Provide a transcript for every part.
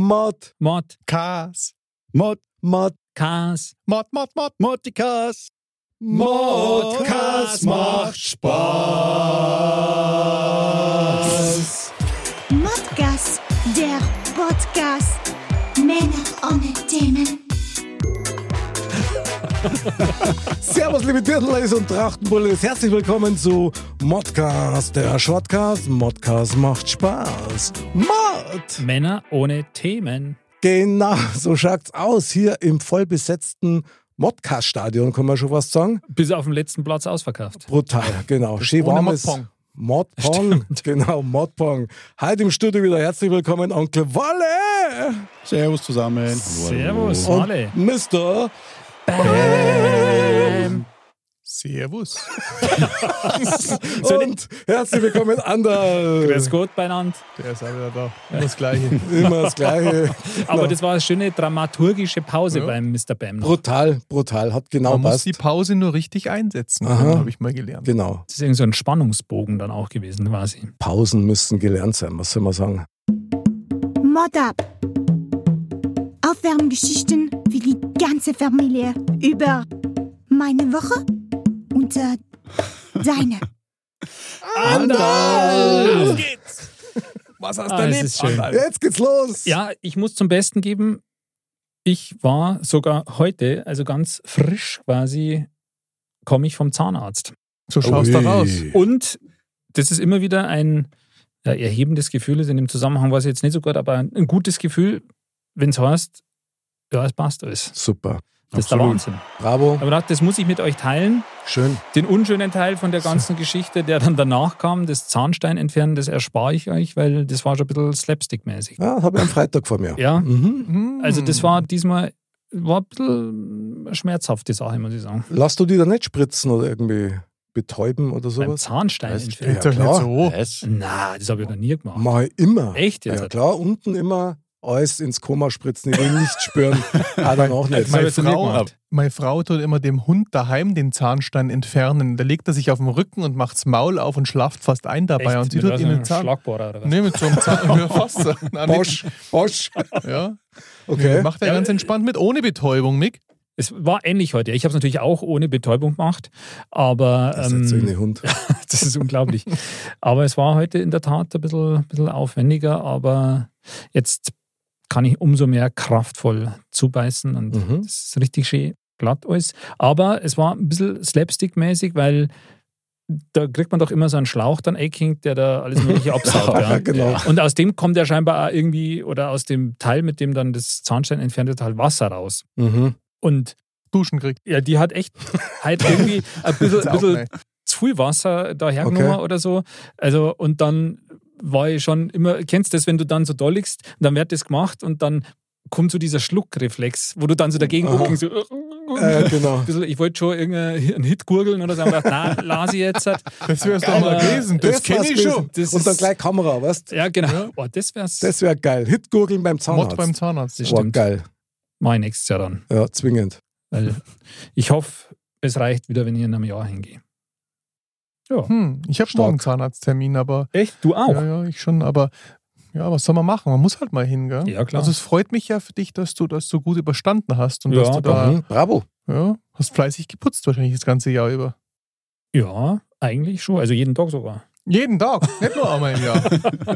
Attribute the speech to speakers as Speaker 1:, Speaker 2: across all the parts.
Speaker 1: Mod,
Speaker 2: Mod,
Speaker 1: Kas,
Speaker 3: Mod,
Speaker 1: Mod,
Speaker 2: Cars,
Speaker 1: Mod, Mod, Mod,
Speaker 3: Modikas.
Speaker 1: Modcast macht Spaß.
Speaker 4: Modcast, der Podcast. Männer ohne Themen.
Speaker 1: Servus, liebe Dirndl-Ladies und Trachtenbullis. Herzlich willkommen zu Modcast, der Shortcast. Modcast macht Spaß. Mod!
Speaker 2: Männer ohne Themen.
Speaker 1: Genau, so schaut's aus. Hier im vollbesetzten Modcast-Stadion, kann man schon was sagen.
Speaker 2: Bis auf den letzten Platz ausverkauft.
Speaker 1: Brutal, genau. Schön
Speaker 2: ohne
Speaker 1: warmes.
Speaker 2: Modpong.
Speaker 1: Modpong, genau, Modpong. Heute im Studio wieder herzlich willkommen, Onkel Walle
Speaker 3: Servus zusammen.
Speaker 2: Servus,
Speaker 1: und
Speaker 2: alle.
Speaker 1: Mr.
Speaker 3: Servus.
Speaker 1: Und herzlich willkommen, Anderl.
Speaker 2: Grüß Gott beieinander.
Speaker 3: Der ist auch wieder da. Das Gleiche.
Speaker 1: Immer das Gleiche. Genau.
Speaker 2: Aber das war eine schöne dramaturgische Pause
Speaker 3: Ja.
Speaker 2: beim Mr. Bam. noch.
Speaker 1: Brutal, brutal. Hat genau
Speaker 5: Man muss
Speaker 1: passt.
Speaker 5: die Pause nur richtig einsetzen,
Speaker 1: Aha.
Speaker 5: habe ich mal gelernt.
Speaker 1: Genau.
Speaker 2: Das ist irgendwie so ein Spannungsbogen dann auch gewesen quasi.
Speaker 1: Pausen müssen gelernt sein, was soll man sagen?
Speaker 4: Mod ab. Aufwärmgeschichten für die ganze Familie über meine Woche und äh, deine.
Speaker 2: Anderl!
Speaker 5: Hm. Was hast
Speaker 2: Ah, es ist schön.
Speaker 1: Jetzt geht's los!
Speaker 2: Ja, ich muss zum Besten geben, ich war sogar heute, also ganz frisch quasi, komme ich vom Zahnarzt.
Speaker 5: So schaust du
Speaker 3: Ui.
Speaker 5: raus.
Speaker 2: Und das ist immer wieder ein ja, erhebendes Gefühl. Ist in dem Zusammenhang war es jetzt nicht so gut, aber ein gutes Gefühl, wenn es heißt, ja, es passt alles.
Speaker 1: Super.
Speaker 2: Das ist der
Speaker 3: Absolut.
Speaker 2: Wahnsinn.
Speaker 1: Bravo.
Speaker 2: Aber ich dachte, das muss ich mit euch teilen.
Speaker 1: Schön.
Speaker 2: Den unschönen Teil von der ganzen Geschichte, der dann danach kam, das Zahnstein entfernen, das erspare ich euch, weil das war schon ein bisschen slapstick-mäßig.
Speaker 1: Ja, habe ich am Freitag vor mir.
Speaker 2: Ja,
Speaker 1: Mhm.
Speaker 5: Hm.
Speaker 2: also das war diesmal war ein bisschen eine schmerzhafte Sache, muss ich sagen.
Speaker 1: Lass du die da nicht spritzen oder irgendwie betäuben oder
Speaker 2: Beim
Speaker 1: sowas?
Speaker 2: Zahnstein
Speaker 1: Weißt du,
Speaker 2: entfernen.
Speaker 5: Ist doch nicht so.
Speaker 2: Na, das habe ich noch nie gemacht.
Speaker 1: Mach ich immer.
Speaker 2: Echt jetzt?
Speaker 1: Ja klar, unten immer alles ins Koma spritzen. Ich will nicht spüren. Ah, dann auch nicht.
Speaker 2: Das hab ich noch nie
Speaker 5: Frau-
Speaker 2: gemacht.
Speaker 5: Meine Frau tut immer dem Hund daheim den Zahnstein entfernen. Da legt er sich auf den Rücken und macht's Maul auf und schlaft fast ein dabei.
Speaker 2: Echt?
Speaker 5: Und sie
Speaker 2: Mit
Speaker 5: tut
Speaker 2: was,
Speaker 5: ihm den
Speaker 2: einem
Speaker 5: Zahn.
Speaker 2: Schlagbohrer oder was?
Speaker 5: Nee, mit so einem Zahn. ja, fast so. Nein,
Speaker 1: Bosch, Bosch.
Speaker 5: nicht. Ja.
Speaker 1: Okay.
Speaker 5: Macht er
Speaker 2: Ja,
Speaker 5: ganz
Speaker 2: äh,
Speaker 5: entspannt mit, ohne Betäubung, Mick.
Speaker 2: Es war ähnlich heute. Ich habe es natürlich auch ohne Betäubung gemacht, aber
Speaker 1: Das ist jetzt so
Speaker 2: ähm,
Speaker 1: ein Hund.
Speaker 2: das ist unglaublich. aber es war heute in der Tat ein bisschen, bisschen aufwendiger, aber jetzt kann ich umso mehr kraftvoll zubeißen und
Speaker 1: Mhm.
Speaker 2: das ist richtig schön glatt alles. Aber es war ein bisschen slapstick-mäßig, weil da kriegt man doch immer so einen Schlauch dann ecking, der da alles mögliche absaugt.
Speaker 1: Ja,
Speaker 2: ja.
Speaker 1: genau.
Speaker 2: Und aus dem kommt ja scheinbar auch irgendwie, oder aus dem Teil, mit dem dann das Zahnstein entfernt wird, halt Wasser raus.
Speaker 1: Mhm.
Speaker 2: Und
Speaker 5: Duschen kriegt.
Speaker 2: ja, die hat echt halt irgendwie ein bisschen,
Speaker 5: Ist auch ne?
Speaker 2: bisschen
Speaker 5: nicht.
Speaker 2: zu viel Wasser dahergenommen
Speaker 1: Okay.
Speaker 2: oder so. Also, und dann war ich schon immer, kennst du das, wenn du dann so da liegst, und dann wird das gemacht und dann kommt so dieser Schluckreflex, wo du dann so dagegen
Speaker 1: Aha.
Speaker 2: guckst, so,
Speaker 1: Äh, genau.
Speaker 2: ein bisschen, ich wollte schon irgendeinen Hit gurgeln oder so, aber na, las ich jetzt halt.
Speaker 5: Das wär's doch
Speaker 2: Geil.
Speaker 5: mal gewesen. Das, kenn
Speaker 1: war's
Speaker 5: ich schon.
Speaker 1: gewesen.
Speaker 2: Das
Speaker 1: Und dann
Speaker 2: ist-
Speaker 1: gleich Kamera, weißt du?
Speaker 2: Ja, genau. Boah, das wär's.
Speaker 1: Das wäre geil. Hitgurgeln beim Zahnarzt.
Speaker 5: Mord beim Zahnarzt.
Speaker 2: Das
Speaker 1: Boah,
Speaker 2: stimmt.
Speaker 1: geil.
Speaker 2: Mach ich nächstes Jahr dann.
Speaker 1: Ja, zwingend.
Speaker 2: Weil ich hoffe, es reicht wieder, wenn ich in einem Jahr hingehe. Ja.
Speaker 5: Hm, ich habe
Speaker 1: Stark.
Speaker 5: morgen Zahnarzttermin, aber
Speaker 2: Echt? Du auch?
Speaker 5: Ja, ja, ich schon, aber ja, was soll man machen? Man muss halt mal hin, gell?
Speaker 2: Ja, klar.
Speaker 5: Also es freut mich ja für dich, dass du das so gut überstanden hast und
Speaker 2: Ja,
Speaker 5: dass du da
Speaker 1: Mhm. Bravo.
Speaker 5: ja, hast fleißig geputzt wahrscheinlich das ganze Jahr über.
Speaker 2: Ja, eigentlich schon. Also jeden Tag sogar.
Speaker 5: Jeden Tag, nicht nur einmal im Jahr.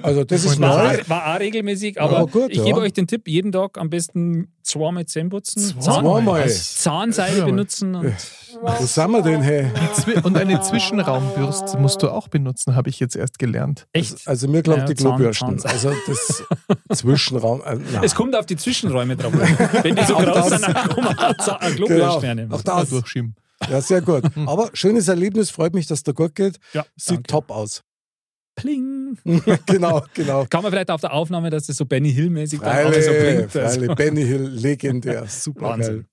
Speaker 1: Also das ist
Speaker 5: Und Nein.
Speaker 2: War,
Speaker 1: neu.
Speaker 2: auch- war auch regelmäßig, aber
Speaker 1: Ja, gut,
Speaker 2: ich
Speaker 1: ja.
Speaker 2: gebe euch den Tipp, jeden Tag am besten zweimal Zähne putzen, Zahn,
Speaker 1: Zweimal.
Speaker 2: Zahnseide
Speaker 5: Zweimal.
Speaker 2: benutzen und
Speaker 1: Wo sind wir denn, hey?
Speaker 5: Zwi- Und eine Zwischenraumbürste musst du auch benutzen, habe ich jetzt erst gelernt.
Speaker 2: echt.
Speaker 1: Also mir glaubt
Speaker 2: Ja,
Speaker 1: die
Speaker 2: Zahn-
Speaker 1: Globürsten.
Speaker 2: Zahn-
Speaker 1: Also das Zwischenraum. Äh, na.
Speaker 2: Es kommt auf die Zwischenräume drauf. an. Wenn die so
Speaker 1: Auch
Speaker 2: groß
Speaker 1: das.
Speaker 2: sind, dann kann man auch Zahn- einen
Speaker 1: genau.
Speaker 2: Globus nehmen.
Speaker 1: Auch
Speaker 5: Mal
Speaker 1: das.
Speaker 5: durchschieben.
Speaker 1: Ja, sehr gut. Aber schönes Erlebnis, freut mich, dass da gut geht.
Speaker 2: Ja,
Speaker 1: Sieht
Speaker 2: danke.
Speaker 1: top aus.
Speaker 2: Pling.
Speaker 1: genau, genau.
Speaker 2: Kann man vielleicht auf der Aufnahme, dass das so Benny Hill-mäßig dann auch so
Speaker 1: Freilich,
Speaker 2: blinkt. Also.
Speaker 1: Freilich, Benny Hill, legendär, super geil.
Speaker 2: Wahnsinn.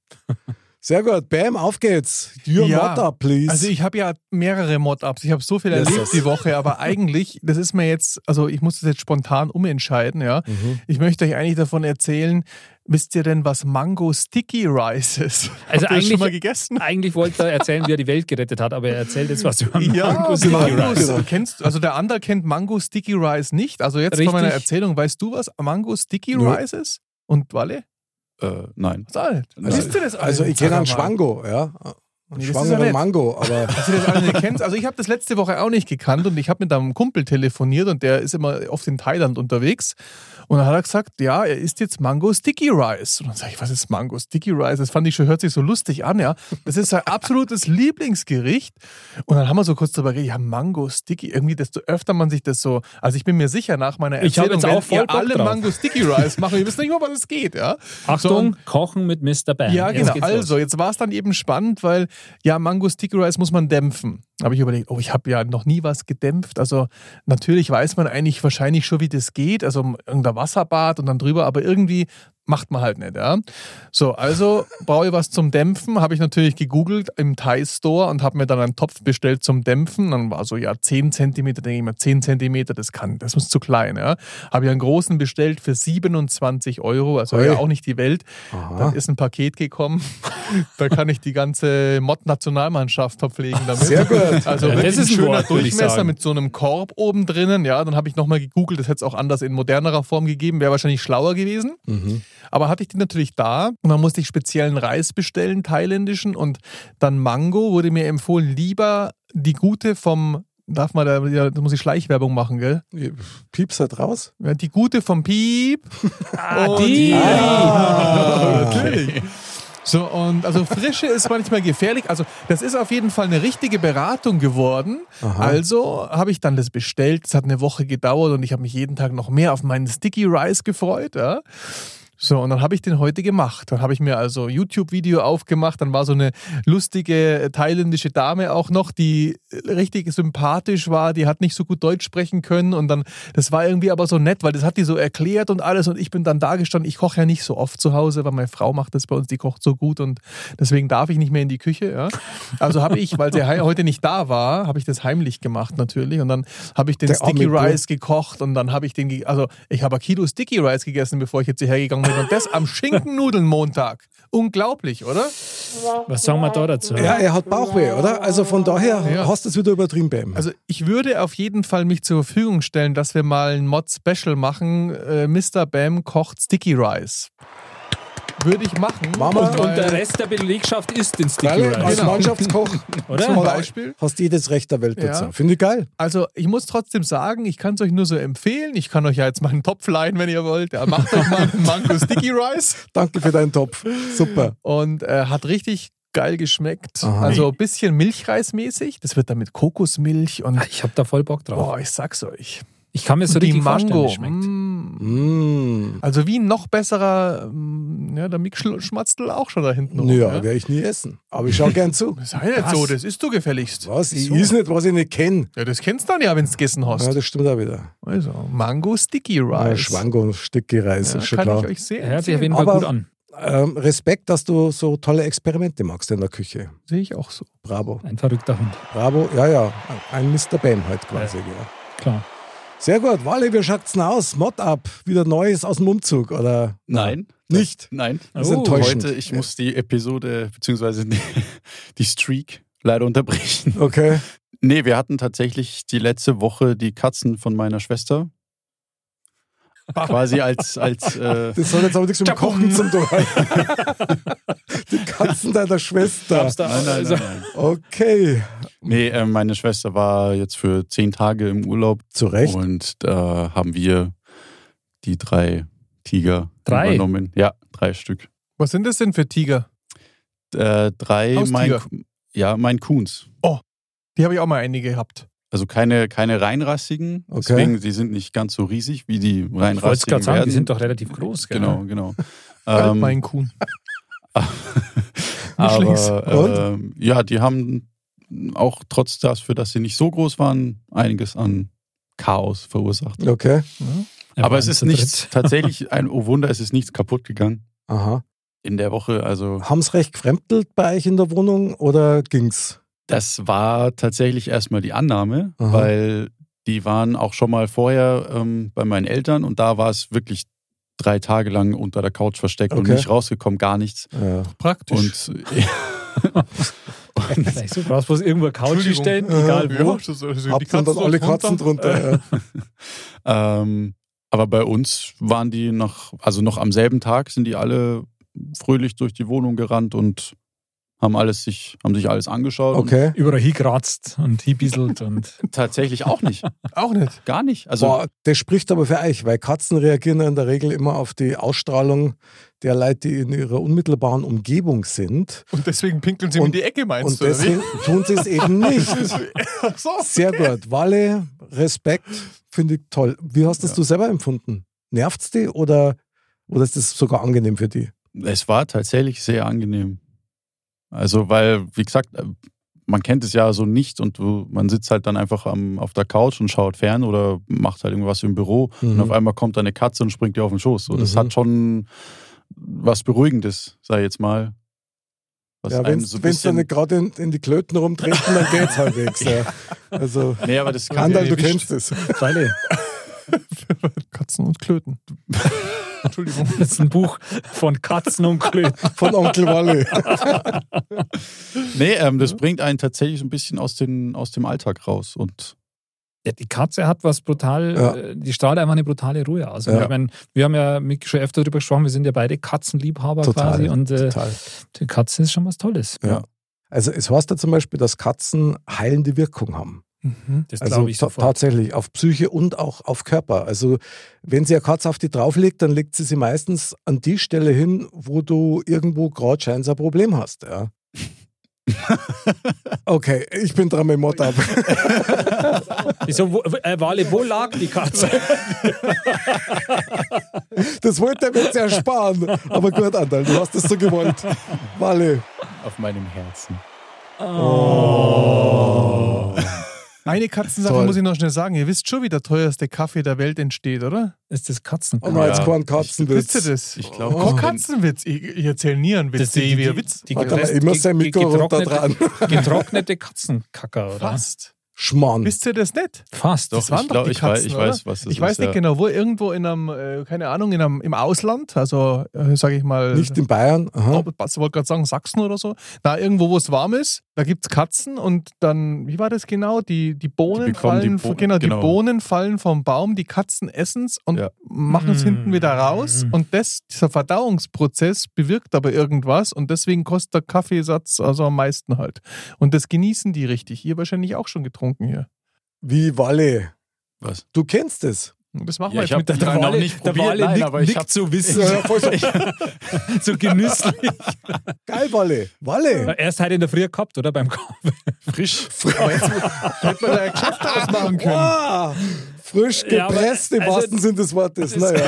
Speaker 1: Sehr gut. Bam, auf geht's. Your
Speaker 5: Ja.
Speaker 1: Mod up, please.
Speaker 5: Also ich habe ja mehrere Mod-Ups. Ich habe so viel
Speaker 1: Yes,
Speaker 5: erlebt
Speaker 1: yes.
Speaker 5: die Woche, aber eigentlich, das ist mir jetzt, also ich muss das jetzt spontan umentscheiden, ja.
Speaker 1: mhm.
Speaker 5: Ich möchte euch eigentlich davon erzählen, wisst ihr denn, was Mango Sticky Rice
Speaker 2: Also
Speaker 5: ist? Habt ihr das
Speaker 2: eigentlich-
Speaker 5: schon mal gegessen?
Speaker 2: Eigentlich wollte er erzählen, wie er die Welt gerettet hat, aber er erzählt jetzt was über
Speaker 5: Ja,
Speaker 2: Mango Sticky
Speaker 5: Mango
Speaker 2: Rice.
Speaker 5: Sticky Kennst, also der andere kennt Mango Sticky Rice nicht. Also jetzt
Speaker 2: Richtig.
Speaker 5: von meiner Erzählung, weißt du, was Mango Sticky
Speaker 1: Nö.
Speaker 5: Rice ist? Und Walle?
Speaker 3: Äh, nein.
Speaker 5: Was all?
Speaker 3: Also-
Speaker 5: Wisst ihr das alle?
Speaker 1: Also ich
Speaker 5: Sag
Speaker 1: kenne einen
Speaker 5: mal.
Speaker 1: Schwango, ja.
Speaker 5: Nee, das ist ja
Speaker 1: Schwangere
Speaker 5: nett.
Speaker 1: Mango, aber
Speaker 5: Dass ihr das alle nicht kennt. Also ich habe das letzte Woche auch nicht gekannt und ich habe mit einem Kumpel telefoniert und der ist immer oft in Thailand unterwegs. Und dann hat er gesagt, ja, er isst jetzt Mango Sticky Rice. Und dann sage ich, was ist Mango Sticky Rice? Das fand ich schon, hört sich so lustig an, ja. Das ist sein absolutes Lieblingsgericht. Und dann haben wir so kurz darüber geredet, ja, Mango Sticky, irgendwie, desto öfter man sich das so, also ich bin mir sicher, nach meiner
Speaker 2: Ich hab
Speaker 5: Erzählung,
Speaker 2: jetzt auch voll
Speaker 5: wenn ihr
Speaker 2: Bock
Speaker 5: alle
Speaker 2: drauf.
Speaker 5: Mango Sticky Rice machen, ihr wisst nicht mal, was es geht, ja.
Speaker 2: Achtung, kochen mit Mr. Bam.
Speaker 5: Ja,
Speaker 2: Jetzt
Speaker 5: genau.
Speaker 2: geht's los.
Speaker 5: Also, jetzt war es dann eben spannend, weil ja, Mango Sticky Rice muss man dämpfen. Habe ich überlegt, oh, ich habe ja noch nie was gedämpft. Also, natürlich weiß man eigentlich wahrscheinlich schon, wie das geht. Also, irgendein Wasserbad und dann drüber, aber irgendwie macht man halt nicht, ja. So, also brauche ich was zum Dämpfen. Habe ich natürlich gegoogelt im Thai Store und habe mir dann einen Topf bestellt zum Dämpfen. Dann war so, ja, 10 Zentimeter, denke ich mir, 10 Zentimeter, das kann, das ist zu klein, ja. Habe ich einen großen bestellt für 27 Euro, also
Speaker 1: Ui.
Speaker 5: ja auch nicht die Welt.
Speaker 1: aha.
Speaker 5: Dann ist ein Paket gekommen. da kann ich die ganze Mod-Nationalmannschaft verpflegen damit.
Speaker 1: Sehr gut.
Speaker 5: Also
Speaker 2: Ja,
Speaker 5: wirklich
Speaker 2: das ist
Speaker 5: ein
Speaker 2: ein
Speaker 5: schöner
Speaker 2: Wort, würd ich
Speaker 5: Durchmesser
Speaker 2: sagen.
Speaker 5: mit so einem Korb oben drinnen. Ja, dann habe ich nochmal gegoogelt, das hätte es auch anders in modernerer Form gegeben, wäre wahrscheinlich schlauer gewesen.
Speaker 1: Mhm.
Speaker 5: Aber hatte ich die natürlich da und dann musste ich speziellen Reis bestellen, thailändischen und dann Mango wurde mir empfohlen, lieber die gute vom, darf man da, ja, da muss ich Schleichwerbung machen, gell?
Speaker 1: Pieps halt raus.
Speaker 5: Ja, Die gute vom Piep.
Speaker 2: Ah,
Speaker 5: Und-
Speaker 2: die.
Speaker 5: Ah,
Speaker 1: Ah.
Speaker 5: natürlich. So, und also Frische ist manchmal gefährlich. Also, das ist auf jeden Fall eine richtige Beratung geworden.
Speaker 1: Aha.
Speaker 5: Also habe ich dann das bestellt. Es hat eine Woche gedauert und ich habe mich jeden Tag noch mehr auf meinen Sticky Rice gefreut. Ja? So, und dann habe ich den heute gemacht. Dann habe ich mir also YouTube-Video aufgemacht. Dann war so eine lustige äh, thailändische Dame auch noch, die äh, richtig sympathisch war. Die hat nicht so gut Deutsch sprechen können. Und dann, das war irgendwie aber so nett, weil das hat die so erklärt und alles. Und ich bin dann da gestanden. Ich koche ja nicht so oft zu Hause, weil meine Frau macht das bei uns. Die kocht so gut und deswegen darf ich nicht mehr in die Küche. Ja? Also habe ich, weil sie hei- heute nicht da war, habe ich das heimlich gemacht natürlich. Und dann habe ich den
Speaker 1: Der
Speaker 5: Sticky
Speaker 1: arme
Speaker 5: Rice gekocht und dann habe ich den, ge- also ich habe ein Kilo Sticky Rice gegessen, bevor ich jetzt hierher gegangen bin. Und das am Schinkennudeln-Montag. Unglaublich, oder?
Speaker 2: Was sagen wir da dazu?
Speaker 1: Ja, er hat Bauchweh, oder? Also von daher
Speaker 5: Ja.
Speaker 1: hast du es wieder übertrieben, Bam.
Speaker 5: Also ich würde auf jeden Fall mich zur Verfügung stellen, dass wir mal ein Mod-Special machen. Äh, Mr. Bam kocht Sticky Rice. Würde ich machen. äh,
Speaker 1: Machen wir.
Speaker 5: weil-
Speaker 2: Und der Rest der Belegschaft isst den Sticky
Speaker 1: Weil, als
Speaker 2: Rice,
Speaker 5: Genau.
Speaker 1: Mannschaftskoch
Speaker 2: oder?
Speaker 5: Zum Beispiel.
Speaker 1: hast du jedes Recht der Welt
Speaker 5: Ja.
Speaker 1: dazu. Finde ich geil.
Speaker 5: Also ich muss trotzdem sagen, ich kann es euch nur so empfehlen. Ich kann euch ja jetzt meinen Topf leihen, wenn ihr wollt. Ja, macht euch mal einen Mango Sticky Rice.
Speaker 1: Danke für deinen Topf. Super.
Speaker 5: Und äh, hat richtig geil geschmeckt.
Speaker 1: Aha.
Speaker 5: Also ein bisschen Milchreismäßig. Das wird dann mit Kokosmilch und
Speaker 2: Ah, Ich habe da voll Bock drauf.
Speaker 5: boah, ich sag's euch.
Speaker 2: Ich kann mir so
Speaker 5: die
Speaker 2: richtig vorstellen, wie
Speaker 5: Mango.
Speaker 2: es schmeckt.
Speaker 5: mm.
Speaker 1: Mm.
Speaker 5: Also wie ein noch besserer, mm, ja, der Mick schl- schmatzt auch schon da hinten rum.
Speaker 1: Ja,
Speaker 5: ja.
Speaker 1: werde ich nie essen. Aber ich schaue gern zu.
Speaker 5: Sei nicht
Speaker 2: Was?
Speaker 5: so, das ist du gefälligst.
Speaker 1: Was? Ich is nicht, was ich nicht kenne.
Speaker 5: Ja, das kennst du dann ja, wenn du gegessen hast.
Speaker 1: Ja, das stimmt auch wieder.
Speaker 5: Also, Mango Sticky
Speaker 1: Ja,
Speaker 5: Rice.
Speaker 1: Schwango und Stücke Reis,
Speaker 5: ja,
Speaker 1: ist schon
Speaker 5: kann
Speaker 1: klar.
Speaker 5: ich euch sehr
Speaker 2: Hört sich auf
Speaker 5: empfehlen.
Speaker 2: jeden Fall
Speaker 1: Aber-
Speaker 2: gut an.
Speaker 1: Ähm, Respekt, dass du so tolle Experimente machst in der Küche.
Speaker 5: Sehe ich auch so.
Speaker 1: Bravo.
Speaker 2: Ein verrückter Hund,
Speaker 1: Bravo. Ja, ja. Ein Mr. Bam halt quasi. Ja.
Speaker 2: klar.
Speaker 1: Sehr gut. Wally, wie schaut's denn aus? Mod up. Wieder Neues aus dem Umzug, oder?
Speaker 3: Nein. Ah,
Speaker 1: Nicht?
Speaker 3: Nein.
Speaker 1: Das ist
Speaker 2: Oh.
Speaker 1: enttäuschend.
Speaker 3: Heute, ich muss die Episode, beziehungsweise die, die Streak leider unterbrechen.
Speaker 1: Okay.
Speaker 3: Nee, wir hatten tatsächlich die letzte Woche die Katzen von meiner Schwester. Quasi als, als äh,
Speaker 1: Das hat jetzt aber nichts mit dem Kochen zum tun. Die Katzen deiner Schwester.
Speaker 3: nein, nein,
Speaker 2: Also,
Speaker 3: nein, nein.
Speaker 1: Okay.
Speaker 3: Nee, äh, meine Schwester war jetzt für zehn Tage im Urlaub
Speaker 1: Zu Recht.
Speaker 3: und da haben wir die drei Tiger
Speaker 2: Drei?
Speaker 3: übernommen. Ja, drei Stück.
Speaker 5: Was sind das denn für Tiger?
Speaker 3: Äh, drei
Speaker 5: Haustiger.
Speaker 3: mein, ja, mein Kuhns.
Speaker 5: Die habe ich auch mal einige gehabt.
Speaker 3: Also keine, keine reinrassigen,
Speaker 1: Okay.
Speaker 3: deswegen die sind nicht ganz so riesig wie die
Speaker 2: Ich wollte es
Speaker 3: reinrassigen
Speaker 2: gerade sagen,
Speaker 3: werden.
Speaker 2: die sind doch relativ groß, gell? Halt
Speaker 3: Genau, genau.
Speaker 5: Alt
Speaker 3: Ähm,
Speaker 5: mein Kuhn. Mischlings.
Speaker 3: aber ähm, ja, die haben auch trotz das, für das sie nicht so groß waren, einiges an Chaos verursacht.
Speaker 1: Okay.
Speaker 2: Ja,
Speaker 3: Aber es
Speaker 2: waren
Speaker 3: ist
Speaker 2: zu
Speaker 3: nichts,
Speaker 2: dritt.
Speaker 3: tatsächlich ein oh Wunder, es ist nichts kaputt gegangen.
Speaker 1: Aha.
Speaker 3: in der Woche, also
Speaker 1: Haben es recht gefremdelt bei euch in der Wohnung oder ging's?
Speaker 3: das war tatsächlich erstmal die Annahme,
Speaker 1: Aha.
Speaker 3: weil die waren auch schon mal vorher ähm, bei meinen Eltern und da war es wirklich drei Tage lang unter der Couch versteckt und
Speaker 1: Okay.
Speaker 3: nicht rausgekommen, gar nichts.
Speaker 1: Ja.
Speaker 5: Praktisch.
Speaker 3: Und
Speaker 2: Vielleicht so, du brauchst bloß irgendwo eine Couch
Speaker 5: Entschuldigung.
Speaker 2: stellen,
Speaker 3: Äh,
Speaker 2: egal
Speaker 5: ja,
Speaker 2: wo.
Speaker 5: das ist also
Speaker 1: Habt dann alle Katzen drunter. ja.
Speaker 3: Ähm, aber bei uns waren die noch, also noch am selben Tag sind die alle fröhlich durch die Wohnung gerannt und haben alles sich, haben sich alles angeschaut
Speaker 1: Okay.
Speaker 2: Überall hingekratzt und hiebiselt und
Speaker 3: und tatsächlich auch nicht.
Speaker 5: Auch nicht.
Speaker 3: Gar nicht. Also
Speaker 1: Boah, das spricht aber für euch, weil Katzen reagieren ja in der Regel immer auf die Ausstrahlung der Leute, die in ihrer unmittelbaren Umgebung sind.
Speaker 5: Und deswegen pinkeln sie
Speaker 1: Und-
Speaker 5: mir in die Ecke,
Speaker 1: Und
Speaker 5: meinst du? oder wie?
Speaker 1: deswegen tun sie es eben nicht.
Speaker 5: Ach so.
Speaker 1: Sehr gut. Walle, Respekt, finde ich toll. Wie hast das du selber empfunden? Nervt's die oder, oder ist das sogar angenehm für die?
Speaker 3: es war tatsächlich sehr angenehm. Also, weil, wie gesagt, man kennt es ja so nicht und du, man sitzt halt dann einfach am, auf der Couch und schaut fern oder macht halt irgendwas im Büro und auf einmal kommt da eine Katze und springt dir auf den Schoß. So, das
Speaker 1: Mhm.
Speaker 3: hat schon was Beruhigendes, sei jetzt mal. Was
Speaker 1: ja, wenn
Speaker 3: einem so ein
Speaker 1: wenn sie
Speaker 3: bisschen-
Speaker 1: dann gerade in, in die Klöten rumtreten, dann geht's halbwegs. Ja. Also,
Speaker 3: Nee, aber das
Speaker 1: Andal, du kennst es.
Speaker 2: Seile.
Speaker 5: Katzen und Klöten. Entschuldigung.
Speaker 2: Das ist ein Buch von Katzen und Klöten.
Speaker 1: Von Onkel Walle.
Speaker 3: Nee, ähm, das bringt einen tatsächlich so ein bisschen aus, den, aus dem Alltag raus. Und
Speaker 2: Ja, die Katze hat was brutal,
Speaker 1: Ja.
Speaker 2: äh, die strahlt einfach eine brutale Ruhe aus. Und
Speaker 1: Ja.
Speaker 2: Ich meine, wir haben ja mit schon öfter darüber gesprochen, wir sind ja beide Katzenliebhaber
Speaker 1: Total,
Speaker 2: quasi und äh,
Speaker 1: Total.
Speaker 2: die Katze ist schon was Tolles.
Speaker 1: Ja. Also es heißt ja zum Beispiel, dass Katzen heilende Wirkung haben.
Speaker 5: Mhm.
Speaker 2: Das
Speaker 1: also
Speaker 2: glaube ich
Speaker 1: ta-
Speaker 2: sofort.
Speaker 1: tatsächlich auf Psyche und auch auf Körper. Also wenn sie eine Katze auf die drauflegt, dann legt sie sie meistens an die Stelle hin, wo du irgendwo gerade scheinbar ein Problem hast. Ja. Okay, ich bin dran mit dem Mod ab.
Speaker 2: Wieso, wo, äh, Wale, wo lag die Katze?
Speaker 1: Das wollte er mir jetzt ersparen. Aber gut, Andal, du hast es so gewollt. Walle.
Speaker 3: auf meinem Herzen.
Speaker 5: Eine Katzensache
Speaker 1: Toll.
Speaker 5: muss ich noch schnell sagen. Ihr wisst schon, wie der teuerste Kaffee der Welt entsteht, oder?
Speaker 2: Ist das
Speaker 1: Oh nein,
Speaker 2: Katzenkaffee?
Speaker 1: jetzt
Speaker 3: Ja,
Speaker 1: kein
Speaker 5: Wisst
Speaker 1: Katzenwitz.
Speaker 5: ihr das?
Speaker 3: Ich glaube,
Speaker 5: Oh,
Speaker 3: oh.
Speaker 5: Katzenwitz. Ich, ich erzähle nie einen Witz. Das ist Witz.
Speaker 2: die
Speaker 1: Warte mal,
Speaker 2: gerest-
Speaker 1: ich muss
Speaker 2: ge-
Speaker 1: sein
Speaker 2: ge-
Speaker 1: Mikro runter dran.
Speaker 2: getrocknete- Getrocknete Katzenkacker, oder?
Speaker 5: Fast.
Speaker 1: Schmarrn.
Speaker 5: Wisst ihr das nicht?
Speaker 2: Fast.
Speaker 3: Doch,
Speaker 5: Das waren
Speaker 3: ich
Speaker 5: doch
Speaker 3: glaub,
Speaker 5: die
Speaker 3: ich, weiß,
Speaker 5: Katzen,
Speaker 3: ich
Speaker 5: oder?
Speaker 3: weiß, was das ist.
Speaker 5: ich weiß nicht
Speaker 3: ja.
Speaker 5: genau, wo irgendwo in einem, äh, keine Ahnung, in einem, im Ausland, also äh, sage ich mal,
Speaker 1: Nicht in Bayern. Aha.
Speaker 5: Oh, was, ich wollte gerade sagen, Sachsen oder so. Na, irgendwo, wo es warm ist, da gibt es Katzen und dann, wie war das genau? Die, die Bohnen
Speaker 3: Die bekommen die
Speaker 5: fallen,
Speaker 3: Bohnen,
Speaker 5: genau,
Speaker 3: genau.
Speaker 5: die Bohnen fallen vom Baum, die Katzen essen's und
Speaker 3: Ja.
Speaker 5: machen es
Speaker 2: Mm.
Speaker 5: hinten wieder raus. Und das, dieser Verdauungsprozess bewirkt aber irgendwas und deswegen kostet der Kaffeesatz also am meisten halt. Und das genießen die richtig. Ihr wahrscheinlich auch schon getrunken hier.
Speaker 1: Wie Walle.
Speaker 3: Was?
Speaker 1: Du kennst es.
Speaker 5: Und Das machen
Speaker 3: Ja,
Speaker 5: wir
Speaker 3: ich hab
Speaker 5: jetzt mit der
Speaker 3: die Frage noch nicht
Speaker 2: der
Speaker 3: probiert,
Speaker 2: Wale
Speaker 3: nein,
Speaker 2: nickt-
Speaker 3: aber ich
Speaker 2: nickt
Speaker 3: hab-
Speaker 2: so
Speaker 1: Ja,
Speaker 2: wissend,
Speaker 1: ja, voll so.
Speaker 2: so genüsslich.
Speaker 1: Geil, Walle. Walle.
Speaker 2: Erst heute in der Früh gehabt, oder? Beim Kaffee.
Speaker 3: Frisch.
Speaker 5: Aber jetzt hätte man da ein Geschäft draus machen können.
Speaker 1: Wow, frisch
Speaker 2: Ja, aber-
Speaker 1: gepresst im
Speaker 2: also-
Speaker 1: wahrsten Sinn des Wortes. Naja.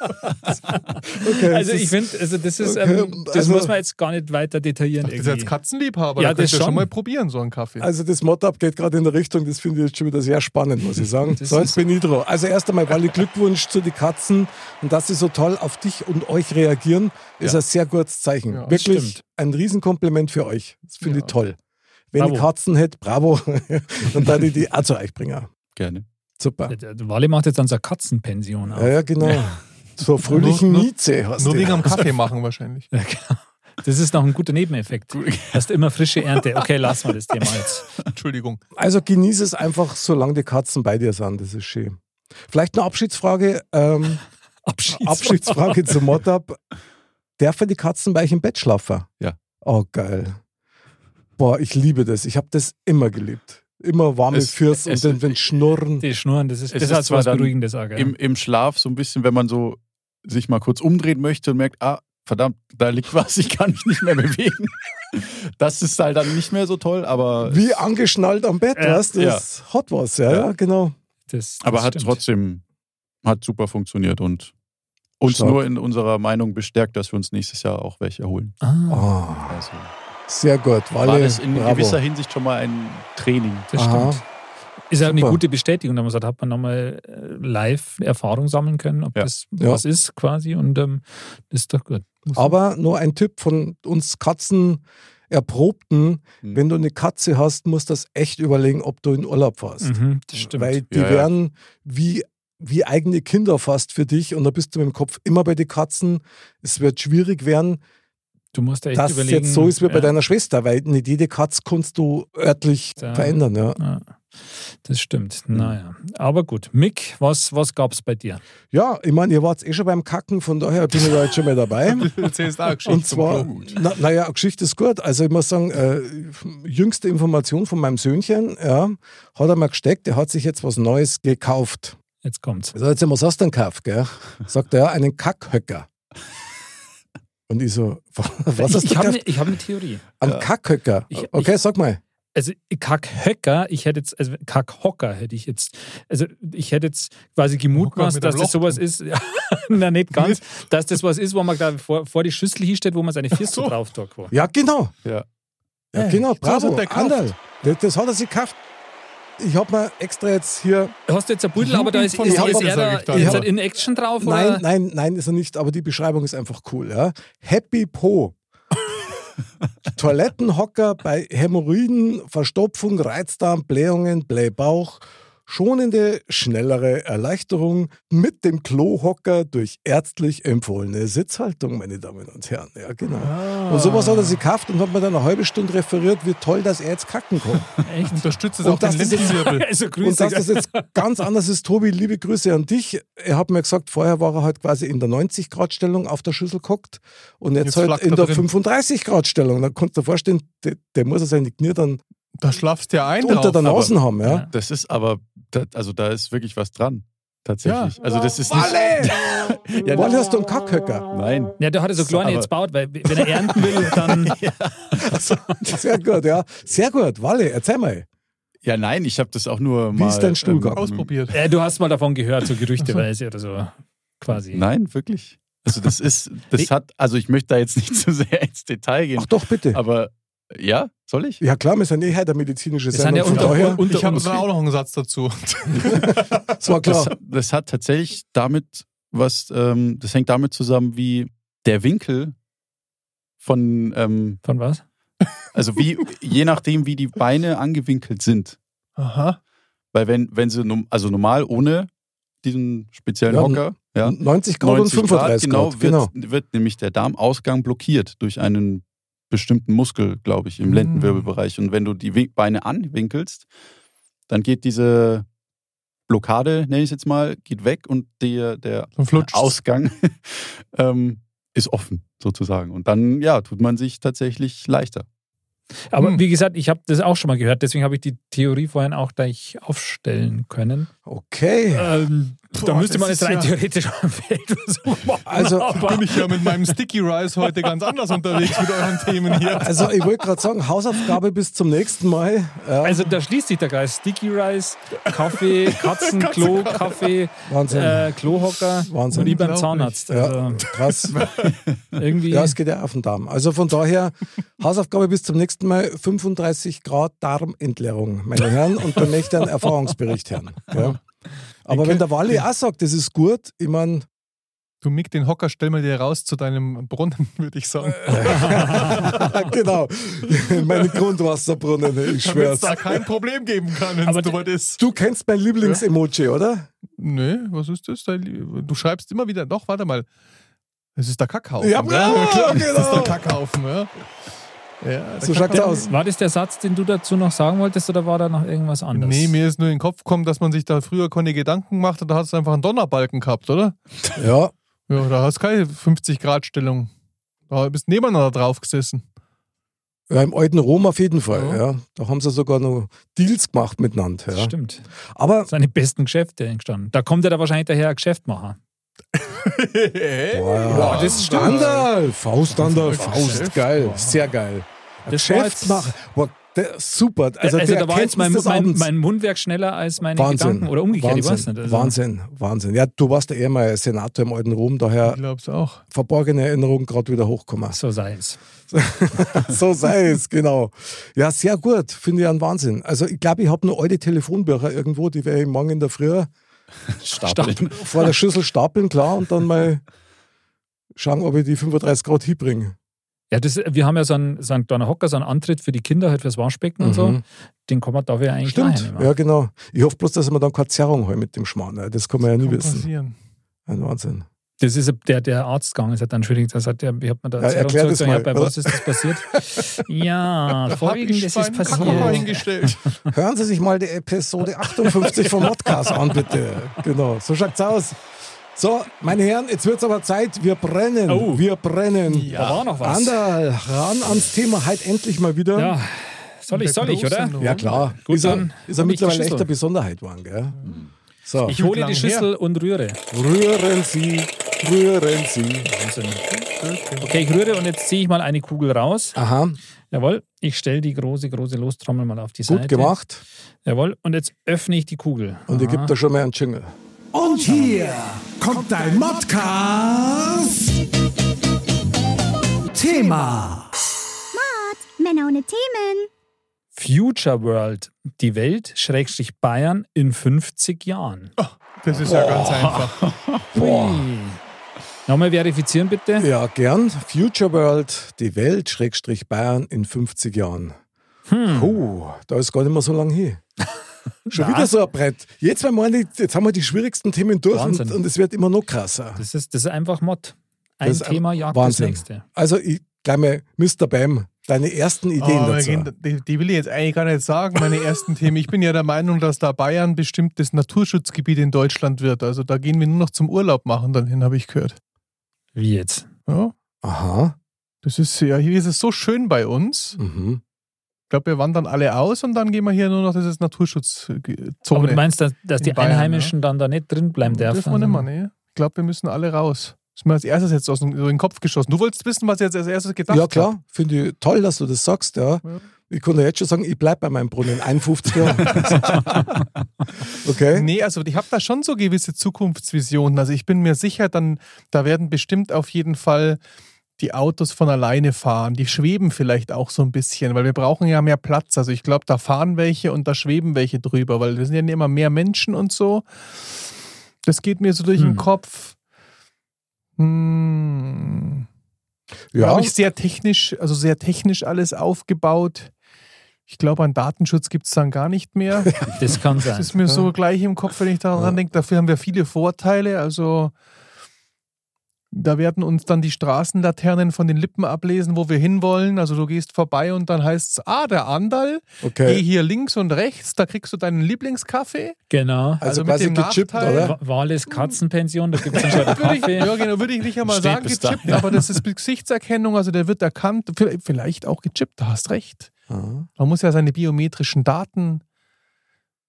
Speaker 1: okay, das
Speaker 2: Also ich
Speaker 1: ist-
Speaker 2: finde, also das ist,
Speaker 1: Okay,
Speaker 2: ähm, das
Speaker 1: also-
Speaker 2: muss man jetzt gar nicht weiter detaillieren.
Speaker 5: Das ist
Speaker 2: irgendwie.
Speaker 5: jetzt Katzenliebhaber,
Speaker 2: Ja,
Speaker 5: da könnt
Speaker 2: das
Speaker 5: ihr schon
Speaker 2: schon.
Speaker 5: mal probieren, so einen Kaffee.
Speaker 1: also das Mod-Up geht gerade in der Richtung, das finde ich jetzt schon wieder sehr spannend, muss ich sagen.
Speaker 2: Das
Speaker 1: So,
Speaker 2: ist-
Speaker 1: jetzt bin ich dran. Also erst einmal, Walle, Glückwunsch zu den Katzen und dass sie so toll auf dich und euch reagieren, ist
Speaker 3: Ja.
Speaker 1: ein sehr gutes Zeichen.
Speaker 5: Ja, das
Speaker 1: Wirklich
Speaker 2: stimmt.
Speaker 1: ein Riesenkompliment für euch. Das finde
Speaker 5: Ja.
Speaker 1: ich toll. Wenn ich
Speaker 2: Bravo.
Speaker 1: Katzen hätte, bravo, dann würde ich die auch zu euch bringen.
Speaker 3: Gerne.
Speaker 1: Super.
Speaker 5: Genau.
Speaker 2: Der Wale macht jetzt dann so eine Katzenpension auf.
Speaker 1: Ja, ja genau. Zur fröhlichen
Speaker 5: Nur- nur-
Speaker 1: Mieze hast
Speaker 5: Nur
Speaker 1: du.
Speaker 5: wegen am Kaffee machen wahrscheinlich.
Speaker 2: Ja, genau. Das ist noch ein guter Nebeneffekt. Hast immer frische Ernte. Okay, lassen wir das Thema jetzt.
Speaker 5: Entschuldigung.
Speaker 1: Also genieße es einfach, solange die Katzen bei dir sind. Das ist schön. Vielleicht eine Abschiedsfrage. Ähm,
Speaker 2: Abschied.
Speaker 1: Abschiedsfrage zu Motab. Dürfen die Katzen bei euch im Bett schlafen?
Speaker 3: Ja.
Speaker 1: Oh, geil. Boah, ich liebe das. Ich habe das immer geliebt. Immer warme
Speaker 3: Es-
Speaker 1: Fürs und
Speaker 3: es-
Speaker 1: dann wenn Schnurren.
Speaker 2: Die Schnurren, das ist,
Speaker 3: Es
Speaker 2: das
Speaker 3: ist
Speaker 2: hat
Speaker 3: zwar
Speaker 2: was
Speaker 3: dann
Speaker 2: Beruhigendes auch, gell?
Speaker 3: Im, Im Schlaf so ein bisschen, wenn man so sich mal kurz umdrehen möchte und merkt, ah, verdammt, da liegt was, ich kann mich nicht mehr bewegen. Das ist halt dann nicht mehr so toll, aber,
Speaker 1: Wie angeschnallt am Bett,
Speaker 2: Ja,
Speaker 1: weißt du? Das hat was, ja,
Speaker 3: Ja.
Speaker 1: ja, genau.
Speaker 2: Das, das
Speaker 3: aber hat
Speaker 2: stimmt.
Speaker 3: trotzdem hat super funktioniert und uns
Speaker 1: Stark.
Speaker 3: nur in unserer Meinung bestärkt, dass wir uns nächstes Jahr auch welche holen.
Speaker 2: Ah,
Speaker 1: Oh,
Speaker 3: Also
Speaker 1: sehr gut. Walle,
Speaker 3: war das in
Speaker 1: bravo.
Speaker 3: gewisser Hinsicht schon mal ein Training.
Speaker 2: das
Speaker 1: Aha.
Speaker 2: stimmt. Ist ja eine
Speaker 1: Super.
Speaker 2: gute Bestätigung, dass man sagt, hat man nochmal äh, live Erfahrung sammeln können, ob
Speaker 3: Ja.
Speaker 2: das
Speaker 1: Ja.
Speaker 2: was ist quasi und ähm, das ist doch gut.
Speaker 1: Aber nur ein Tipp von uns Katzen. Erprobten,
Speaker 3: Mhm.
Speaker 1: wenn du eine Katze hast, musst du das echt überlegen, ob du in Urlaub fährst.
Speaker 2: Mhm, das stimmt.
Speaker 1: Weil die
Speaker 3: Ja, ja.
Speaker 1: werden wie, wie eigene Kinder fast für dich und da bist du mit dem Kopf immer bei den Katzen. Es wird schwierig werden,
Speaker 2: du musst da echt
Speaker 1: dass es
Speaker 2: überlegen.
Speaker 1: jetzt so ist wie bei
Speaker 2: ja.
Speaker 1: deiner Schwester, weil nicht jede Katze kannst du örtlich
Speaker 2: Ja.
Speaker 1: verändern. Ja.
Speaker 2: Ja, Ah, das stimmt.
Speaker 1: Mhm.
Speaker 2: Naja. Aber gut. Mick, was, was gab es bei dir?
Speaker 1: ja, ich meine, ihr wart eh schon beim Kacken, von daher bin ich da jetzt schon mal dabei.
Speaker 5: Erzählst auch Geschichten
Speaker 1: Und
Speaker 5: zum
Speaker 1: zwar,
Speaker 5: Klo.
Speaker 1: na, naja, Geschichte ist gut. Also ich muss sagen, äh, jüngste Information von meinem Söhnchen, ja, hat er mal gesteckt, er hat sich jetzt was Neues gekauft.
Speaker 2: Jetzt kommt's.
Speaker 1: Also jetzt haben wir was denn gekauft, gell? Sagt er, ja, einen Kackhöcker. Und ich so, was hast du
Speaker 2: ich habe
Speaker 1: gekauft?
Speaker 2: eine ich hab ne Theorie.
Speaker 1: Einen Kackhöcker.
Speaker 2: Ich-
Speaker 1: okay, sag mal.
Speaker 2: Also Kackhöcker, ich hätte jetzt, also Kackhocker hätte ich jetzt, also ich hätte jetzt quasi gemutmaßt,
Speaker 5: Hocker mit einem
Speaker 2: dass das
Speaker 5: Loch
Speaker 2: sowas ist, ja, na nicht ganz, dass das was ist, wo man da vor, vor die Schüssel hinstellt, wo man seine Füße
Speaker 5: so.
Speaker 2: drauf tut. quasi.
Speaker 1: Ja, genau.
Speaker 3: Ja.
Speaker 1: Ja, genau,
Speaker 5: das
Speaker 1: bravo,
Speaker 5: hat er gekauft.
Speaker 1: Anderl. Das, das hat er sich gekauft. Ich habe mir extra jetzt hier
Speaker 2: Hast du jetzt ein Pudel, aber da ist, ist,
Speaker 5: Jugend von
Speaker 2: ist
Speaker 5: Japan,
Speaker 2: er da
Speaker 5: sag ich da
Speaker 2: ist
Speaker 1: immer.
Speaker 2: er in Action drauf?
Speaker 1: Nein,
Speaker 2: oder?
Speaker 1: nein, nein, ist er nicht, aber die Beschreibung ist einfach cool. Ja? Happy Po. Toilettenhocker bei Hämorrhoiden, Verstopfung, Reizdarm, Blähungen, Blähbauch. Schonende, schnellere Erleichterung mit dem Klohocker durch ärztlich empfohlene Sitzhaltung, meine Damen und Herren. Ja, genau. Und sowas hat er sich gekauft und hat mir dann eine halbe Stunde referiert, wie toll, dass er jetzt kacken kann.
Speaker 2: Echt?
Speaker 5: Unterstützt es
Speaker 1: Und
Speaker 5: auch den
Speaker 1: das ist jetzt-
Speaker 5: Lendenwirbel.
Speaker 2: Also
Speaker 1: Und
Speaker 2: grüß
Speaker 1: dass
Speaker 2: dich.
Speaker 1: das jetzt ganz anders ist, Tobi, liebe Grüße an dich. Er hat mir gesagt, vorher war er halt quasi in der 90-Grad-Stellung auf der Schüssel guckt und jetzt,
Speaker 5: Jetzt
Speaker 1: halt
Speaker 5: flackt
Speaker 1: in
Speaker 5: er
Speaker 1: der
Speaker 5: drin.
Speaker 1: 35-Grad-Stellung. Da kannst du dir vorstellen, der, der muss ja seine Knie dann
Speaker 5: Da schlafst du ja ein
Speaker 1: unter der
Speaker 5: drauf.
Speaker 1: Nase haben. Ja.
Speaker 2: Ja.
Speaker 3: Das ist aber, da, also da ist wirklich was dran. Tatsächlich.
Speaker 5: Ja.
Speaker 3: Also das ist
Speaker 1: Walle!
Speaker 3: nicht. ja,
Speaker 1: Walle hast du einen Kackhöcker.
Speaker 3: nein.
Speaker 2: Ja, der hat ja so kleine
Speaker 3: Aber-
Speaker 2: jetzt baut, weil wenn er ernten will, dann
Speaker 1: Also, Sehr gut, ja. Sehr gut, Walle, erzähl mal.
Speaker 3: Ja, nein, ich habe das auch nur
Speaker 1: Wie
Speaker 3: mal. ähm,
Speaker 1: ist dein Stuhlgang?
Speaker 5: Ausprobiert.
Speaker 2: Äh, du hast mal davon gehört, so gerüchteweise oder so. Quasi.
Speaker 3: Nein, wirklich. Also das ist,
Speaker 2: Nee.
Speaker 3: das hat, also ich möchte da jetzt nicht zu sehr ins Detail gehen,
Speaker 1: Ach doch, bitte.
Speaker 3: aber ja, soll ich?
Speaker 1: Ja klar, wir sind eh heute eine medizinische
Speaker 2: Wir sind
Speaker 1: Sendung.
Speaker 2: ja
Speaker 1: Von
Speaker 2: unter,
Speaker 1: daher,
Speaker 2: unter
Speaker 5: Ich habe
Speaker 2: uns.
Speaker 5: dann auch noch einen Satz dazu.
Speaker 1: das war
Speaker 3: Das,
Speaker 1: klar.
Speaker 3: das hat tatsächlich damit was, ähm, das hängt damit zusammen, wie der Winkel von, ähm,
Speaker 2: Von was?
Speaker 3: also wie, je nachdem, wie die Beine angewinkelt sind.
Speaker 5: Aha.
Speaker 3: Weil wenn, wenn sie, num- also normal ohne diesen speziellen
Speaker 1: Ja,
Speaker 3: Hocker, ja,
Speaker 1: 90 Grad
Speaker 3: 90
Speaker 1: und 35
Speaker 3: genau,
Speaker 1: Grad.
Speaker 3: wird, wird nämlich der Darmausgang blockiert durch einen bestimmten Muskel, glaube ich, im
Speaker 5: Hm.
Speaker 3: Lendenwirbelbereich. Und wenn du die Wi- Beine anwinkelst, dann geht diese Blockade, nenne ich es jetzt mal, geht weg und der, der
Speaker 5: Dann flutscht
Speaker 3: Ausgang ähm, ist offen sozusagen. Und dann, ja, tut man sich tatsächlich leichter.
Speaker 2: Aber
Speaker 5: Hm.
Speaker 2: wie gesagt, ich habe das auch schon mal gehört, deswegen habe ich die Theorie vorhin auch gleich aufstellen können.
Speaker 1: Okay.
Speaker 2: Ähm, da
Speaker 5: Boah,
Speaker 2: müsste man
Speaker 5: das
Speaker 2: jetzt
Speaker 5: ist
Speaker 2: rein
Speaker 5: ja-
Speaker 2: theoretisch am Feld versuchen. machen,
Speaker 1: Also,
Speaker 2: aber
Speaker 5: Bin ich ja mit meinem Sticky Rice heute ganz anders unterwegs mit euren Themen hier.
Speaker 1: Also ich wollte gerade sagen, Hausaufgabe bis zum nächsten Mal. Ja,
Speaker 2: also da schließt sich der Kreis. Sticky Rice, Kaffee, Katzenklo, Kaffee,
Speaker 1: Wahnsinn.
Speaker 2: äh, Klohocker
Speaker 1: Wahnsinn.
Speaker 2: und ich beim
Speaker 5: Unglaublich.
Speaker 2: Zahnarzt.
Speaker 1: Ja,
Speaker 2: Also
Speaker 1: krass.
Speaker 2: irgendwie.
Speaker 1: Ja, es geht ja auf den Darm. Also von daher, Hausaufgabe bis zum nächsten Mal: 35 Grad Darmentleerung, meine Herren, und dann möchte ich einen Erfahrungsbericht hören. Ja. Aber wenn der Wally auch sagt, das ist gut, ich meine,
Speaker 5: Du Mick, den Hocker stell mal dir raus zu deinem Brunnen, würde ich sagen.
Speaker 1: genau, meine Grundwasserbrunnen, ich
Speaker 5: Damit es
Speaker 1: schwör's.
Speaker 5: da kein Problem geben kann, wenn
Speaker 2: Aber
Speaker 5: es soweit ist.
Speaker 1: Du kennst mein Lieblings-Emoji, oder?
Speaker 5: Nee, was ist das? Dein Lie- Du schreibst immer wieder, doch, warte mal. Es ist der Kackhaufen.
Speaker 1: Ja, bravo,
Speaker 5: Das ist
Speaker 1: genau.
Speaker 5: der Kackhaufen, ja. ja
Speaker 1: So
Speaker 5: der
Speaker 1: schaut's
Speaker 5: Kackhaufen.
Speaker 1: aus.
Speaker 2: War das der Satz, den du dazu noch sagen wolltest oder war da noch irgendwas anderes?
Speaker 5: Nee, mir ist nur in den Kopf gekommen, dass man sich da früher keine Gedanken macht und da hat es einfach einen Donnerbalken gehabt, oder?
Speaker 1: Ja.
Speaker 5: Ja, da hast du keine 50-Grad-Stellung. Da bist nebeneinander drauf gesessen.
Speaker 1: Ja, im alten Rom auf jeden Fall.
Speaker 5: Ja.
Speaker 1: Ja. Da haben sie sogar noch Deals gemacht miteinander.
Speaker 2: das
Speaker 1: Ja.
Speaker 2: stimmt.
Speaker 1: Aber
Speaker 2: Seine besten Geschäfte entstanden. Da kommt ja da wahrscheinlich daher ein Geschäftmacher.
Speaker 1: Wow.
Speaker 5: Boah, das ist stark.
Speaker 1: Standard. Faust an der Faust.
Speaker 5: Geschäft.
Speaker 1: Geil. Sehr geil.
Speaker 2: Das war
Speaker 1: Geschäft
Speaker 2: jetzt-
Speaker 1: machen. Boah, Der, super. Also,
Speaker 2: Also,
Speaker 1: der
Speaker 2: da war jetzt mein,
Speaker 1: Erkenntnis des
Speaker 2: mein,
Speaker 1: Abends.
Speaker 2: mein Mundwerk schneller als meine
Speaker 1: Wahnsinn.
Speaker 2: Gedanken oder umgekehrt, ich weiß
Speaker 1: Wahnsinn,
Speaker 2: nicht. Also,
Speaker 1: Wahnsinn, Wahnsinn. Ja, du warst ja eh mal Senator im alten Rom, daher
Speaker 5: Ich glaub's auch.
Speaker 1: verborgene Erinnerungen gerade wieder hochkommen.
Speaker 2: So sei es.
Speaker 1: so sei es, genau. Ja, sehr gut. Finde ich einen Wahnsinn. Also ich glaube, ich habe nur alte Telefonbücher irgendwo, die werde ich morgen in der Früh
Speaker 3: Stapeln.
Speaker 1: vor der Schüssel stapeln, klar, und dann mal schauen, ob ich die 35 Grad hinbringe.
Speaker 2: Ja, das, wir haben ja so einen, so einen kleinen Hocker, so einen Antritt für die Kinder, halt fürs Waschbecken und so.
Speaker 1: Mhm.
Speaker 2: Den kann man dafür eigentlich auch
Speaker 1: Stimmt,
Speaker 2: einnehmen.
Speaker 1: ja genau. Ich hoffe bloß, dass ich mir dann keine Zerrung habe mit dem Schmarrn. Das kann man ja nie
Speaker 5: Kann
Speaker 1: wissen.
Speaker 5: passieren.
Speaker 1: Ein Wahnsinn.
Speaker 2: Das ist der, der Arzt gegangen ist, hat dann entschuldigt, das hat der, ich hab mir da
Speaker 1: Ja,
Speaker 2: Zerrung
Speaker 1: erklär das
Speaker 2: zurückgezogen, ja,
Speaker 1: mal,
Speaker 2: bei
Speaker 1: oder?
Speaker 2: was ist das passiert? ja, folgendes ist passiert.
Speaker 5: hingestellt.
Speaker 1: Hören Sie sich mal die Episode 58 vom Podcast an, bitte. Genau, so schaut's aus. So, meine Herren, jetzt wird's aber Zeit. Wir brennen.
Speaker 2: Oh.
Speaker 1: Wir brennen.
Speaker 2: Da war noch was.
Speaker 1: Anderl, ran ans Thema halt endlich mal wieder.
Speaker 2: Ja, soll ich, soll ich, oder?
Speaker 1: Ja, klar.
Speaker 2: Gut,
Speaker 1: ist er,
Speaker 2: dann
Speaker 1: ist er
Speaker 2: hab ich die
Speaker 1: mittlerweile
Speaker 2: Schüssel.
Speaker 1: echt eine Besonderheit geworden, gell? So,
Speaker 2: Ich hole
Speaker 5: lang
Speaker 2: die Schüssel und rühre.
Speaker 1: rühren Sie, rühren Sie.
Speaker 2: Wahnsinn. Okay, ich rühre und jetzt ziehe ich mal eine Kugel raus.
Speaker 1: Aha,
Speaker 2: Jawohl, ich stelle die große, große Lostrommel mal auf die Seite.
Speaker 1: gut gemacht.
Speaker 2: Jawohl, und jetzt öffne ich die Kugel.
Speaker 1: Und ihr gebt da schon mal einen Jingle.
Speaker 6: Und hier kommt dein Modcast. Thema.
Speaker 4: Männer ohne Themen.
Speaker 2: Future World, die Welt, Schrägstrich Bayern in 50 Jahren.
Speaker 5: Das ist ja ganz einfach.
Speaker 2: Ui. Nochmal verifizieren bitte.
Speaker 1: Ja, gern. Future World, die Welt, Schrägstrich Bayern in 50 Jahren. Puh, da ist gar nicht mehr so lang hin. Schon wieder so ein Brett. Jetzt, wenn man nicht, jetzt haben wir die schwierigsten Themen durch und,
Speaker 2: Wahnsinn.
Speaker 1: und es wird immer noch krasser.
Speaker 2: Das ist, das ist einfach Mod. Ein
Speaker 1: Das ist ein
Speaker 2: Thema jagt
Speaker 1: Wahnsinn.
Speaker 2: das nächste.
Speaker 1: Also, ich gleich mal, Mr. Bam, deine ersten Ideen
Speaker 5: Aber Oh, wir
Speaker 1: dazu.
Speaker 5: gehen- die, die will ich jetzt eigentlich gar nicht sagen, meine ersten Themen. Ich bin ja der Meinung, dass da Bayern bestimmt das Naturschutzgebiet in Deutschland wird. Also da gehen wir nur noch zum Urlaub machen dann hin, habe ich gehört.
Speaker 2: Wie jetzt?
Speaker 5: Ja,
Speaker 1: Aha.
Speaker 5: das ist ja, hier ist es so schön bei uns.
Speaker 1: Mhm.
Speaker 5: Ich glaube, wir wandern alle aus und dann gehen wir hier nur noch, das ist
Speaker 2: Aber du
Speaker 5: Naturschutzzone.
Speaker 2: meinst, dass, dass
Speaker 5: In
Speaker 2: die
Speaker 5: Bayern,
Speaker 2: Einheimischen dann da nicht drin bleiben dürfen?
Speaker 5: Dürfen wir nicht mehr, ne? Ich glaube, wir müssen alle raus. Ist mir als erstes jetzt aus dem, so in den Kopf geschossen. Du wolltest wissen, was ich jetzt als erstes gedacht
Speaker 1: Ja,
Speaker 5: hab.
Speaker 1: klar. Finde ich toll, dass du das sagst, ja.
Speaker 5: Ja.
Speaker 1: Ich konnte jetzt schon sagen, ich bleibe bei meinem Brunnen. 51 Jahre. okay.
Speaker 5: Nee, also ich habe da schon so gewisse Zukunftsvisionen. Also ich bin mir sicher, dann, da werden bestimmt auf jeden Fall die Autos von alleine fahren. Die schweben vielleicht auch so ein bisschen, weil wir brauchen ja mehr Platz. Also ich glaube, da fahren welche und da schweben welche drüber, weil wir sind ja immer mehr Menschen und so. Das geht mir so durch den
Speaker 2: Hm.
Speaker 5: Kopf. Hm. Ja.
Speaker 1: Ja,
Speaker 5: Glaube ich, sehr technisch, also sehr technisch alles aufgebaut. Ich glaube, an Datenschutz gibt es dann gar nicht mehr.
Speaker 2: Das kann
Speaker 5: Das
Speaker 2: sein.
Speaker 5: ist mir so gleich im Kopf, wenn ich daran denke. Dafür haben wir viele Vorteile. Also da werden uns dann die Straßenlaternen von den Lippen ablesen, wo wir hinwollen. Also du gehst vorbei und dann heißt es, ah, der Andal, geh
Speaker 1: okay.
Speaker 5: hier links und rechts, da kriegst du deinen Lieblingskaffee.
Speaker 2: Genau.
Speaker 1: Also
Speaker 5: also mit
Speaker 1: quasi
Speaker 5: dem
Speaker 1: gechippt,
Speaker 5: Nachteil-
Speaker 1: oder?
Speaker 2: Wa- Wales Katzenpension, da gibt es einen
Speaker 5: Würde ich,
Speaker 2: Kaffee.
Speaker 5: ja, genau, würde ich nicht einmal
Speaker 3: Steht
Speaker 5: sagen,
Speaker 3: bis da.
Speaker 5: gechippt, aber das ist mit Gesichtserkennung, also der wird erkannt, vielleicht- vielleicht auch gechippt, da hast recht.
Speaker 1: Aha.
Speaker 5: Man muss ja seine biometrischen Daten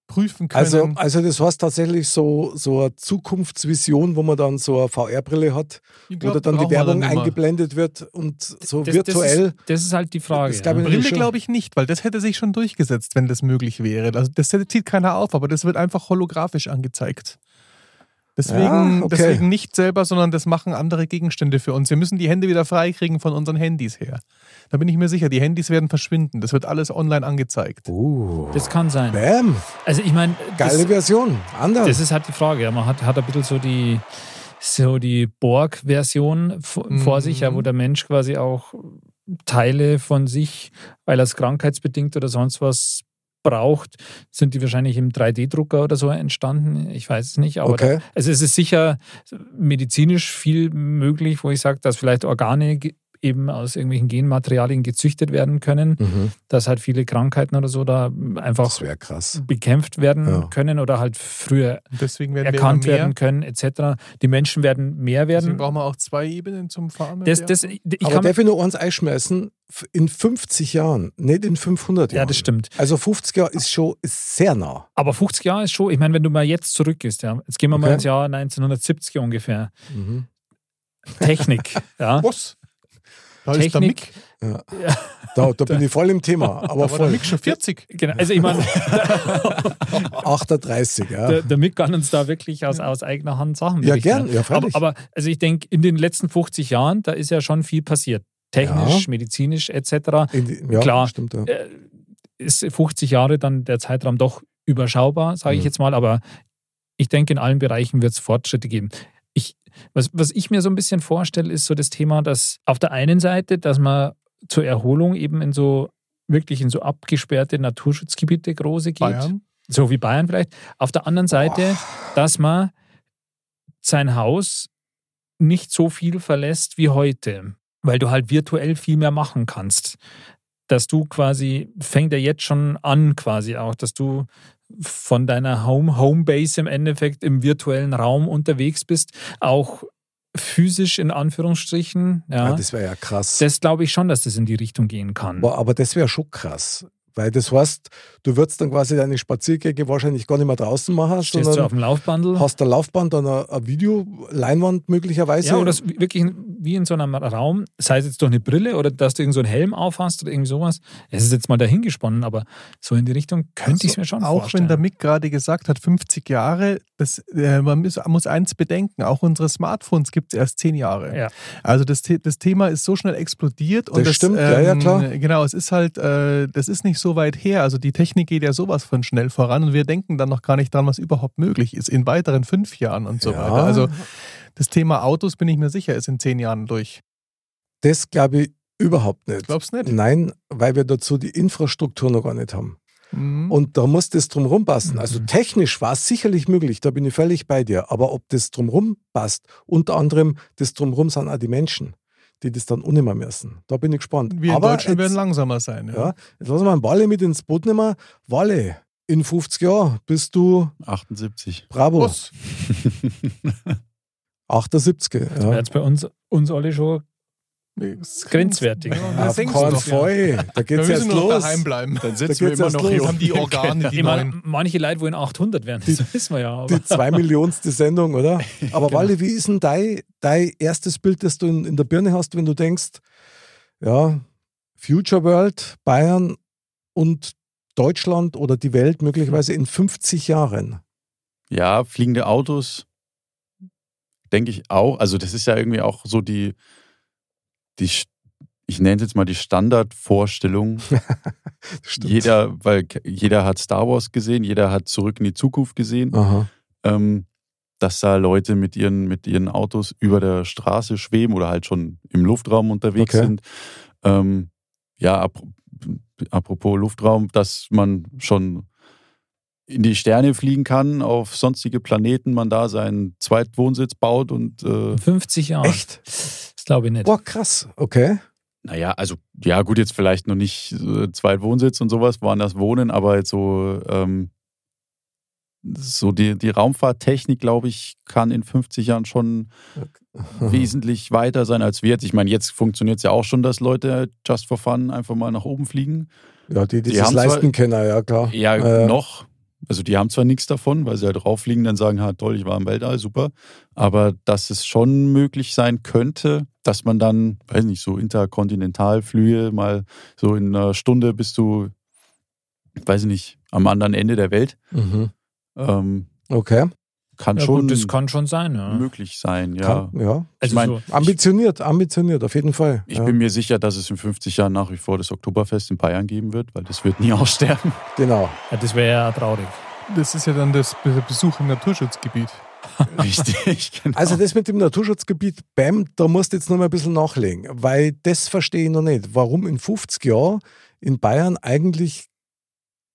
Speaker 5: prüfen können.
Speaker 1: Also, also das heißt tatsächlich so, so eine Zukunftsvision, wo man dann so eine VR-Brille hat,
Speaker 5: Ich glaub,
Speaker 1: wo da dann die
Speaker 5: brauchen wir
Speaker 1: Werbung
Speaker 5: nicht mehr.
Speaker 1: eingeblendet wird und so
Speaker 2: Das-
Speaker 1: virtuell.
Speaker 2: Das ist, das ist halt die Frage.
Speaker 1: Das glaub ich
Speaker 2: ja.
Speaker 1: nämlich
Speaker 5: Brille
Speaker 1: schon.
Speaker 5: glaube ich nicht, weil das hätte sich schon durchgesetzt, wenn das möglich wäre. Also das zieht keiner auf, aber das wird einfach holografisch angezeigt. Deswegen,
Speaker 1: Ja, okay.
Speaker 5: deswegen nicht selber, sondern das machen andere Gegenstände für uns. Wir müssen die Hände wieder freikriegen von unseren Handys her. Da bin ich mir sicher, die Handys werden verschwinden. Das wird alles online angezeigt.
Speaker 1: Uh.
Speaker 2: Das kann sein.
Speaker 1: Bam,
Speaker 2: Also ich meine,
Speaker 1: geile
Speaker 2: das,
Speaker 1: Version. Anders.
Speaker 2: das ist halt die Frage. ja. Man hat, hat ein bisschen so die, so die Borg-Version v- vor
Speaker 5: Mhm.
Speaker 2: sich, ja, wo der Mensch quasi auch Teile von sich, weil er es krankheitsbedingt oder sonst was braucht, sind die wahrscheinlich im 3D-Drucker oder so entstanden. Ich weiß es nicht, aber da,
Speaker 1: okay.
Speaker 2: Also es ist sicher medizinisch viel möglich, wo ich sage, dass vielleicht Organe ge- eben aus irgendwelchen Genmaterialien gezüchtet werden können,
Speaker 1: Mhm.
Speaker 2: dass halt viele Krankheiten oder so da
Speaker 1: Das
Speaker 2: einfach
Speaker 1: wäre krass.
Speaker 2: bekämpft werden
Speaker 1: Ja.
Speaker 2: können oder halt früher
Speaker 5: Und Deswegen werden
Speaker 2: erkannt
Speaker 5: wir immer mehr.
Speaker 2: werden können etc. Die Menschen werden mehr
Speaker 5: Deswegen
Speaker 2: werden.
Speaker 5: brauchen wir auch zwei Ebenen zum Fahren. mit
Speaker 2: Das,
Speaker 5: der.
Speaker 2: das, ich
Speaker 1: Aber
Speaker 2: kann,
Speaker 1: darf ich nur eins einschmeißen? F- In 50 Jahren, nicht in 500 Jahren.
Speaker 2: ja, das stimmt.
Speaker 1: Also 50 Jahre ist schon ist sehr nah.
Speaker 2: Aber 50 Jahre ist schon, ich meine, wenn du mal jetzt zurückgehst, ja, jetzt gehen wir mal
Speaker 1: Okay.
Speaker 2: ins Jahr
Speaker 1: Mhm.
Speaker 2: 1970 ungefähr. Technik, ja.
Speaker 5: Was? Da ist der
Speaker 2: Technik.
Speaker 5: Mick.
Speaker 1: Da, da bin ich voll im Thema, aber
Speaker 5: Da war der
Speaker 1: voll.
Speaker 5: Mick schon 40.
Speaker 2: Genau, also ich meine,
Speaker 1: 38, ja.
Speaker 2: der, der Mick kann uns da wirklich aus, aus eigener Hand Sachen
Speaker 1: Ja,
Speaker 2: berichten.
Speaker 1: gern, ja,
Speaker 2: aber,
Speaker 1: freilich.
Speaker 2: aber also ich denke, in den letzten 50 Jahren, da ist ja schon viel passiert. Technisch,
Speaker 1: Ja.
Speaker 2: medizinisch etc.
Speaker 1: In die, ja,
Speaker 2: klar.
Speaker 1: Stimmt, ja.
Speaker 2: Äh, Ist 50 Jahre dann der Zeitraum doch überschaubar, sage ich
Speaker 3: Mhm.
Speaker 2: jetzt mal. Aber ich denke, in allen Bereichen wird es Fortschritte geben. Ich, was, was ich mir so ein bisschen vorstelle, ist so das Thema, dass auf der einen Seite, dass man zur Erholung eben in so wirklich in so abgesperrte Naturschutzgebiete große geht.
Speaker 5: Bayern.
Speaker 2: so wie Bayern vielleicht. Auf der anderen Seite, dass man sein Haus nicht so viel verlässt wie heute, weil du halt virtuell viel mehr machen kannst. Dass du quasi, fängt ja jetzt schon an quasi auch, dass du von deiner Home, Homebase im Endeffekt im virtuellen Raum unterwegs bist, auch physisch in Anführungsstrichen. Ja,
Speaker 1: Ja,
Speaker 2: das
Speaker 1: Ah, das wäre ja krass.
Speaker 2: glaube ich schon, dass das in die Richtung gehen kann.
Speaker 1: Boah, aber das wäre schon krass. Weil das heißt, du würdest dann quasi deine Spaziergänge wahrscheinlich gar nicht mehr draußen machen,
Speaker 2: Stehst du auf
Speaker 1: sondern
Speaker 2: dem Laufbandel?
Speaker 1: hast ein Laufband, dann eine, eine Videoleinwand möglicherweise.
Speaker 2: Ja, oder es wirklich wie in so einem Raum, sei es jetzt durch eine Brille oder dass du irgend so einen Helm aufhast oder irgendwie sowas. Es ist jetzt mal dahingesponnen, aber so in die Richtung könnte ich es mir schon
Speaker 5: Also auch
Speaker 2: vorstellen.
Speaker 5: wenn der Mick gerade gesagt hat, 50 Jahre, das, äh, man muss, muss eins bedenken, auch unsere Smartphones gibt es erst 10 Jahre.
Speaker 2: Ja.
Speaker 5: Also das, The- das Thema ist so schnell explodiert. und
Speaker 1: Das stimmt, ja, ja, klar.
Speaker 5: Genau, es ist halt, äh, das ist nicht so weit her. Also die Technik geht ja sowas von schnell voran und wir denken dann noch gar nicht dran, was überhaupt möglich ist in weiteren fünf Jahren und so
Speaker 1: Ja.
Speaker 5: weiter. Also das Thema Autos, bin ich mir sicher, ist in 10 Jahren durch.
Speaker 1: Das glaube ich überhaupt nicht.
Speaker 5: Glaubst du nicht?
Speaker 1: Nein, weil wir dazu die Infrastruktur noch gar nicht haben.
Speaker 5: Mhm.
Speaker 1: Und da muss das drumherum passen. Also
Speaker 2: Mhm.
Speaker 1: technisch war es sicherlich möglich, da bin ich völlig bei dir. Aber ob das drumherum passt, unter anderem das drumherum sind auch die Menschen, die das dann unimmer müssen. Da bin ich gespannt.
Speaker 5: wir in
Speaker 1: Aber
Speaker 5: Deutschland
Speaker 1: jetzt-
Speaker 5: werden langsamer sein.
Speaker 1: Ja, jetzt lassen wir einen Walle mit ins Boot nehmen. Walle, in 50 Jahren bist du
Speaker 3: 78.
Speaker 1: bravo.
Speaker 5: Was?
Speaker 1: 78.
Speaker 2: Ja.
Speaker 1: Ja.
Speaker 2: Jetzt bei uns, uns alle schon. grenzwertig.
Speaker 5: Ja,
Speaker 1: Auf
Speaker 5: das
Speaker 1: keinen Fall. Da geht's
Speaker 5: wir
Speaker 1: jetzt
Speaker 5: müssen nur
Speaker 1: los.
Speaker 5: noch daheim bleiben.
Speaker 3: Dann
Speaker 1: Da geht's erst los.
Speaker 5: haben um die Organe, die
Speaker 2: Ich meine,
Speaker 5: neuen.
Speaker 2: manche Leute wollen 800 werden, das wissen wir ja. Aber
Speaker 1: Die zwei Millionste Sendung, oder? Aber
Speaker 3: Genau.
Speaker 1: Walle, wie ist denn dein, dein erstes Bild, das du in, in der Birne hast, wenn du denkst, ja, Future World, Bayern und Deutschland oder die Welt möglicherweise in 50 Jahren?
Speaker 3: Ja, fliegende Autos denke ich auch. Also das ist ja irgendwie auch so die, die Sch- ich nenne es jetzt mal die Standardvorstellung.
Speaker 1: Stimmt.
Speaker 3: jeder, weil ke- jeder hat Star Wars gesehen, jeder hat Zurück in die Zukunft gesehen,
Speaker 1: Aha.
Speaker 3: ähm, dass da Leute mit ihren, mit ihren Autos über der Straße schweben oder halt schon im Luftraum unterwegs
Speaker 1: Okay.
Speaker 3: sind. Ähm, ja, ap apropos Luftraum, dass man schon in die Sterne fliegen kann, auf sonstige Planeten, man da seinen Zweitwohnsitz baut und äh,
Speaker 2: in 50 Jahren.
Speaker 1: Echt?
Speaker 2: Das glaube ich nicht.
Speaker 1: Boah, krass. Okay.
Speaker 3: Naja, also ja gut, jetzt vielleicht noch nicht äh, Zweitwohnsitz und sowas, woanders wohnen, aber jetzt so, ähm, so die, die Raumfahrttechnik, glaube ich, kann in 50 Jahren schon
Speaker 2: Mhm.
Speaker 3: wesentlich weiter sein als wir jetzt. Ich meine, jetzt funktioniert es ja auch schon, dass Leute just for fun einfach mal nach oben fliegen.
Speaker 1: Ja, die, die,
Speaker 3: Die
Speaker 1: das
Speaker 3: haben zwar-
Speaker 1: leisten können, ja klar.
Speaker 3: Ja,
Speaker 1: Äh,
Speaker 3: noch. Also die haben zwar nichts davon, weil sie halt rauffliegen, dann sagen, ha toll, ich war im Weltall, super. Aber dass es schon möglich sein könnte, dass man dann, weiß nicht, so Interkontinentalflüge mal so in einer Stunde bist du, weiß ich nicht, am anderen Ende der Welt,
Speaker 1: Mhm.
Speaker 3: ähm,
Speaker 1: Okay.
Speaker 3: kann
Speaker 2: ja,
Speaker 3: schon
Speaker 2: gut, das kann schon sein. Ja.
Speaker 3: möglich sein, ja.
Speaker 1: Kann, ja.
Speaker 2: Also
Speaker 3: mein,
Speaker 2: so,
Speaker 1: Ambitioniert, ambitioniert, auf jeden Fall.
Speaker 3: Ich
Speaker 1: ja.
Speaker 3: bin mir sicher, dass es in 50 Jahren nach wie vor das Oktoberfest in Bayern geben wird, weil das wird nie aussterben.
Speaker 1: genau.
Speaker 2: ja, das wäre ja traurig.
Speaker 5: Das ist ja dann das der Besuch im Naturschutzgebiet.
Speaker 3: Richtig, genau.
Speaker 1: Also das mit dem Naturschutzgebiet, bam, da musst du jetzt noch mal ein bisschen nachlegen, weil das verstehe ich noch nicht. Warum in 50 Jahren in Bayern eigentlich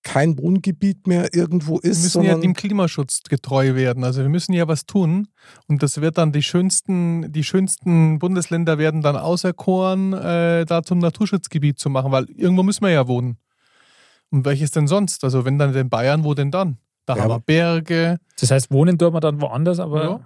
Speaker 1: kein Wohngebiet mehr irgendwo
Speaker 5: Wir
Speaker 1: ist,
Speaker 5: müssen ja
Speaker 1: sondern
Speaker 5: dem Klimaschutz getreu werden. Also wir müssen ja was tun. Und das wird dann die schönsten, die schönsten Bundesländer werden dann auserkoren, äh, da zum Naturschutzgebiet zu machen, weil irgendwo müssen wir ja wohnen. Und welches denn sonst? Also wenn dann in Bayern, wo denn dann? Da
Speaker 1: Ja,
Speaker 5: haben wir
Speaker 1: aber-
Speaker 5: Berge.
Speaker 2: Das heißt, wohnen dürfen wir dann woanders, aber.
Speaker 5: Ja.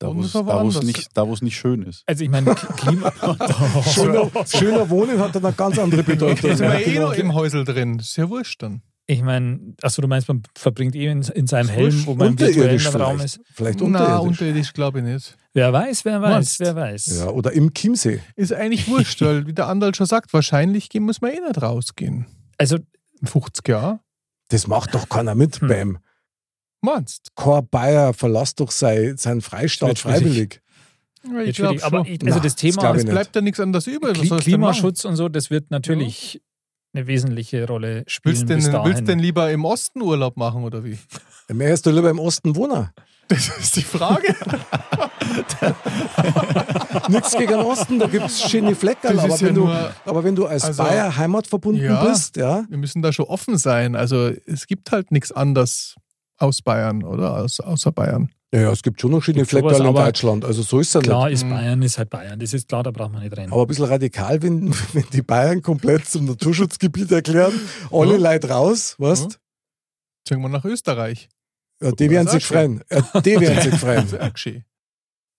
Speaker 3: da,
Speaker 5: warum
Speaker 3: wo es-
Speaker 5: ist er
Speaker 3: da, wo es
Speaker 5: woanders?
Speaker 3: nicht, da, wo es nicht schön ist.
Speaker 2: Also ich meine, K- Klima.
Speaker 1: schöner, schöner Wohnen hat dann eine ganz andere Bedeutung.
Speaker 5: Da sind wir eh
Speaker 1: Genau.
Speaker 5: noch im Häusel drin. Das ist ja wurscht dann.
Speaker 2: Ich meine, achso, du meinst, man verbringt eh in, in seinem
Speaker 5: So
Speaker 2: Helm, wo man im virtuellen
Speaker 1: Unterirdisch
Speaker 2: Raum
Speaker 1: vielleicht.
Speaker 2: ist.
Speaker 1: Vielleicht
Speaker 5: Na,
Speaker 1: unterirdisch.
Speaker 5: unterirdisch glaube ich nicht.
Speaker 2: Wer weiß, wer weiß,
Speaker 5: Meinst?
Speaker 2: wer weiß.
Speaker 1: ja, oder im Chiemsee.
Speaker 5: Ist eigentlich wurscht, weil, wie der Andal schon sagt, wahrscheinlich gehen- muss man eh nicht rausgehen.
Speaker 2: Also,
Speaker 5: In 50 Jahren.
Speaker 1: Das macht doch keiner mit,
Speaker 2: Hm.
Speaker 1: Bam.
Speaker 5: Meinst
Speaker 1: Cor Bayer verlässt doch sei, seinen Freistaat
Speaker 2: Jetzt wird
Speaker 1: freiwillig.
Speaker 2: schwierig.
Speaker 5: du? Ich
Speaker 2: jetzt
Speaker 5: glaub
Speaker 2: will ich, aber
Speaker 5: schon.
Speaker 2: ich, also
Speaker 1: Na, das
Speaker 2: das
Speaker 1: glaub
Speaker 2: Thema
Speaker 1: ich
Speaker 5: es bleibt ja nichts anderes über.
Speaker 2: Kli-
Speaker 5: Was sollst du denn machen?
Speaker 2: Klimaschutz und so, das wird natürlich eine wesentliche Rolle spielen.
Speaker 5: Willst du denn,
Speaker 2: bis dahin.
Speaker 5: willst du denn lieber im Osten Urlaub machen oder wie?
Speaker 1: Mehr ist du lieber im Osten Wohner.
Speaker 5: Das ist die Frage.
Speaker 1: Nichts gegen den Osten, da gibt es schöne Flecken.
Speaker 5: Das
Speaker 1: Aber,
Speaker 5: ist ja
Speaker 1: wenn du,
Speaker 5: nur-
Speaker 1: aber wenn du als
Speaker 5: also-
Speaker 1: Bayer heimatverbunden
Speaker 5: Ja.
Speaker 1: bist, ja,
Speaker 5: Wir müssen da schon offen sein. Also es gibt halt nichts anderes aus Bayern oder aus, außer Bayern.
Speaker 1: Ja, ja, es gibt schon noch schöne
Speaker 2: Gibt sowas,
Speaker 1: Fleckteile in
Speaker 2: aber
Speaker 1: Deutschland. Also so ist es ja
Speaker 2: Klar
Speaker 1: nicht.
Speaker 2: ist
Speaker 5: Mhm.
Speaker 2: Bayern, ist halt Bayern. Das ist klar, da braucht man nicht rein.
Speaker 1: Aber ein bisschen radikal, wenn, wenn die Bayern komplett zum Naturschutzgebiet erklären, alle Leute raus, weißt
Speaker 5: Zwingen wir Hm? nach Österreich.
Speaker 1: ja, Die werden sich freuen. Äh, die werden sich freuen.
Speaker 5: Das ist auch geschehen.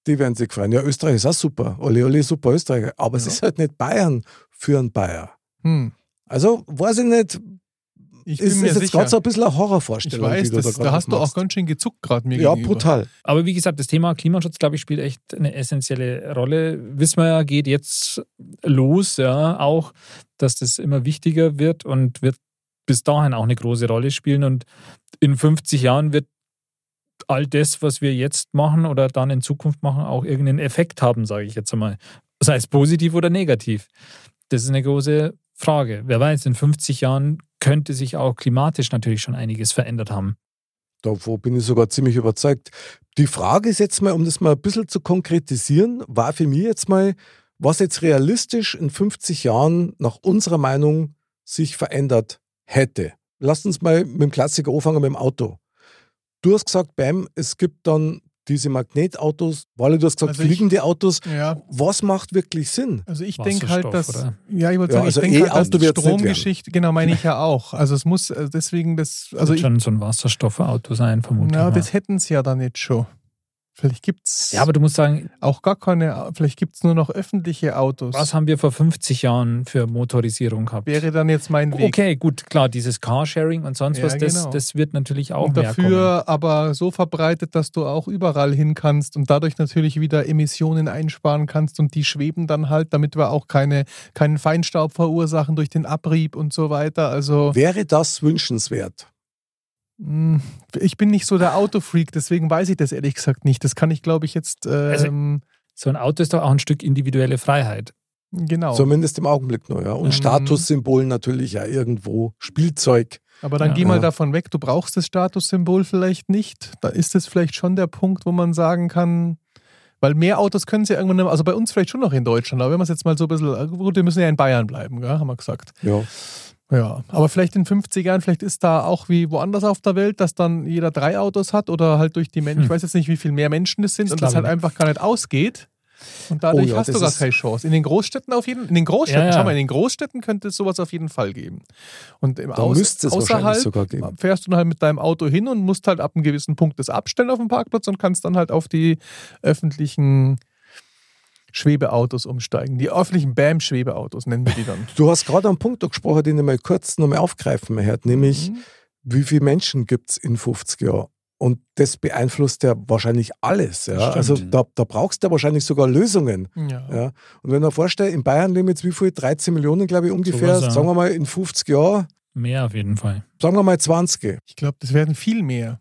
Speaker 1: Die werden sich freuen. Ja, Österreich ist auch super. Alle, alle super Österreicher. Aber es
Speaker 5: Ja.
Speaker 1: ist halt nicht Bayern für einen Bayer.
Speaker 5: Hm.
Speaker 1: Also, weiß ich nicht,
Speaker 5: Ich bin
Speaker 1: ist,
Speaker 5: mir
Speaker 1: ist jetzt
Speaker 5: sicher.
Speaker 1: gerade so ein bisschen eine
Speaker 5: Ich
Speaker 1: Horrorvorstellung,
Speaker 5: weiß,
Speaker 1: die du
Speaker 5: das,
Speaker 1: da,
Speaker 5: da hast du auch
Speaker 1: aufmachst.
Speaker 5: ganz schön gezuckt gerade mir
Speaker 1: Ja,
Speaker 5: gegenüber.
Speaker 1: brutal.
Speaker 2: Aber wie gesagt, das Thema Klimaschutz, glaube ich, spielt echt eine essentielle Rolle. Wissen wir ja, geht jetzt los, ja, auch, dass das immer wichtiger wird und wird bis dahin auch eine große Rolle spielen. Und in 50 Jahren wird all das, was wir jetzt machen oder dann in Zukunft machen, auch irgendeinen Effekt haben, sage ich jetzt einmal. Sei es positiv oder negativ. Das ist eine große Frage. Wer weiß, in 50 Jahren könnte sich auch klimatisch natürlich schon einiges verändert haben.
Speaker 1: Davon bin ich sogar ziemlich überzeugt. Die Frage ist jetzt mal, um das mal ein bisschen zu konkretisieren, war für mich jetzt mal, was jetzt realistisch in 50 Jahren nach unserer Meinung sich verändert hätte. Lasst uns mal mit dem Klassiker anfangen, mit dem Auto. Du hast gesagt, Bam, es gibt dann diese Magnetautos, weil du hast gesagt,
Speaker 5: Also ich-
Speaker 1: fliegende Autos.
Speaker 5: Ja,
Speaker 1: Was macht wirklich Sinn?
Speaker 5: also ich denke
Speaker 2: Wasserstoff,
Speaker 5: halt, dass
Speaker 2: oder?
Speaker 5: ja, ich wollte
Speaker 1: Ja,
Speaker 5: sagen,
Speaker 1: also
Speaker 5: ich denke halt,
Speaker 1: E-Auto
Speaker 5: dass
Speaker 1: wird's nicht werden.
Speaker 5: Stromgeschichte, genau meine ich ja auch. Also es muss also deswegen das, also
Speaker 2: wird
Speaker 5: ich,
Speaker 2: schon so ein Wasserstoffauto sein, vermutlich.
Speaker 5: na,
Speaker 2: ja.
Speaker 5: das hätten sie ja dann jetzt schon. Vielleicht gibt es
Speaker 2: ja, aber du musst sagen,
Speaker 5: auch gar keine, vielleicht gibt es nur noch öffentliche Autos.
Speaker 2: was haben wir vor 50 Jahren für Motorisierung gehabt?
Speaker 5: wäre dann jetzt mein Weg?
Speaker 2: okay, gut, klar, dieses Carsharing und sonst
Speaker 5: Ja,
Speaker 2: was, das,
Speaker 5: genau.
Speaker 2: das wird natürlich auch
Speaker 5: und
Speaker 2: mehr kommen.
Speaker 5: dafür aber so verbreitet, dass du auch überall hin kannst und dadurch natürlich wieder Emissionen einsparen kannst und die schweben dann halt, damit wir auch keine, keinen Feinstaub verursachen durch den Abrieb und so weiter. Also
Speaker 1: Wäre das wünschenswert?
Speaker 5: mh, Hm, ich bin nicht so der Autofreak, deswegen weiß ich das ehrlich gesagt nicht. Das kann ich, glaube ich, jetzt ähm,
Speaker 2: So ein Auto ist doch auch ein Stück individuelle Freiheit.
Speaker 5: genau.
Speaker 1: Zumindest im Augenblick nur, ja. Und
Speaker 5: Mhm.
Speaker 1: Statussymbolen natürlich ja irgendwo. Spielzeug.
Speaker 5: Aber dann
Speaker 2: Ja.
Speaker 5: geh mal
Speaker 1: Ja.
Speaker 5: davon weg, du brauchst das Statussymbol vielleicht nicht. Da ist es vielleicht schon der Punkt, wo man sagen kann, weil mehr Autos können sie ja irgendwann, also bei uns vielleicht schon noch in Deutschland, aber wenn man es jetzt mal so ein bisschen, äh, gut, wir müssen ja in Bayern bleiben, gell, haben wir gesagt.
Speaker 1: Ja.
Speaker 5: Ja, aber vielleicht in 50 Jahren, vielleicht ist da auch wie woanders auf der Welt, dass dann jeder drei Autos hat oder halt durch die Menschen,
Speaker 2: Hm.
Speaker 5: ich weiß jetzt nicht, wie viel mehr Menschen es sind
Speaker 2: Das
Speaker 5: und das
Speaker 2: glaub
Speaker 5: halt
Speaker 2: ich
Speaker 5: einfach gar nicht ausgeht. Und dadurch
Speaker 1: ne? Oh ja,
Speaker 5: hast du
Speaker 1: das
Speaker 5: gar
Speaker 1: ist-
Speaker 5: keine Chance. In den Großstädten auf jeden in den Großstädten,
Speaker 2: Ja, ja.
Speaker 5: schau mal, in den Großstädten könnte es sowas auf jeden Fall geben. Und im
Speaker 1: Da
Speaker 5: Aus,
Speaker 1: müsste es wahrscheinlich
Speaker 5: außerhalb
Speaker 1: sogar geben.
Speaker 5: fährst du dann halt mit deinem Auto hin und musst halt ab einem gewissen Punkt das abstellen auf dem Parkplatz und kannst dann halt auf die öffentlichen Schwebeautos umsteigen. Die öffentlichen BAM-Schwebeautos nennen wir die dann.
Speaker 1: Du hast gerade einen Punkt angesprochen, den ich mal kurz nochmal aufgreifen möchte,
Speaker 5: Mhm.
Speaker 1: nämlich wie viele Menschen gibt es in 50 Jahren? Und das beeinflusst ja wahrscheinlich alles. Ja?
Speaker 3: Stimmt.
Speaker 1: Also da, da brauchst du ja wahrscheinlich sogar Lösungen.
Speaker 5: Mhm. Ja.
Speaker 1: Ja? Und wenn man vorstellt, in Bayern leben jetzt wie viel? 13 Millionen, glaube ich, ungefähr.
Speaker 2: Sowas, ja.
Speaker 1: Sagen wir mal in 50 Jahren,
Speaker 2: Mehr auf jeden Fall.
Speaker 1: sagen wir mal 20.
Speaker 5: Ich glaube, das werden viel mehr.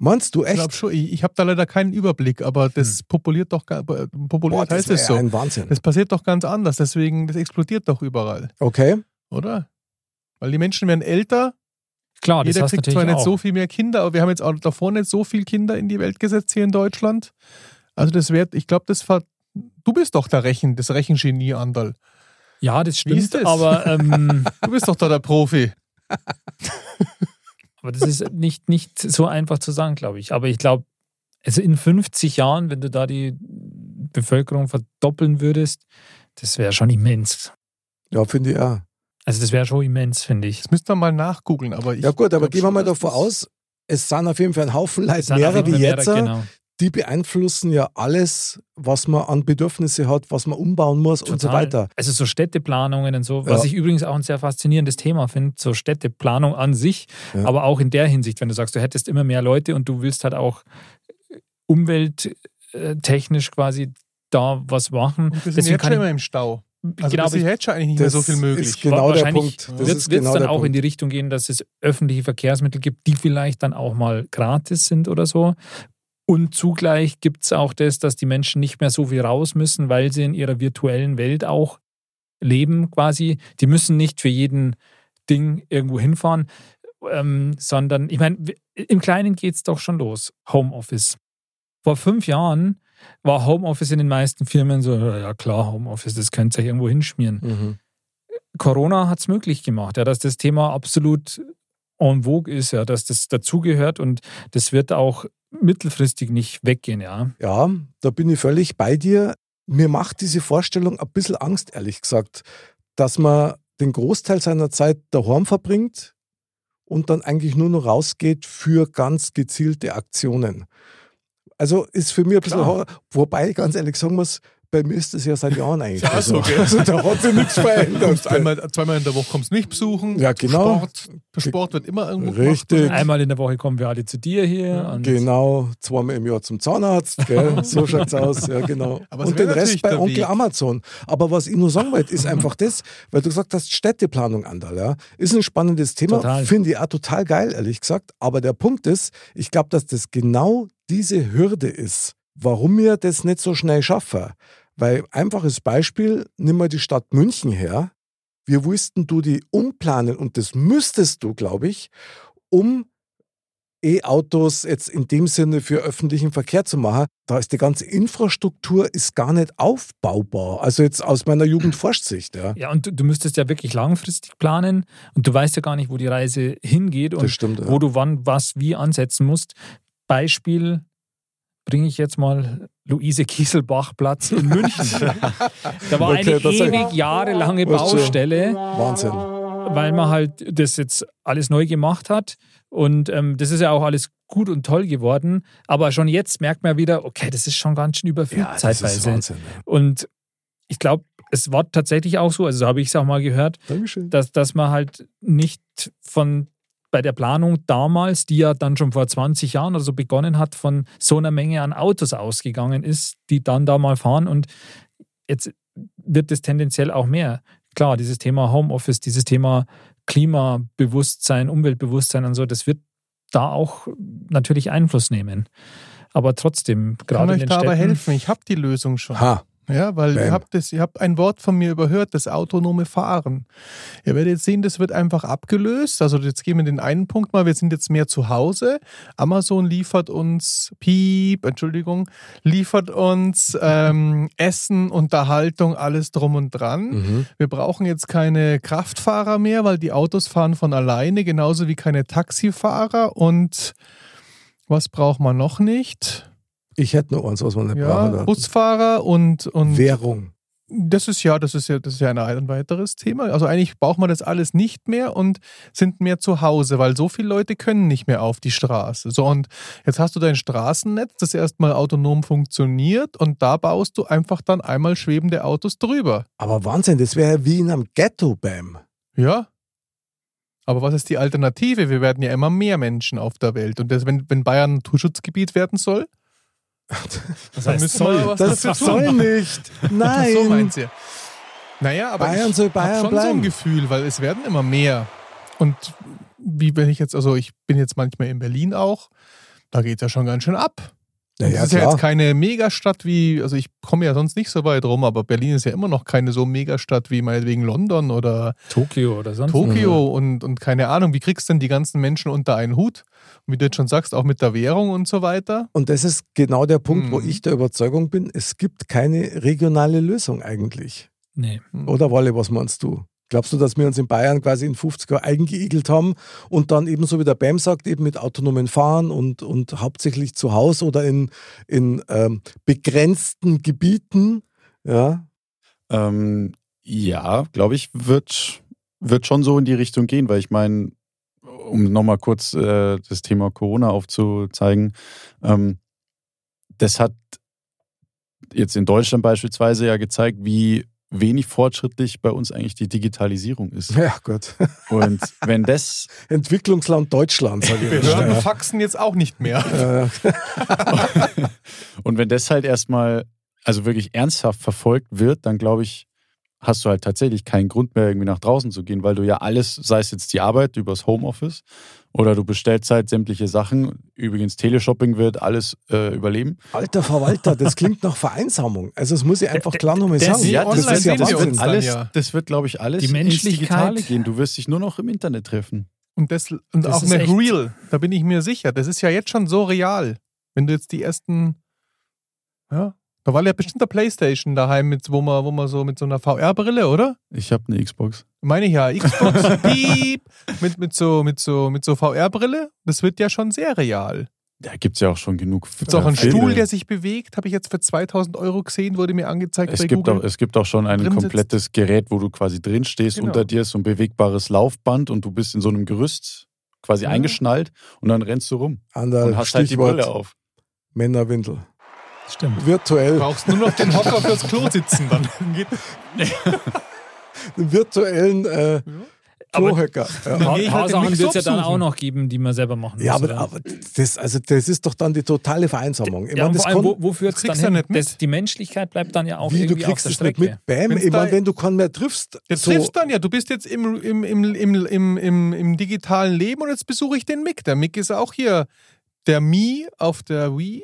Speaker 1: Meinst du
Speaker 5: Ich
Speaker 1: echt? Hm.
Speaker 5: glaube schon. Ich, ich habe da leider keinen Überblick, aber das populiert doch, gar- populiert heißt
Speaker 1: wär
Speaker 5: es so.
Speaker 1: ein Wahnsinn.
Speaker 5: Das passiert doch ganz anders. Deswegen, das explodiert doch überall,
Speaker 1: Okay.
Speaker 5: oder? Weil die Menschen werden älter.
Speaker 2: Klar, Ah, das
Speaker 5: Jeder
Speaker 2: hast
Speaker 5: kriegt
Speaker 2: natürlich
Speaker 5: zwar nicht
Speaker 2: auch.
Speaker 5: so viel mehr Kinder, aber wir haben jetzt auch davor nicht so viel Kinder in die Welt gesetzt hier in Deutschland. Also das wird, ich glaube, das ver Du bist doch der Rechen, das Rechengenie, Andal.
Speaker 2: ja, das
Speaker 5: Wie ist
Speaker 2: stimmt,
Speaker 5: das?
Speaker 2: aber, ähm,
Speaker 5: Du bist doch da der Profi.
Speaker 2: aber das ist nicht, nicht so einfach zu sagen, glaube ich. Aber ich glaube, also in 50 Jahren, wenn du da die Bevölkerung verdoppeln würdest, das wäre schon immens.
Speaker 1: Ja, finde ich auch.
Speaker 2: Also das wäre schon immens, finde ich.
Speaker 5: Das müsst ihr mal nachgoogeln, aber ich.
Speaker 1: Ja gut, aber
Speaker 5: glaub
Speaker 1: gehen wir
Speaker 5: schon,
Speaker 1: mal
Speaker 5: dass
Speaker 1: davon
Speaker 5: das-
Speaker 1: aus, es sind auf jeden Fall ein Haufen
Speaker 2: Es
Speaker 1: Leute
Speaker 2: sind auf
Speaker 1: mehrere
Speaker 2: jeden
Speaker 1: wie
Speaker 2: Fall
Speaker 1: jetzt, äh,
Speaker 2: mehrere, genau.
Speaker 1: die beeinflussen ja alles, was man an Bedürfnisse hat, was man umbauen muss und so
Speaker 2: Total.
Speaker 1: weiter.
Speaker 2: Also so Städteplanungen und so, was
Speaker 1: Ja.
Speaker 2: ich übrigens auch ein sehr faszinierendes Thema finde, so Städteplanung an sich,
Speaker 1: Ja.
Speaker 2: aber auch in der Hinsicht, wenn du sagst, du hättest immer mehr Leute und du willst halt auch umwelttechnisch quasi da was machen.
Speaker 5: Und wir sind jetzt schon immer im Stau. Also
Speaker 2: genau,
Speaker 5: genau,
Speaker 2: aber
Speaker 5: ist
Speaker 2: ich,
Speaker 5: jetzt schon eigentlich nicht mehr so viel möglich.
Speaker 1: ist genau der
Speaker 2: Wahrscheinlich
Speaker 1: Punkt. Das
Speaker 2: wird
Speaker 1: ist
Speaker 2: es
Speaker 1: genau
Speaker 2: dann
Speaker 1: der
Speaker 2: auch in
Speaker 1: Punkt.
Speaker 2: die Richtung gehen, dass es öffentliche Verkehrsmittel gibt, die vielleicht dann auch mal gratis sind oder so. Und zugleich gibt es auch das, dass die Menschen nicht mehr so viel raus müssen, weil sie in ihrer virtuellen Welt auch leben quasi. Die müssen nicht für jeden Ding irgendwo hinfahren, ähm, sondern ich meine, w- im Kleinen geht es doch schon los. Homeoffice. Vor fünf Jahren war Homeoffice in den meisten Firmen so, ja klar, Homeoffice, das könnt ihr euch irgendwo hinschmieren.
Speaker 1: Mhm.
Speaker 2: Corona hat es möglich gemacht, ja, dass das Thema absolut en vogue ist, ja, dass das dazugehört und das wird auch mittelfristig nicht weggehen, ja.
Speaker 1: Ja, da bin ich völlig bei dir. Mir macht diese Vorstellung ein bisschen Angst, ehrlich gesagt, dass man den Großteil seiner Zeit daheim verbringt und dann eigentlich nur noch rausgeht für ganz gezielte Aktionen. Also ist für mich ein bisschen
Speaker 2: Klar.
Speaker 1: Horror, wobei ich ganz ehrlich sagen muss, bei mir ist das ja seit Jahren eigentlich
Speaker 5: Ja,
Speaker 1: so.
Speaker 5: so, gell?
Speaker 1: Also da hat sich nichts verändert.
Speaker 5: Kommst einmal, zweimal in der Woche kommst nicht besuchen.
Speaker 1: Ja,
Speaker 5: Zum
Speaker 1: genau.
Speaker 5: Sport, der Sport wird immer irgendwo
Speaker 1: Richtig.
Speaker 5: Gemacht.
Speaker 2: Einmal in der Woche kommen wir alle zu dir hier. Und
Speaker 1: Genau, zweimal im Jahr zum Zahnarzt, gell? so schaut's aus, ja genau.
Speaker 5: Aber es
Speaker 1: und
Speaker 5: wär
Speaker 1: den Rest
Speaker 5: natürlich
Speaker 1: bei
Speaker 5: der
Speaker 1: Onkel
Speaker 5: Weg.
Speaker 1: Amazon. Aber was ich nur sagen wollte, ist einfach das, weil du gesagt hast, Städteplanung, Andal, ja, ist ein spannendes Thema,
Speaker 2: Total.
Speaker 1: finde ich auch total geil, ehrlich gesagt. Aber der Punkt ist, ich glaube, dass das genau diese Hürde ist, warum wir das nicht so schnell schaffen. Weil einfaches Beispiel, nimm mal die Stadt München her. Wir wussten du die umplanen und das müsstest du, glaube ich, um E-Autos jetzt in dem Sinne für öffentlichen Verkehr zu machen, da ist die ganze Infrastruktur ist gar nicht aufbaubar. Also jetzt aus meiner Jugendforschsicht, ja.
Speaker 2: Ja, und du, du müsstest ja wirklich langfristig planen und du weißt ja gar nicht, wo die Reise hingeht
Speaker 1: Das
Speaker 2: und
Speaker 1: stimmt.
Speaker 2: wo
Speaker 1: Ja.
Speaker 2: du wann, was, wie ansetzen musst. Beispiel bringe ich jetzt mal Luise Kieselbach-Platz in München. da war
Speaker 1: Okay,
Speaker 2: eine
Speaker 1: das sag ich-
Speaker 2: ewig jahrelange
Speaker 1: Weißt du.
Speaker 2: Baustelle.
Speaker 1: Wahnsinn.
Speaker 2: weil man halt das jetzt alles neu gemacht hat. Und ähm, das ist ja auch alles gut und toll geworden. Aber schon jetzt merkt man wieder, okay, das ist schon ganz schön überfüllt
Speaker 1: Ja, das ist
Speaker 2: zeitweise.
Speaker 1: Wahnsinn. Ja.
Speaker 2: Und ich glaube, es war tatsächlich auch so, also so habe ich es auch mal gehört,
Speaker 1: Dankeschön.
Speaker 2: dass, dass man halt nicht von bei der Planung damals, die ja dann schon vor 20 Jahren oder so begonnen hat, von so einer Menge an Autos ausgegangen ist, die dann da mal fahren und jetzt wird es tendenziell auch mehr. Klar, dieses Thema Homeoffice, dieses Thema Klimabewusstsein, Umweltbewusstsein und so, das wird da auch natürlich Einfluss nehmen. Aber trotzdem,
Speaker 5: Kann
Speaker 2: gerade in
Speaker 5: euch
Speaker 2: den
Speaker 5: da aber
Speaker 2: Städten,
Speaker 5: helfen. Ich habe die Lösung schon.
Speaker 1: Ha,
Speaker 5: Ja, weil
Speaker 1: Bam.
Speaker 5: ihr habt, das, ihr habt ein Wort von mir überhört, das autonome Fahren. Ihr werdet jetzt sehen, das wird einfach abgelöst. Also jetzt gehen wir den einen Punkt mal, wir sind jetzt mehr zu Hause. Amazon liefert uns, piep, Entschuldigung, liefert uns ähm, Essen, Unterhaltung, alles drum und dran.
Speaker 1: mhm.
Speaker 5: Wir brauchen jetzt keine Kraftfahrer mehr, weil die Autos fahren von alleine, genauso wie keine Taxifahrer. Und was braucht man noch nicht?
Speaker 1: ich hätte nur eins, was man nicht
Speaker 5: Ja,
Speaker 1: braucht.
Speaker 5: Busfahrer und, und
Speaker 1: Währung.
Speaker 5: das ist ja, das ist ja, das ist ja ein- ein weiteres Thema. Also eigentlich braucht man das alles nicht mehr und sind mehr zu Hause, weil so viele Leute können nicht mehr auf die Straße. So, und jetzt hast du dein Straßennetz, das erstmal autonom funktioniert und da baust du einfach dann einmal schwebende Autos drüber.
Speaker 1: Aber Wahnsinn, das wäre ja wie in einem Ghetto, Bam.
Speaker 5: Ja. Aber was ist die Alternative? Wir werden ja immer mehr Menschen auf der Welt. Und das, wenn, wenn Bayern ein Naturschutzgebiet werden soll,
Speaker 2: das
Speaker 5: dann
Speaker 2: heißt,
Speaker 5: müssen wir was
Speaker 1: Das,
Speaker 5: dafür tun.
Speaker 1: soll nicht.
Speaker 5: Ach
Speaker 1: Nein.
Speaker 5: So meint ihr. Naja, aber
Speaker 1: Bayern
Speaker 5: ich
Speaker 1: soll
Speaker 5: hab
Speaker 1: Bayern
Speaker 5: schon so
Speaker 1: bleiben.
Speaker 5: ein Gefühl, weil es werden immer mehr. Und wie wenn ich jetzt, also ich bin jetzt manchmal in Berlin auch, da geht ja schon ganz schön ab.
Speaker 1: Ja,
Speaker 5: Und
Speaker 1: ja,
Speaker 5: das ist ja
Speaker 1: klar.
Speaker 5: jetzt keine Megastadt wie, also ich komme ja sonst nicht so weit rum, aber Berlin ist ja immer noch keine so Megastadt wie meinetwegen London oder
Speaker 2: Tokio oder sonst
Speaker 5: Tokio und, und keine Ahnung. Wie kriegst du denn die ganzen Menschen unter einen Hut? Und wie du jetzt schon sagst, auch mit der Währung und so weiter.
Speaker 1: Und das ist genau der Punkt, wo
Speaker 5: Mhm.
Speaker 1: ich der Überzeugung bin, es gibt keine regionale Lösung eigentlich.
Speaker 2: Nee.
Speaker 5: Hm.
Speaker 1: Oder Wolle, was meinst du? Glaubst du, dass wir uns in Bayern quasi in 50 Jahren eingeigelt haben und dann eben so wie der BAM sagt, eben mit autonomen Fahren und, und hauptsächlich zu Hause oder in, in ähm, begrenzten Gebieten? Ja,
Speaker 3: Ähm, ja, glaube ich, wird, wird schon so in die Richtung gehen, weil ich meine, um nochmal kurz äh, das Thema Corona aufzuzeigen, ähm, das hat jetzt in Deutschland beispielsweise ja gezeigt, wie wenig fortschrittlich bei uns eigentlich die Digitalisierung ist.
Speaker 1: Ja, gut.
Speaker 3: Und wenn das
Speaker 1: Entwicklungsland Deutschland, sage ich
Speaker 5: Behörden
Speaker 1: mal.
Speaker 5: faxen jetzt auch nicht mehr.
Speaker 1: Ja. Äh,
Speaker 3: Und wenn das halt erstmal, also wirklich ernsthaft verfolgt wird, dann glaube ich, hast du halt tatsächlich keinen Grund mehr, irgendwie nach draußen zu gehen, weil du ja alles, sei es jetzt die Arbeit übers Homeoffice oder du bestellst halt sämtliche Sachen. Übrigens, Teleshopping wird alles äh, überleben.
Speaker 1: Alter Verwalter, das klingt nach Vereinsamung. Also das muss ich einfach klar nochmal
Speaker 2: das-
Speaker 1: sagen.
Speaker 2: Nee,
Speaker 3: Ja, das
Speaker 5: online
Speaker 3: ist ja
Speaker 5: sehen wir
Speaker 3: Wahnsinn.
Speaker 5: uns dann
Speaker 3: Alles,
Speaker 5: ja.
Speaker 3: Das wird, glaube ich, alles
Speaker 2: Die
Speaker 3: ins Digitale
Speaker 2: Menschlichkeit.
Speaker 3: gehen. Du wirst dich nur noch im Internet treffen.
Speaker 5: Und, das, und
Speaker 2: Das
Speaker 5: auch
Speaker 2: ist
Speaker 5: mit
Speaker 2: echt-
Speaker 5: Real, da bin ich mir sicher. Das ist ja jetzt schon so real. Wenn du jetzt die ersten, ja, da war ja bestimmt der Playstation daheim, mit, wo, man, wo man so mit so einer VR-Brille, oder?
Speaker 3: Ich habe eine Xbox.
Speaker 5: Meine ich ja, Xbox, piep, mit, mit so, mit so, mit so VR-Brille. Das wird ja schon sehr real.
Speaker 3: Da gibt es ja auch schon genug.
Speaker 5: Gibt es auch einen Stuhl, der sich bewegt? Habe ich jetzt für 2000 Euro gesehen, wurde mir angezeigt bei
Speaker 3: Es gibt,
Speaker 5: Google.
Speaker 3: auch, es gibt auch schon ein
Speaker 5: drin sitzt.
Speaker 3: komplettes Gerät, wo du quasi drin stehst.
Speaker 5: Genau.
Speaker 3: Unter dir ist so ein bewegbares Laufband und du bist in so einem Gerüst quasi
Speaker 5: Ja.
Speaker 3: eingeschnallt und dann rennst du rum und
Speaker 1: Anderer
Speaker 3: hast halt die Brille
Speaker 1: Stichwort
Speaker 3: auf.
Speaker 1: Männerwindel.
Speaker 2: Stimmt.
Speaker 5: Du
Speaker 1: Virtuell,
Speaker 5: brauchst nur noch den Hocker fürs Klo sitzen, dann geht
Speaker 1: einen virtuellen äh, Klohacker. Ja.
Speaker 5: Dann geh ich halt den
Speaker 2: Haarsachen
Speaker 5: Mix
Speaker 2: wird es ja dann
Speaker 5: aufsuchen.
Speaker 2: auch noch geben, die man selber machen
Speaker 1: Ja,
Speaker 2: muss.
Speaker 1: aber,
Speaker 2: oder?
Speaker 1: aber das, also das ist doch dann die totale Vereinsamung. Ich
Speaker 2: ja,
Speaker 1: meine,
Speaker 2: und
Speaker 1: das
Speaker 2: vor allem,
Speaker 1: kann,
Speaker 2: wo, wo führt's dann
Speaker 5: kriegst
Speaker 2: hin?
Speaker 5: du ja nicht mit.
Speaker 2: Das, die Menschlichkeit bleibt dann ja auch
Speaker 1: wie, du
Speaker 2: irgendwie auf
Speaker 1: kriegst
Speaker 2: der
Speaker 1: es nicht
Speaker 2: Strecke.
Speaker 1: mit. Bam,
Speaker 5: Wenn's
Speaker 1: ich
Speaker 5: da-
Speaker 1: meine, wenn du keinen mehr triffst,
Speaker 5: Jetzt
Speaker 1: so,
Speaker 5: triffst dann ja, du bist jetzt im, im, im, im, im, im, im digitalen Leben und jetzt besuche ich den Mick. Der Mick ist auch hier. Der Mi auf der Wii.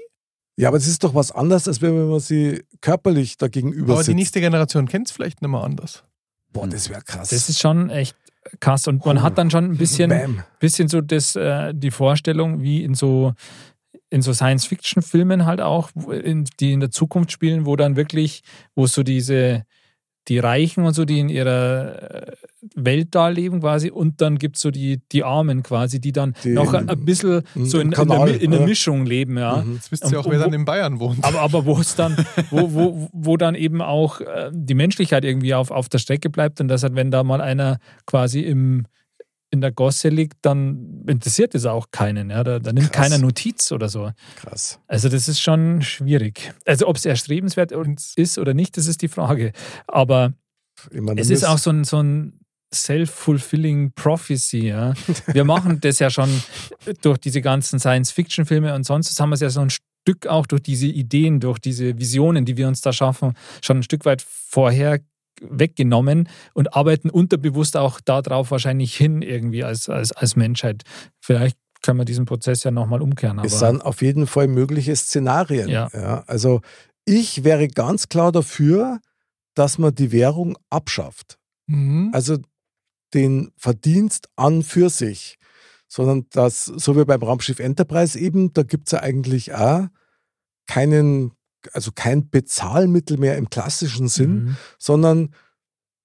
Speaker 1: ja, aber das ist doch was anderes, als wenn man sie körperlich dagegenüber
Speaker 5: Aber die
Speaker 1: sitzt.
Speaker 5: nächste Generation kennt es vielleicht nicht mehr anders.
Speaker 1: Boah, das wäre krass.
Speaker 2: Das ist schon echt krass. Und man hat dann schon ein bisschen,
Speaker 1: Bam.
Speaker 2: bisschen so das, äh, die Vorstellung, wie in so, in so Science-Fiction-Filmen halt auch, wo- in, die in der Zukunft spielen, wo dann wirklich, wo so diese, die Reichen und so, die in ihrer äh, Welt da leben quasi, und dann gibt es so die, die Armen quasi, die dann
Speaker 1: Die
Speaker 2: noch
Speaker 1: im-
Speaker 2: ein bisschen
Speaker 1: im-
Speaker 2: so in,
Speaker 1: im
Speaker 2: in, der, Mi-
Speaker 1: Kanal,
Speaker 2: in der
Speaker 1: ja.
Speaker 2: Mischung leben, ja.
Speaker 1: Mhm.
Speaker 5: Jetzt wisst ihr
Speaker 2: Und
Speaker 5: auch, wer
Speaker 2: wo-
Speaker 5: dann in Bayern wohnt.
Speaker 2: Aber, aber wo es dann, wo, wo, wo dann eben auch äh, die Menschlichkeit irgendwie auf, auf der Strecke bleibt und dass halt, wenn da mal einer quasi im, in der Gosse liegt, dann interessiert es auch keinen. Ja? Da, da nimmt
Speaker 1: Krass.
Speaker 2: keiner Notiz oder so.
Speaker 1: Krass.
Speaker 2: Also das ist schon schwierig. Also ob es erstrebenswert ist oder nicht, das ist die Frage. Aber
Speaker 1: Ich meine,
Speaker 2: es
Speaker 1: du
Speaker 2: ist
Speaker 1: bist-
Speaker 2: auch so ein, so ein self-fulfilling prophecy. Ja? Wir machen das ja schon durch diese ganzen Science-Fiction-Filme und sonst was haben wir es ja so ein Stück auch durch diese Ideen, durch diese Visionen, die wir uns da schaffen, schon ein Stück weit vorher weggenommen und arbeiten unterbewusst auch darauf wahrscheinlich hin irgendwie als, als, als Menschheit. Vielleicht können wir diesen Prozess ja nochmal umkehren. Aber
Speaker 1: Es sind auf jeden Fall mögliche Szenarien.
Speaker 2: Ja.
Speaker 1: also ich wäre ganz klar dafür, dass man die Währung abschafft.
Speaker 5: Mhm.
Speaker 1: Also den Verdienst an für sich, sondern dass, so wie beim Raumschiff Enterprise eben, da gibt es ja eigentlich auch keinen, also kein Bezahlmittel mehr im klassischen Sinn,
Speaker 2: Mhm.
Speaker 1: sondern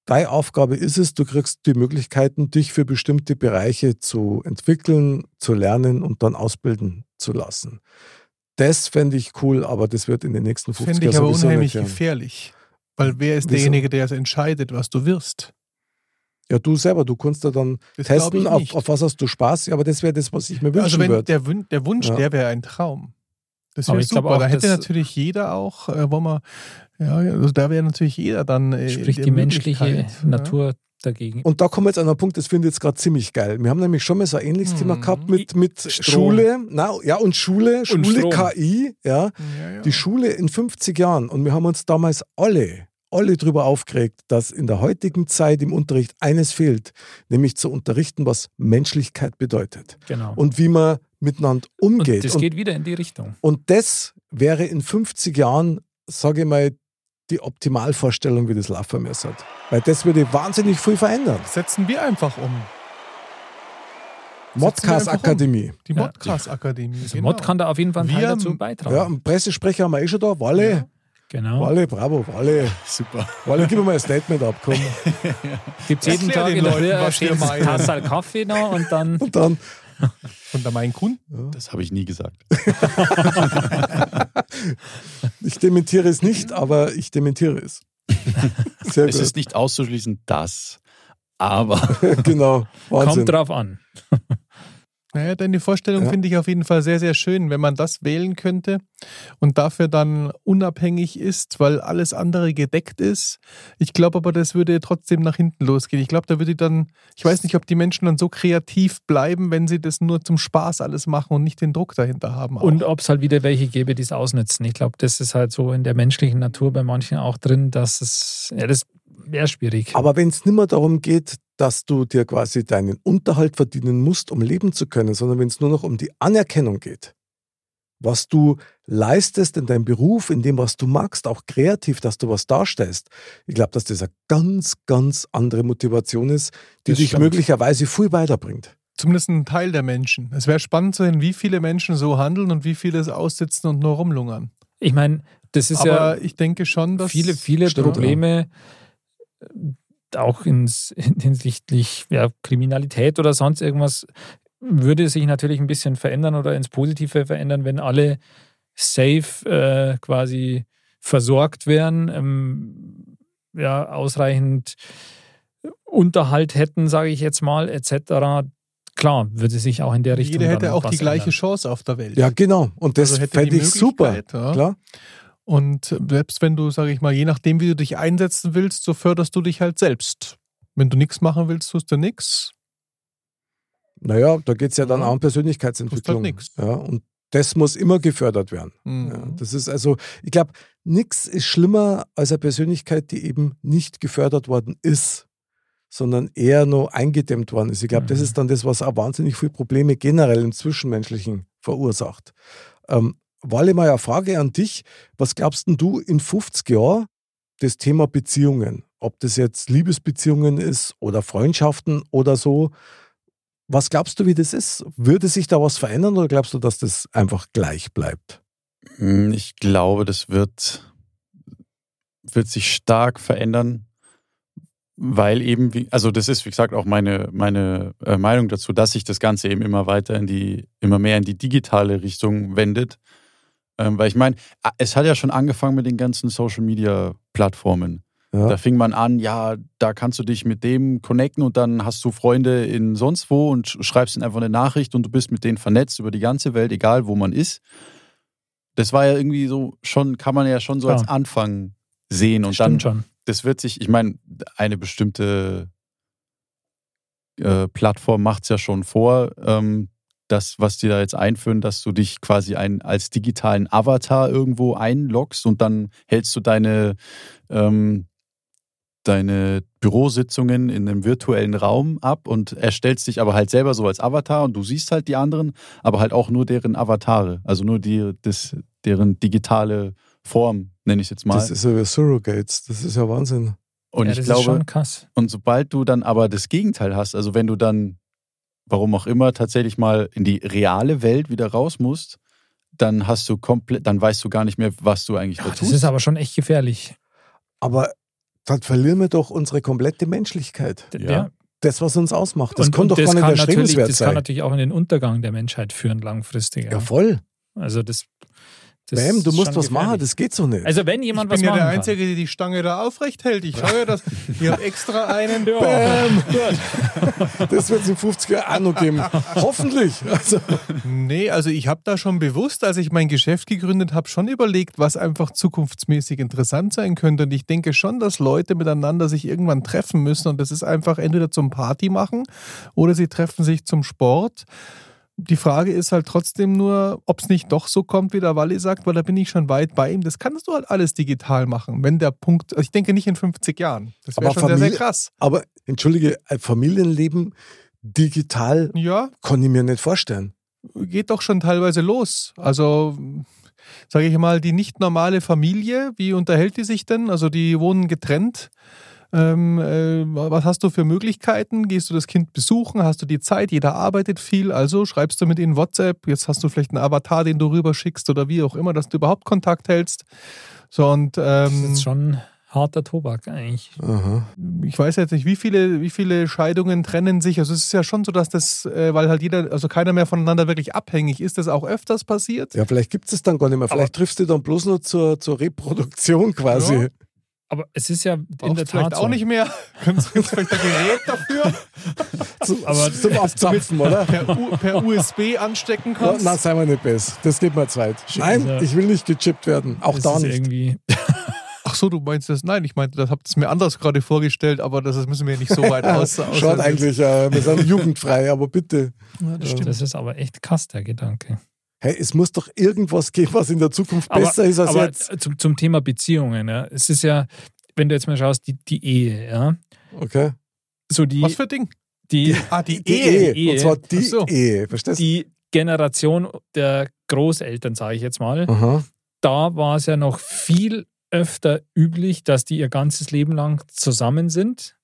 Speaker 1: deine Aufgabe ist es, du kriegst die Möglichkeiten, dich für bestimmte Bereiche zu entwickeln, zu lernen und dann ausbilden zu lassen. Das fände ich cool, aber das wird in den nächsten 50
Speaker 5: Fände ich
Speaker 1: Jahren
Speaker 5: aber
Speaker 1: sowieso
Speaker 5: unheimlich
Speaker 1: nicht. werden.
Speaker 5: gefährlich. Weil wer ist
Speaker 1: Wieso?
Speaker 5: derjenige, der es entscheidet, was du wirst?
Speaker 1: Ja, du selber, du kannst da dann
Speaker 5: Das glaub
Speaker 1: testen,
Speaker 5: ich
Speaker 1: auf,
Speaker 5: nicht.
Speaker 1: auf was hast du Spaß, ja, aber das wäre das, was ich mir
Speaker 5: also
Speaker 1: wünschen
Speaker 5: wenn
Speaker 1: würde.
Speaker 5: der, Wün der Wunsch,
Speaker 1: Ja.
Speaker 5: der wäre ein Traum. Das
Speaker 2: Aber
Speaker 5: wäre
Speaker 2: ich glaub
Speaker 5: super.
Speaker 2: auch,
Speaker 5: da hätte
Speaker 2: dass-
Speaker 5: natürlich jeder auch, äh, wo man, ja, also da wäre natürlich jeder dann. Äh,
Speaker 2: Sprich
Speaker 5: der
Speaker 2: die menschliche
Speaker 5: Möglichkeit, ja.
Speaker 2: Natur dagegen.
Speaker 1: Und da kommen wir jetzt an einen Punkt, das finde ich jetzt gerade ziemlich geil. Wir haben nämlich schon mal so ein ähnliches
Speaker 5: Hm.
Speaker 1: Thema gehabt mit, mit
Speaker 2: Strom.
Speaker 1: Schule. Na, ja, und Schule, Schule,
Speaker 2: Strom.
Speaker 1: KI, ja.
Speaker 5: Ja, ja.
Speaker 1: Die Schule in 50 Jahren. Und wir haben uns damals alle, alle drüber aufgeregt, dass in der heutigen Zeit im Unterricht eines fehlt, nämlich zu unterrichten, was Menschlichkeit bedeutet
Speaker 2: genau.
Speaker 1: und wie man miteinander
Speaker 2: Und
Speaker 1: umgeht.
Speaker 2: das
Speaker 1: Und
Speaker 2: geht wieder in die Richtung.
Speaker 1: und das wäre in 50 Jahren, sage ich mal, die Optimalvorstellung, wie das laufen müsste. Weil das würde wahnsinnig viel verändern.
Speaker 5: setzen wir einfach um.
Speaker 1: Modcast
Speaker 5: einfach um.
Speaker 1: Akademie.
Speaker 5: Die
Speaker 2: Ja.
Speaker 5: Modcast-Akademie. genau.
Speaker 2: Also Mod kann da auf jeden Fall einen
Speaker 5: Wir-
Speaker 2: Teil dazu
Speaker 1: Ja,
Speaker 2: beitragen.
Speaker 1: ja einen Pressesprecher haben wir eh schon da. Walle,
Speaker 2: Genau.
Speaker 1: Walle, bravo, Walle.
Speaker 3: Super.
Speaker 1: Walle, gib mir mal ein Statement ab, komm.
Speaker 2: Gibt es jeden
Speaker 5: Erklär
Speaker 2: Tag
Speaker 5: den
Speaker 2: in der Früh
Speaker 5: Leuten,
Speaker 2: eine
Speaker 5: was wir meinen.
Speaker 2: Tasse Kaffee noch und dann.
Speaker 1: Und dann,
Speaker 5: Unter meinen Kunden.
Speaker 3: Das habe ich nie gesagt.
Speaker 1: ich dementiere es nicht, aber ich dementiere es. Sehr
Speaker 3: Es ist nicht auszuschließen, dass. Aber
Speaker 1: gut. Genau. Wahnsinn.
Speaker 2: Kommt drauf an.
Speaker 5: Naja, deine Vorstellung
Speaker 1: Ja.
Speaker 5: finde ich auf jeden Fall sehr, sehr schön, wenn man das wählen könnte und dafür dann unabhängig ist, weil alles andere gedeckt ist. Ich glaube aber, das würde trotzdem nach hinten losgehen. Ich glaube, da würde dann, ich weiß nicht, ob die Menschen dann so kreativ bleiben, wenn sie das nur zum Spaß alles machen und nicht den Druck dahinter haben. auch.
Speaker 2: Und ob es halt wieder welche gäbe, die es ausnützen. Ich glaube, das ist halt so in der menschlichen Natur bei manchen auch drin, dass es, ja, das wäre schwierig.
Speaker 1: Aber wenn es nicht mehr darum geht, dass du dir quasi deinen Unterhalt verdienen musst, um leben zu können, sondern wenn es nur noch um die Anerkennung geht, was du leistest in deinem Beruf, in dem, was du magst, auch kreativ, dass du was darstellst. Ich glaube, dass das eine ganz, ganz andere Motivation ist, die
Speaker 3: Das
Speaker 1: dich
Speaker 3: stimmt.
Speaker 1: möglicherweise viel weiterbringt.
Speaker 5: Zumindest ein Teil der Menschen. Es wäre spannend zu sehen, wie viele Menschen so handeln und wie viele es aussitzen und nur rumlungern.
Speaker 2: ich meine, das ist ja
Speaker 5: aber ich denke schon, dass
Speaker 2: viele, viele
Speaker 1: stimmt, ja.
Speaker 2: Probleme äh, auch ins, hinsichtlich ja, Kriminalität oder sonst irgendwas würde sich natürlich ein bisschen verändern oder ins Positive verändern, wenn alle safe äh, quasi versorgt wären, ähm, ja, ausreichend Unterhalt hätten, sage ich jetzt mal, etc. Klar, würde sich auch in der Richtung
Speaker 5: jeder hätte
Speaker 2: dann
Speaker 5: auch
Speaker 2: was
Speaker 5: die gleiche
Speaker 2: ändern.
Speaker 5: Chance auf der Welt.
Speaker 1: Ja, genau. Und das
Speaker 5: Also hätte
Speaker 1: fände
Speaker 5: die
Speaker 1: ich super.
Speaker 5: Möglichkeit, ne? ja.
Speaker 1: Klar?
Speaker 5: Und selbst wenn du, sage ich mal, je nachdem, wie du dich einsetzen willst, so förderst du dich halt selbst. Wenn du nichts machen willst, tust du nichts.
Speaker 1: Naja, da geht es ja dann
Speaker 5: Ja.
Speaker 1: auch um Persönlichkeitsentwicklung.
Speaker 5: nix.
Speaker 1: ja, und das muss immer gefördert werden. Ja,
Speaker 5: Mhm.
Speaker 1: das ist also, ich glaube, nichts ist schlimmer als eine Persönlichkeit, die eben nicht gefördert worden ist, sondern eher nur eingedämmt worden ist. Ich glaube, das
Speaker 2: Mhm.
Speaker 1: ist dann das, was auch wahnsinnig viele Probleme generell im Zwischenmenschlichen verursacht. Ähm, Wally, mal eine Frage an dich. Was glaubst denn du in 50 Jahren das Thema Beziehungen? Ob das jetzt Liebesbeziehungen ist oder Freundschaften oder so. Was glaubst du, wie das ist? Würde sich da was verändern oder glaubst du, dass das einfach gleich bleibt?
Speaker 3: Hm, Ich glaube, das wird, wird sich stark verändern, weil eben, wie, also das ist, wie gesagt, auch meine, meine äh, Meinung dazu, dass sich das Ganze eben immer weiter in die, immer mehr in die digitale Richtung wendet. Ähm, weil ich meine, a- es hat ja schon angefangen mit den ganzen Social Media Plattformen.
Speaker 1: Ja.
Speaker 3: Da fing man an, ja, da kannst du dich mit dem connecten und dann hast du Freunde in sonst wo und sch- schreibst ihnen einfach eine Nachricht und du bist mit denen vernetzt über die ganze Welt, egal wo man ist. Das war ja irgendwie so schon, kann man ja schon so
Speaker 2: Klar.
Speaker 3: als Anfang sehen und dann
Speaker 2: Stimmt schon.
Speaker 3: das wird sich, ich meine, eine bestimmte äh, Plattform macht es ja schon vor, ähm, das, was die da jetzt einführen, dass du dich quasi ein, als digitalen Avatar irgendwo einloggst und dann hältst du deine, ähm, deine Bürositzungen in einem virtuellen Raum ab und erstellst dich aber halt selber so als Avatar und du siehst halt die anderen, aber halt auch nur deren Avatare, also nur die, das, deren digitale Form, nenne ich es jetzt mal.
Speaker 1: Das ist ja wie Surrogates, das ist ja Wahnsinn.
Speaker 3: und
Speaker 2: ja,
Speaker 3: ich
Speaker 2: das
Speaker 3: glaube,
Speaker 2: ist schon krass.
Speaker 3: und sobald du dann aber das Gegenteil hast, also wenn du dann, warum auch immer, tatsächlich mal in die reale Welt wieder raus musst, dann hast du komplett, dann weißt du gar nicht mehr, was du eigentlich
Speaker 2: Ja,
Speaker 3: da
Speaker 2: das
Speaker 3: tust.
Speaker 2: ist aber schon echt gefährlich.
Speaker 1: Aber dann verlieren wir doch unsere komplette Menschlichkeit.
Speaker 2: D-
Speaker 3: Ja.
Speaker 2: Der,
Speaker 1: Das, was uns ausmacht. Das
Speaker 2: Und-
Speaker 1: kann
Speaker 2: und
Speaker 1: doch gar nicht
Speaker 2: kann natürlich,
Speaker 1: erstrebenswert
Speaker 2: Das kann
Speaker 1: sein.
Speaker 2: natürlich auch in den Untergang der Menschheit führen, langfristig.
Speaker 1: Ja, voll.
Speaker 2: Also das, das
Speaker 1: Bam, du
Speaker 2: ist
Speaker 1: musst
Speaker 2: schon
Speaker 1: was machen,
Speaker 2: gefährlich.
Speaker 1: das geht so nicht.
Speaker 2: Also wenn jemand
Speaker 5: ich
Speaker 2: was
Speaker 5: bin ja
Speaker 2: machen
Speaker 5: der
Speaker 2: kann.
Speaker 5: Einzige, der die Stange da aufrecht hält. Ich schaue ja, dass ich habe extra einen.
Speaker 1: Bam. das wird es in 50 Jahren auch noch geben. Hoffentlich. Also,
Speaker 5: Nee, also ich habe da schon bewusst, als ich mein Geschäft gegründet habe, schon überlegt, was einfach zukunftsmäßig interessant sein könnte. Und ich denke schon, dass Leute miteinander sich irgendwann treffen müssen. Und das ist einfach entweder zum Party machen oder sie treffen sich zum Sport. Die Frage ist halt trotzdem nur, ob es nicht doch so kommt, wie der Walli sagt, weil da bin ich schon weit bei ihm. Das kannst du halt alles digital machen, wenn der Punkt, also ich denke nicht in 50 Jahren. Das wäre
Speaker 1: Aber
Speaker 5: schon sehr,
Speaker 1: Familie-
Speaker 5: sehr krass.
Speaker 1: aber entschuldige, ein Familienleben digital
Speaker 5: Ja,
Speaker 1: kann ich mir nicht vorstellen.
Speaker 5: geht doch schon teilweise los. Also, sage ich mal, die nicht normale Familie, wie unterhält die sich denn? Also, die wohnen getrennt. Ähm, äh, was hast du für Möglichkeiten? Gehst du das Kind besuchen? Hast du die Zeit? Jeder arbeitet viel, also schreibst du mit ihnen WhatsApp. Jetzt hast du vielleicht einen Avatar, den du rüberschickst oder wie auch immer, dass du überhaupt Kontakt hältst. So und
Speaker 2: Das ist
Speaker 5: ähm,
Speaker 2: jetzt schon harter Tobak eigentlich.
Speaker 1: Aha.
Speaker 5: ich weiß jetzt nicht, wie viele, wie viele Scheidungen trennen sich. Also es ist ja schon so, dass das, äh, weil halt jeder, also keiner mehr voneinander wirklich abhängig ist, das auch öfters passiert.
Speaker 1: Ja, vielleicht gibt es dann gar nicht mehr. Vielleicht triffst du dann bloß nur zur, zur Reproduktion quasi.
Speaker 5: Ja.
Speaker 2: aber es ist ja in
Speaker 5: Braucht
Speaker 2: der
Speaker 5: vielleicht
Speaker 2: Tat
Speaker 5: auch
Speaker 2: so.
Speaker 5: nicht mehr. Kannst du jetzt vielleicht ein Gerät dafür
Speaker 1: Zu,
Speaker 2: Aber-
Speaker 1: zum Abzapfen, oder?
Speaker 5: per, U per USB anstecken
Speaker 1: Ja,
Speaker 5: kannst?
Speaker 1: na, sei mal nicht besser. Das geht mir zweit. Nein,
Speaker 2: Ja.
Speaker 1: ich will nicht gechippt werden. Auch
Speaker 2: Das
Speaker 1: da
Speaker 2: ist
Speaker 1: nicht.
Speaker 2: irgendwie
Speaker 5: Ach so, du meinst das? Nein, ich meinte, das habt ihr mir anders gerade vorgestellt, aber das, das müssen wir nicht so weit aus. aus
Speaker 1: Schaut eigentlich, äh, wir sind jugendfrei, aber bitte.
Speaker 5: Ja, das stimmt.
Speaker 2: Das ist aber echt krass, der Gedanke.
Speaker 1: Hey, es muss doch irgendwas geben, was in der Zukunft besser ist als
Speaker 2: aber
Speaker 1: jetzt.
Speaker 2: Zum, zum Thema Beziehungen, ja. Es ist ja, wenn du jetzt mal schaust, die, die Ehe, ja.
Speaker 1: Okay.
Speaker 2: So die,
Speaker 5: Was für Ding?
Speaker 2: die,
Speaker 5: Ah, die,
Speaker 1: Die
Speaker 5: Ehe.
Speaker 1: Ehe.
Speaker 2: Ehe.
Speaker 1: Und zwar die E
Speaker 5: Ach so.
Speaker 1: Ehe. Verstehst du?
Speaker 2: die Generation der Großeltern, sage ich jetzt mal,
Speaker 1: Aha.
Speaker 2: da war es ja noch viel öfter üblich, dass die ihr ganzes Leben lang zusammen sind,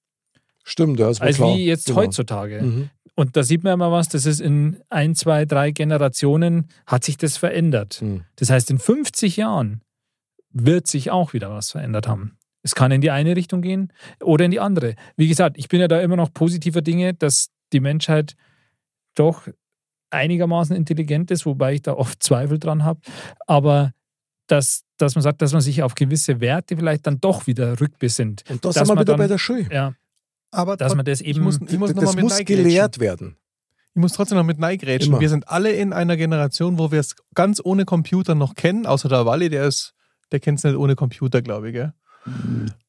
Speaker 1: Stimmt, ja, ist mir
Speaker 2: als
Speaker 1: klar.
Speaker 2: Also wie jetzt
Speaker 1: Genau.
Speaker 2: heutzutage.
Speaker 1: Mhm.
Speaker 2: Und da sieht man immer was, das ist in ein, zwei, drei Generationen hat sich das verändert.
Speaker 1: Mhm.
Speaker 2: Das heißt, in 50 Jahren wird sich auch wieder was verändert haben. Es kann in die eine Richtung gehen oder in die andere. Wie gesagt, ich bin ja da immer noch positiver Dinge, dass die Menschheit doch einigermaßen intelligent ist, wobei ich da oft Zweifel dran habe. Aber dass, dass man sagt, dass man sich auf gewisse Werte vielleicht dann doch wieder rückbesinnt.
Speaker 1: Und da
Speaker 2: Dass
Speaker 1: sind wir
Speaker 2: man
Speaker 1: wieder
Speaker 2: dann-
Speaker 1: bei der Schule.
Speaker 2: Ja,
Speaker 5: Aber
Speaker 2: dass man das
Speaker 5: ich
Speaker 2: eben.
Speaker 5: muss, ich muss
Speaker 1: das
Speaker 5: nochmal mit
Speaker 1: muss
Speaker 5: reingrätschen.
Speaker 1: gelehrt werden.
Speaker 5: Ich muss trotzdem noch mit neigrätschen.
Speaker 1: Immer.
Speaker 5: Wir sind alle in einer Generation, wo wir es ganz ohne Computer noch kennen, außer der Wally, der ist, der kennt es nicht ohne Computer, glaube ich, gell?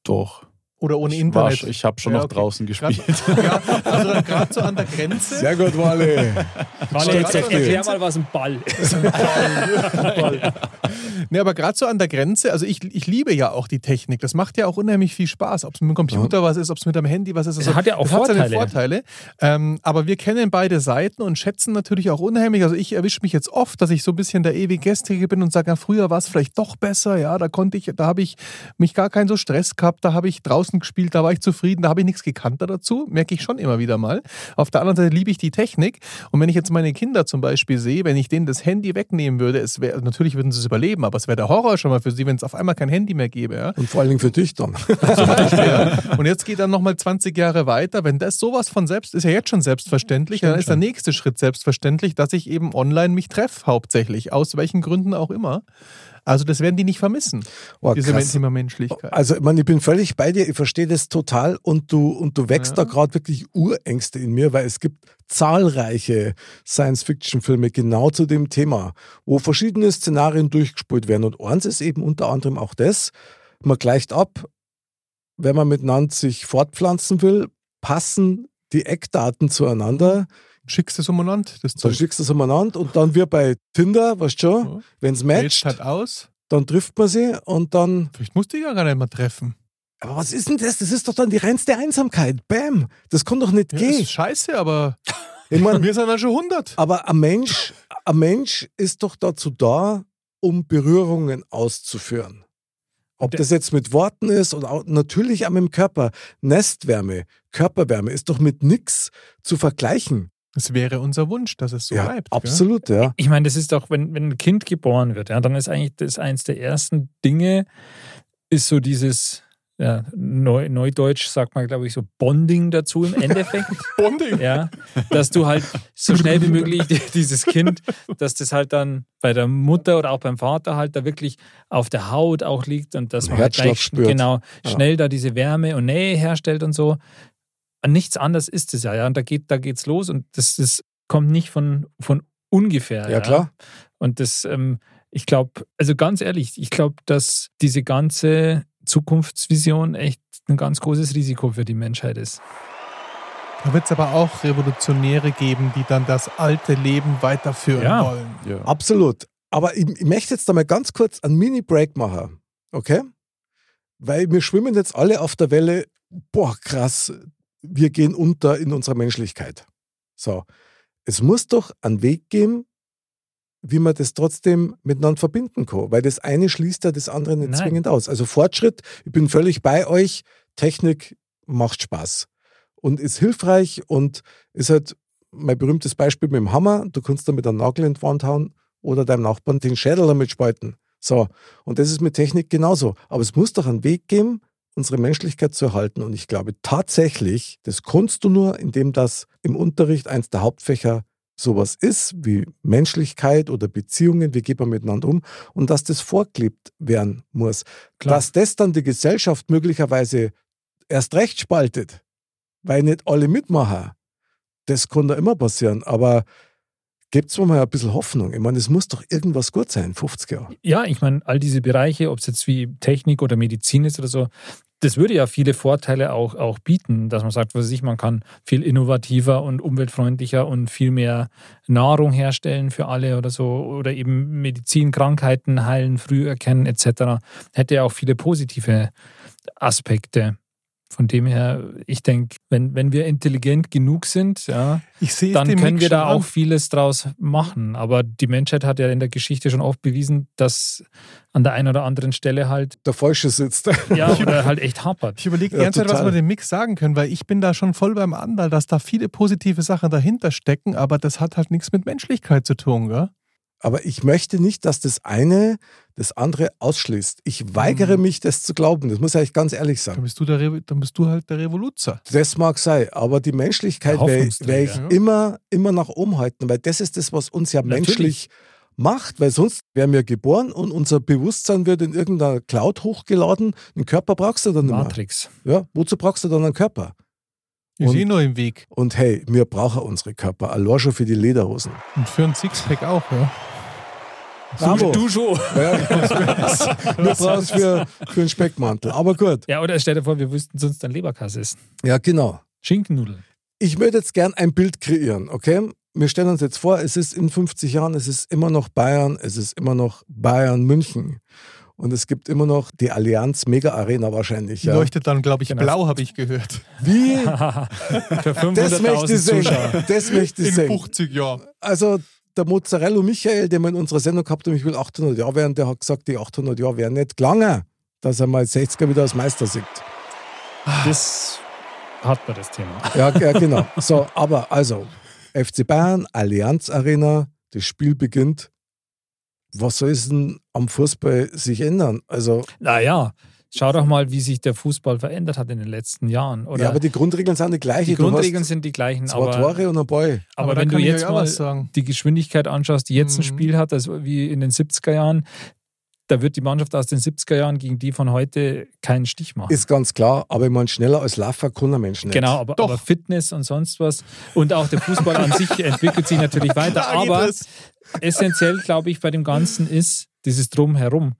Speaker 3: Doch.
Speaker 5: Oder ohne
Speaker 3: ich war
Speaker 5: Internet.
Speaker 3: sch- ich habe schon
Speaker 5: Ja,
Speaker 3: noch
Speaker 5: okay.
Speaker 3: draußen
Speaker 5: Grad-
Speaker 3: gespielt.
Speaker 5: ja, also dann gerade so an der Grenze.
Speaker 1: Sehr gut, Wale.
Speaker 2: Warte,
Speaker 1: Steht
Speaker 2: jetzt
Speaker 1: auf dir.
Speaker 2: erklär mal, was ein Ball ist.
Speaker 5: Nee, aber gerade so an der Grenze, also ich, ich liebe ja auch die Technik. Das macht ja auch unheimlich viel Spaß, ob es mit dem Computer was ist, ob es mit dem Handy was ist. also
Speaker 2: Es hat ja auch
Speaker 5: das Hat seine
Speaker 2: Vorteile.
Speaker 5: Vorteile. Ähm, aber wir kennen beide Seiten und schätzen natürlich auch unheimlich. Also ich erwische mich jetzt oft, dass ich so ein bisschen der ewig Gestrige bin und sage, ja, früher war es vielleicht doch besser. Ja, da konnte ich, da habe ich mich gar keinen so Stress gehabt. Da habe ich draußen gespielt, da war ich zufrieden, da habe ich nichts gekannt dazu. Merke ich schon immer wieder mal. Auf der anderen Seite liebe ich die Technik. Und wenn ich jetzt meine Kinder zum Beispiel sehe, wenn ich denen das Handy wegnehmen würde, es wäre, natürlich würden sie es überleben, aber es wäre der Horror schon mal für sie, wenn es auf einmal kein Handy mehr gäbe. Ja?
Speaker 1: Und vor allen Dingen für dich dann.
Speaker 5: ja. Und jetzt geht dann nochmal 20 Jahre weiter. Wenn das sowas von selbst ist, ja jetzt schon selbstverständlich,
Speaker 2: Stimmt
Speaker 5: dann ist der nächste Schritt selbstverständlich, dass ich eben online mich treffe, hauptsächlich. Aus welchen Gründen auch immer. Also, das werden die nicht vermissen,
Speaker 1: Oh,
Speaker 5: diese
Speaker 1: krass.
Speaker 5: Men- Thema Menschlichkeit.
Speaker 1: Also, ich, meine, ich bin völlig bei dir, ich verstehe das total und du, und du wächst da
Speaker 5: Ja.
Speaker 1: gerade wirklich Urängste in mir, weil es gibt zahlreiche Science-Fiction-Filme genau zu dem Thema, wo verschiedene Szenarien durchgespielt werden. Und eins ist eben unter anderem auch das, man gleicht ab, wenn man miteinander sich fortpflanzen will, passen die Eckdaten
Speaker 5: Mhm.
Speaker 1: zueinander,
Speaker 5: Schickst du so monant, das
Speaker 1: dann
Speaker 5: Zeug.
Speaker 1: schickst du es umeinander und dann wir bei Tinder, weißt du schon,
Speaker 5: Ja.
Speaker 1: wenn es
Speaker 5: Matcht
Speaker 1: matcht,
Speaker 5: halt aus.
Speaker 1: dann trifft man sie und dann
Speaker 5: Vielleicht musste ich ja gar nicht mal treffen.
Speaker 1: Aber was ist denn das? Das ist doch dann die reinste Einsamkeit. Bam. Das kann doch nicht
Speaker 5: Ja,
Speaker 1: gehen.
Speaker 5: ist scheiße, aber
Speaker 1: Ich mein,
Speaker 5: wir sind ja schon 100.
Speaker 1: aber ein Mensch, ein Mensch ist doch dazu da, um Berührungen auszuführen. Ob
Speaker 2: Der-
Speaker 1: das jetzt mit Worten ist oder auch, natürlich auch mit dem Körper. Nestwärme, Körperwärme ist doch mit nix zu vergleichen.
Speaker 5: Es wäre unser Wunsch, dass es so
Speaker 1: ja,
Speaker 5: bleibt. Gell?
Speaker 1: absolut, ja.
Speaker 2: Ich meine, das ist doch, wenn, wenn ein Kind geboren wird, ja, dann ist eigentlich das eins der ersten Dinge, ist so dieses, ja, Neu, Neudeutsch sagt man, glaube ich, so Bonding dazu im Endeffekt.
Speaker 5: Bonding.
Speaker 2: ja, dass du halt so schnell wie möglich die- dieses Kind, dass das halt dann bei der Mutter oder auch beim Vater halt da wirklich auf der Haut auch liegt und dass
Speaker 1: Ein
Speaker 2: man halt
Speaker 1: Herzschlag
Speaker 2: gleich
Speaker 1: spürt.
Speaker 2: genau
Speaker 1: Ja.
Speaker 2: schnell da diese Wärme und Nähe herstellt und so. Und nichts anderes ist es ja, ja. Und da geht, da geht's los und das, das kommt nicht von, von ungefähr.
Speaker 1: Ja, klar.
Speaker 2: Und das, ähm, ich glaube, also ganz ehrlich, ich glaube, dass diese ganze Zukunftsvision echt ein ganz großes Risiko für die Menschheit ist.
Speaker 5: Da wird es aber auch Revolutionäre geben, die dann das alte Leben weiterführen
Speaker 2: Ja.
Speaker 5: wollen.
Speaker 3: Ja.
Speaker 1: Absolut. Aber ich, ich möchte jetzt da mal ganz kurz einen Mini-Break machen. Okay? Weil wir schwimmen jetzt alle auf der Welle, boah, krass, wir gehen unter in unserer Menschlichkeit. So. Es muss doch einen Weg geben, wie man das trotzdem miteinander verbinden kann. Weil das eine schließt ja das andere nicht
Speaker 2: Nein.
Speaker 1: zwingend aus. Also Fortschritt, ich bin völlig bei euch. Technik macht Spaß und ist hilfreich und ist halt mein berühmtes Beispiel mit dem Hammer. Du kannst damit einen Nagel in die Wand hauen oder deinem Nachbarn den Schädel damit spalten. So. Und das ist mit Technik genauso. Aber es muss doch einen Weg geben, unsere Menschlichkeit zu erhalten. Und ich glaube tatsächlich, das kannst du nur, indem das im Unterricht eins der Hauptfächer sowas ist, wie Menschlichkeit oder Beziehungen, wie geht man miteinander um, und dass das vorgelebt werden muss.
Speaker 2: Klar.
Speaker 1: Dass das dann die Gesellschaft möglicherweise erst recht spaltet, weil nicht alle mitmachen, das kann da immer passieren. Aber gibt es mal ein bisschen Hoffnung? Ich meine, es muss doch irgendwas gut sein, 50 Jahre.
Speaker 2: Ja, ich meine, all diese Bereiche, ob es jetzt wie Technik oder Medizin ist oder so, das würde ja viele Vorteile auch, auch bieten, dass man sagt, was weiß ich, man kann viel innovativer und umweltfreundlicher und viel mehr Nahrung herstellen für alle oder so oder eben Medizin, Krankheiten heilen, früh erkennen etc. Hätte ja auch viele positive Aspekte. Von dem her, ich denke, wenn, wenn wir intelligent genug sind, ja,
Speaker 5: Ich sehe es
Speaker 2: dann
Speaker 5: dem
Speaker 2: können
Speaker 5: Mick
Speaker 2: wir
Speaker 5: schon
Speaker 2: da
Speaker 5: an.
Speaker 2: auch vieles draus machen. Aber die Menschheit hat ja in der Geschichte schon oft bewiesen, dass an der einen oder anderen Stelle halt,
Speaker 1: Der Falsche sitzt.
Speaker 2: ja, oder halt echt hapert.
Speaker 5: Ich überlege die
Speaker 1: Ja,
Speaker 5: ganze Zeit, was
Speaker 1: total.
Speaker 5: wir dem Mick sagen können, weil ich bin da schon voll beim Andal, dass da viele positive Sachen dahinter stecken, aber das hat halt nichts mit Menschlichkeit zu tun, gell?
Speaker 1: Aber ich möchte nicht, dass das eine das andere ausschließt. Ich weigere
Speaker 5: Mhm.
Speaker 1: mich, das zu glauben. Das muss ich eigentlich ganz ehrlich
Speaker 5: Dann
Speaker 1: sagen.
Speaker 5: bist du, der Re dann bist du halt der Revoluzer.
Speaker 1: Das mag sein, aber die Menschlichkeit
Speaker 2: Der
Speaker 1: werde
Speaker 2: Hoffnungsträger.
Speaker 1: ich
Speaker 5: Ja.
Speaker 1: immer, immer nach oben halten, weil das ist das, was uns ja
Speaker 2: Natürlich.
Speaker 1: menschlich macht, weil sonst wären wir geboren und unser Bewusstsein wird in irgendeiner Cloud hochgeladen. Einen Körper brauchst du dann nicht mehr.
Speaker 2: Matrix.
Speaker 1: Ja? Wozu brauchst du dann einen Körper?
Speaker 5: Ich
Speaker 1: Und-
Speaker 5: sehe nur im Weg.
Speaker 1: Und hey, wir brauchen unsere Körper, allein schon für die Lederhosen.
Speaker 5: Und für ein Sixpack auch, ja.
Speaker 1: Bravo.
Speaker 2: schon.
Speaker 1: Ja, wir brauchen es für, für einen Speckmantel. Aber gut,
Speaker 2: Ja, oder stell dir vor, wir wüssten sonst ein Leberkass ist.
Speaker 1: ja genau.
Speaker 2: Schinkennudeln.
Speaker 1: ich möchte jetzt gern ein Bild kreieren, okay? Wir stellen uns jetzt vor, es ist in 50 Jahren, es ist immer noch Bayern, es ist immer noch Bayern München. Und es gibt immer noch die Allianz Mega Arena wahrscheinlich.
Speaker 5: Die
Speaker 1: Ja.
Speaker 5: leuchtet dann, glaube ich, blau, habe ich gehört.
Speaker 1: Wie?
Speaker 2: Für
Speaker 1: Das möchte
Speaker 2: 500.000
Speaker 1: ich sehen.
Speaker 2: Zuschauer.
Speaker 1: Das möchte ich
Speaker 5: In
Speaker 1: sehen.
Speaker 5: 50 Jahren.
Speaker 1: Also der Mozzarella Michael, den wir in unserer Sendung gehabt haben, ich will 800 Jahre werden, der hat gesagt, die 800 Jahre wären nicht lange, dass er mal 60er wieder als Meister sieht.
Speaker 2: Das hat man das Thema.
Speaker 1: Ja, ja, genau. So, aber also, FC Bayern, Allianz Arena, das Spiel beginnt. Was soll es denn am Fußball sich ändern? Also,
Speaker 2: Naja, schau doch mal, wie sich der Fußball verändert hat in den letzten Jahren. Oder
Speaker 1: ja, aber die Grundregeln sind die gleiche.
Speaker 2: die Grundregeln
Speaker 1: du hast
Speaker 2: sind die gleichen.
Speaker 1: zwei
Speaker 2: aber
Speaker 1: Tore und ein Ball.
Speaker 2: Aber,
Speaker 5: da
Speaker 2: wenn du
Speaker 5: kann ich
Speaker 2: jetzt
Speaker 5: euch auch
Speaker 2: mal
Speaker 5: was sagen.
Speaker 2: die Geschwindigkeit anschaust, die jetzt ein
Speaker 5: Mhm.
Speaker 2: Spiel hat, also wie in den 70er Jahren, da wird die Mannschaft aus den 70er Jahren gegen die von heute keinen Stich machen.
Speaker 1: Ist ganz klar, aber ich meine, schneller als Laffer kann ein Mensch nicht.
Speaker 2: Genau, aber,
Speaker 5: Doch.
Speaker 2: aber Fitness und sonst was und auch der Fußball an sich entwickelt sich natürlich weiter.
Speaker 5: Da geht
Speaker 2: Aber
Speaker 5: es.
Speaker 2: essentiell, glaube ich, bei dem Ganzen ist dieses Drumherum.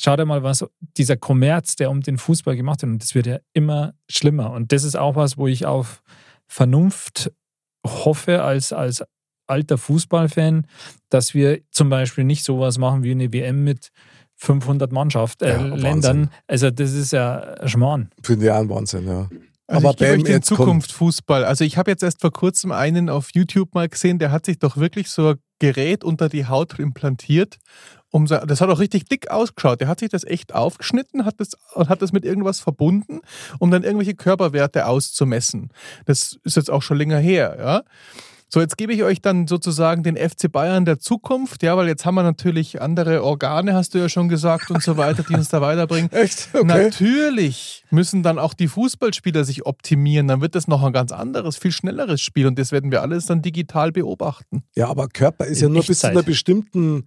Speaker 2: Schau dir mal, was dieser Kommerz, der um den Fußball gemacht wird, und das wird ja immer schlimmer. Und das ist auch was, wo ich auf Vernunft hoffe, als, als alter Fußballfan, dass wir zum Beispiel nicht sowas machen wie eine WM mit 500 Mannschaft, äh,
Speaker 1: Ja, Wahnsinn.
Speaker 2: Ländern. Also, das ist ja Schmarrn.
Speaker 1: Finde ich auch einen Wahnsinn, ja.
Speaker 5: Also
Speaker 1: Aber
Speaker 5: ich gebe
Speaker 1: Bam,
Speaker 5: euch den
Speaker 1: jetzt
Speaker 5: Zukunft Fußball. Also ich habe jetzt erst vor kurzem einen auf YouTube mal gesehen, der hat sich doch wirklich so ein Gerät unter die Haut implantiert. Um, se- das hat auch richtig dick ausgeschaut. Der hat sich das echt aufgeschnitten hat das, und hat das mit irgendwas verbunden, um dann irgendwelche Körperwerte auszumessen. Das ist jetzt auch schon länger her, ja. So, jetzt gebe ich euch dann sozusagen den FC Bayern der Zukunft, ja, weil jetzt haben wir natürlich andere Organe, hast du ja schon gesagt und so weiter, die uns da weiterbringen.
Speaker 1: Echt? Okay.
Speaker 5: Natürlich müssen dann auch die Fußballspieler sich optimieren. Dann wird das noch ein ganz anderes, viel schnelleres Spiel und das werden wir alles dann digital beobachten.
Speaker 1: Ja, aber Körper ist ja
Speaker 2: In
Speaker 1: nur bis zu
Speaker 2: Echtzeit.
Speaker 1: einer bestimmten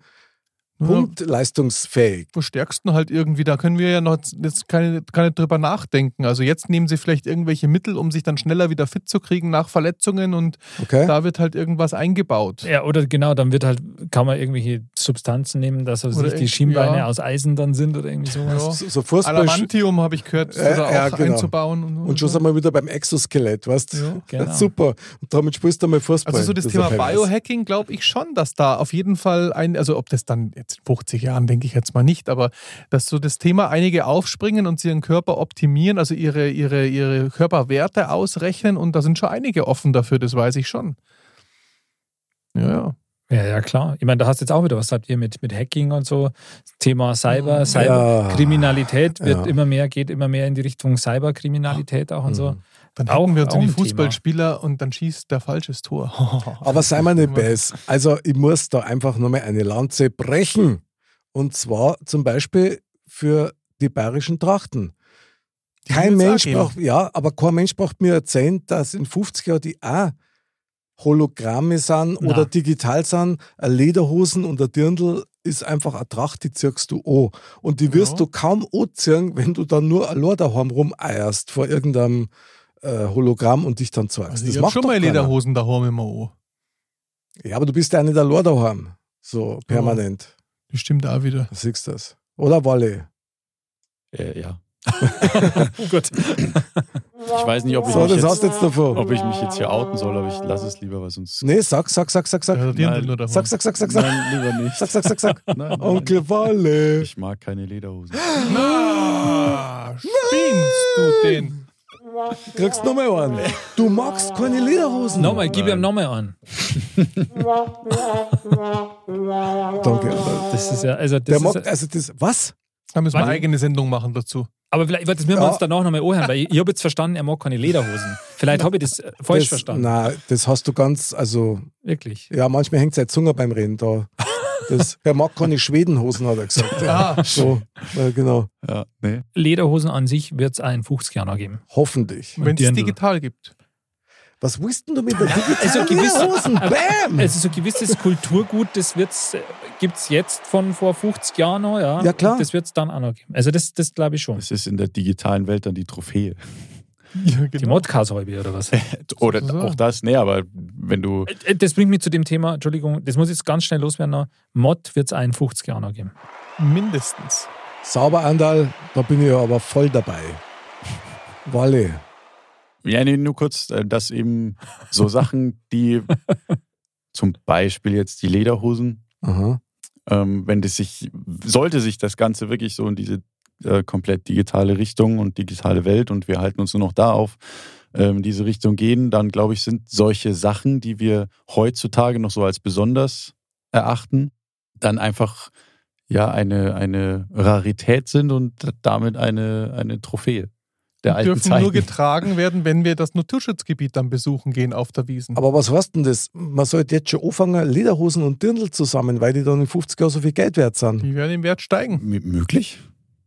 Speaker 1: Punkt leistungsfähig.
Speaker 5: Wo stärksten halt irgendwie, da können wir ja noch jetzt keine, keine drüber nachdenken. Also jetzt nehmen sie vielleicht irgendwelche Mittel, um sich dann schneller wieder fit zu kriegen nach Verletzungen und
Speaker 1: Okay?
Speaker 5: da wird halt irgendwas eingebaut.
Speaker 2: Ja, oder genau, dann wird halt, kann man irgendwelche Substanzen nehmen, dass also
Speaker 5: Oder
Speaker 2: nicht die
Speaker 5: irgend-
Speaker 2: Schienbeine
Speaker 5: ja.
Speaker 2: aus Eisen dann sind oder irgendwie sowas.
Speaker 5: Ja.
Speaker 1: so, so Fußball.
Speaker 5: Alamantium habe ich gehört,
Speaker 1: Äh,
Speaker 5: oder auch
Speaker 1: ja, genau.
Speaker 5: einzubauen. Und,
Speaker 1: Und schon sind wir wieder beim Exoskelett, weißt du?
Speaker 5: Mhm. Ja,
Speaker 2: genau.
Speaker 1: Super. Und damit spielst du mal Fußball.
Speaker 5: Also so das,
Speaker 1: ist
Speaker 5: Thema
Speaker 1: ein Highlight.
Speaker 5: Biohacking glaube ich schon, dass da auf jeden Fall ein, also ob das dann jetzt in 50 Jahren denke ich jetzt mal nicht, aber dass so das Thema einige aufspringen und sie ihren Körper optimieren, also ihre, ihre, ihre Körperwerte ausrechnen und da sind schon einige offen dafür, das weiß ich schon. Ja, ja.
Speaker 2: Ja, ja, klar. Ich meine, da hast du jetzt auch wieder was habt ihr mit, mit Hacking und so. Thema Cyber,
Speaker 5: Mhm.
Speaker 2: Cyberkriminalität
Speaker 1: Ja.
Speaker 2: wird immer mehr, geht immer mehr in die Richtung Cyberkriminalität auch und so.
Speaker 1: Mhm.
Speaker 5: Dann
Speaker 2: Auch-
Speaker 5: hacken wir uns
Speaker 2: auch
Speaker 5: in die
Speaker 2: ein Thema.
Speaker 5: Fußballspieler und dann schießt der falsches Tor.
Speaker 1: Aber sei mal nicht
Speaker 5: Immer.
Speaker 1: bess. Also, ich muss da einfach nochmal eine Lanze brechen. Und zwar zum Beispiel für die bayerischen Trachten.
Speaker 5: Die
Speaker 1: Kein
Speaker 5: wird's auch
Speaker 1: Mensch
Speaker 5: geben.
Speaker 1: braucht, ja, aber kein Mensch braucht mir erzählen, dass in 50 Jahren die auch Hologramme sind
Speaker 2: Na.
Speaker 1: oder digital sind, a Lederhosen und ein Dirndl ist einfach eine Tracht, die ziehst du an. Und die wirst
Speaker 5: Ja.
Speaker 1: du kaum anziehen, wenn du dann nur allein daheim rumeierst vor irgendeinem äh, Hologramm und dich dann zeigst.
Speaker 5: Also
Speaker 1: das
Speaker 5: ich hab
Speaker 1: macht
Speaker 5: schon
Speaker 1: doch
Speaker 5: mal
Speaker 1: keiner.
Speaker 5: Lederhosen daheim immer an.
Speaker 1: Ja, aber du bist ja nicht allein daheim. So, permanent.
Speaker 5: Das stimmt auch wieder.
Speaker 1: Du siehst das. Oder Walle?
Speaker 3: Äh, ja.
Speaker 2: Oh Gott.
Speaker 3: Ich weiß nicht, ob ich,
Speaker 1: So,
Speaker 3: mich
Speaker 1: das hast
Speaker 3: jetzt,
Speaker 1: du jetzt davon.
Speaker 3: ob ich mich jetzt hier outen soll, aber ich lasse es lieber, weil sonst.
Speaker 1: Nee, sag, sag, sag, sag, sag.
Speaker 5: Also die
Speaker 3: Nein.
Speaker 5: Dirndl nur davon.
Speaker 1: Sag, sag, sag, sag, sag.
Speaker 3: Nein, lieber nicht.
Speaker 1: Sag, sag, sag, sag.
Speaker 3: Nein, nein,
Speaker 1: Onkel Walle.
Speaker 3: Ich mag keine Lederhosen.
Speaker 5: Ah, spinnst du den?
Speaker 1: Kriegst nochmal einen. Du magst keine Lederhosen.
Speaker 2: Nochmal, gib ihm nochmal an.
Speaker 1: Danke. Alter.
Speaker 2: Das ist ja, also das
Speaker 1: Der
Speaker 2: ist
Speaker 1: mag, also das, was?
Speaker 5: Da müssen wir
Speaker 2: Warte.
Speaker 5: eine eigene Sendung machen dazu.
Speaker 2: Aber vielleicht, warte, das müssen wir
Speaker 1: Ja.
Speaker 2: uns danach nochmal anhören, weil ich, ich habe jetzt verstanden, er mag keine Lederhosen. Vielleicht habe ich das äh, falsch
Speaker 1: das,
Speaker 2: verstanden.
Speaker 1: Na, das hast du ganz, also,
Speaker 2: Wirklich.
Speaker 1: ja, manchmal hängt seine Zunge beim Reden da. Das, er mag keine Schwedenhosen, hat er gesagt. Ja,
Speaker 5: Ah,
Speaker 1: so, ja, genau.
Speaker 3: Ja, nee.
Speaker 2: Lederhosen an sich wird es einen 50 Jahre geben.
Speaker 1: Hoffentlich.
Speaker 5: wenn es
Speaker 2: Dirndl.
Speaker 5: digital gibt.
Speaker 1: Was willst denn du mit der digitalen
Speaker 2: gewisse-
Speaker 1: Lederhosen? Bam!
Speaker 2: Also so gewisses Kulturgut, das wird's, äh, gibt es jetzt von vor 50 Jahren noch, ja.
Speaker 1: Ja, klar.
Speaker 2: Und Das wird es dann auch noch geben. Also das, das glaube ich schon.
Speaker 3: Das ist in der digitalen Welt dann die Trophäe.
Speaker 5: Ja,
Speaker 2: Die Modcast-Halbe oder was?
Speaker 3: Oder
Speaker 5: So.
Speaker 3: auch das, nee, aber wenn du.
Speaker 2: Äh, Das bringt mich zu dem Thema, Entschuldigung, das muss jetzt ganz schnell loswerden. noch. Mod wird es 51 Jahre noch geben.
Speaker 5: Mindestens.
Speaker 1: Sauber, Andal, da bin ich ja aber voll dabei. Walle.
Speaker 3: Ja, nee, nur kurz, äh, dass eben so Sachen, die zum Beispiel jetzt die Lederhosen,
Speaker 1: Aha.
Speaker 3: ähm, wenn das sich, sollte sich das Ganze wirklich so in diese äh, komplett digitale Richtung und digitale Welt und wir halten uns nur noch da auf, ähm, diese Richtung gehen, dann glaube ich, sind solche Sachen, die wir heutzutage noch so als besonders erachten, dann einfach ja eine, eine Rarität sind und damit eine, eine Trophäe der alten
Speaker 5: Dürfen
Speaker 3: Zeiten.
Speaker 5: nur getragen werden, wenn wir das Naturschutzgebiet dann besuchen gehen auf der Wiesen.
Speaker 1: Aber was heißt denn das? Man sollte jetzt schon anfangen, Lederhosen und Dirndl zusammen, weil die dann in 50 Jahren so viel Geld wert sind.
Speaker 5: Die werden im Wert steigen.
Speaker 3: M- möglich?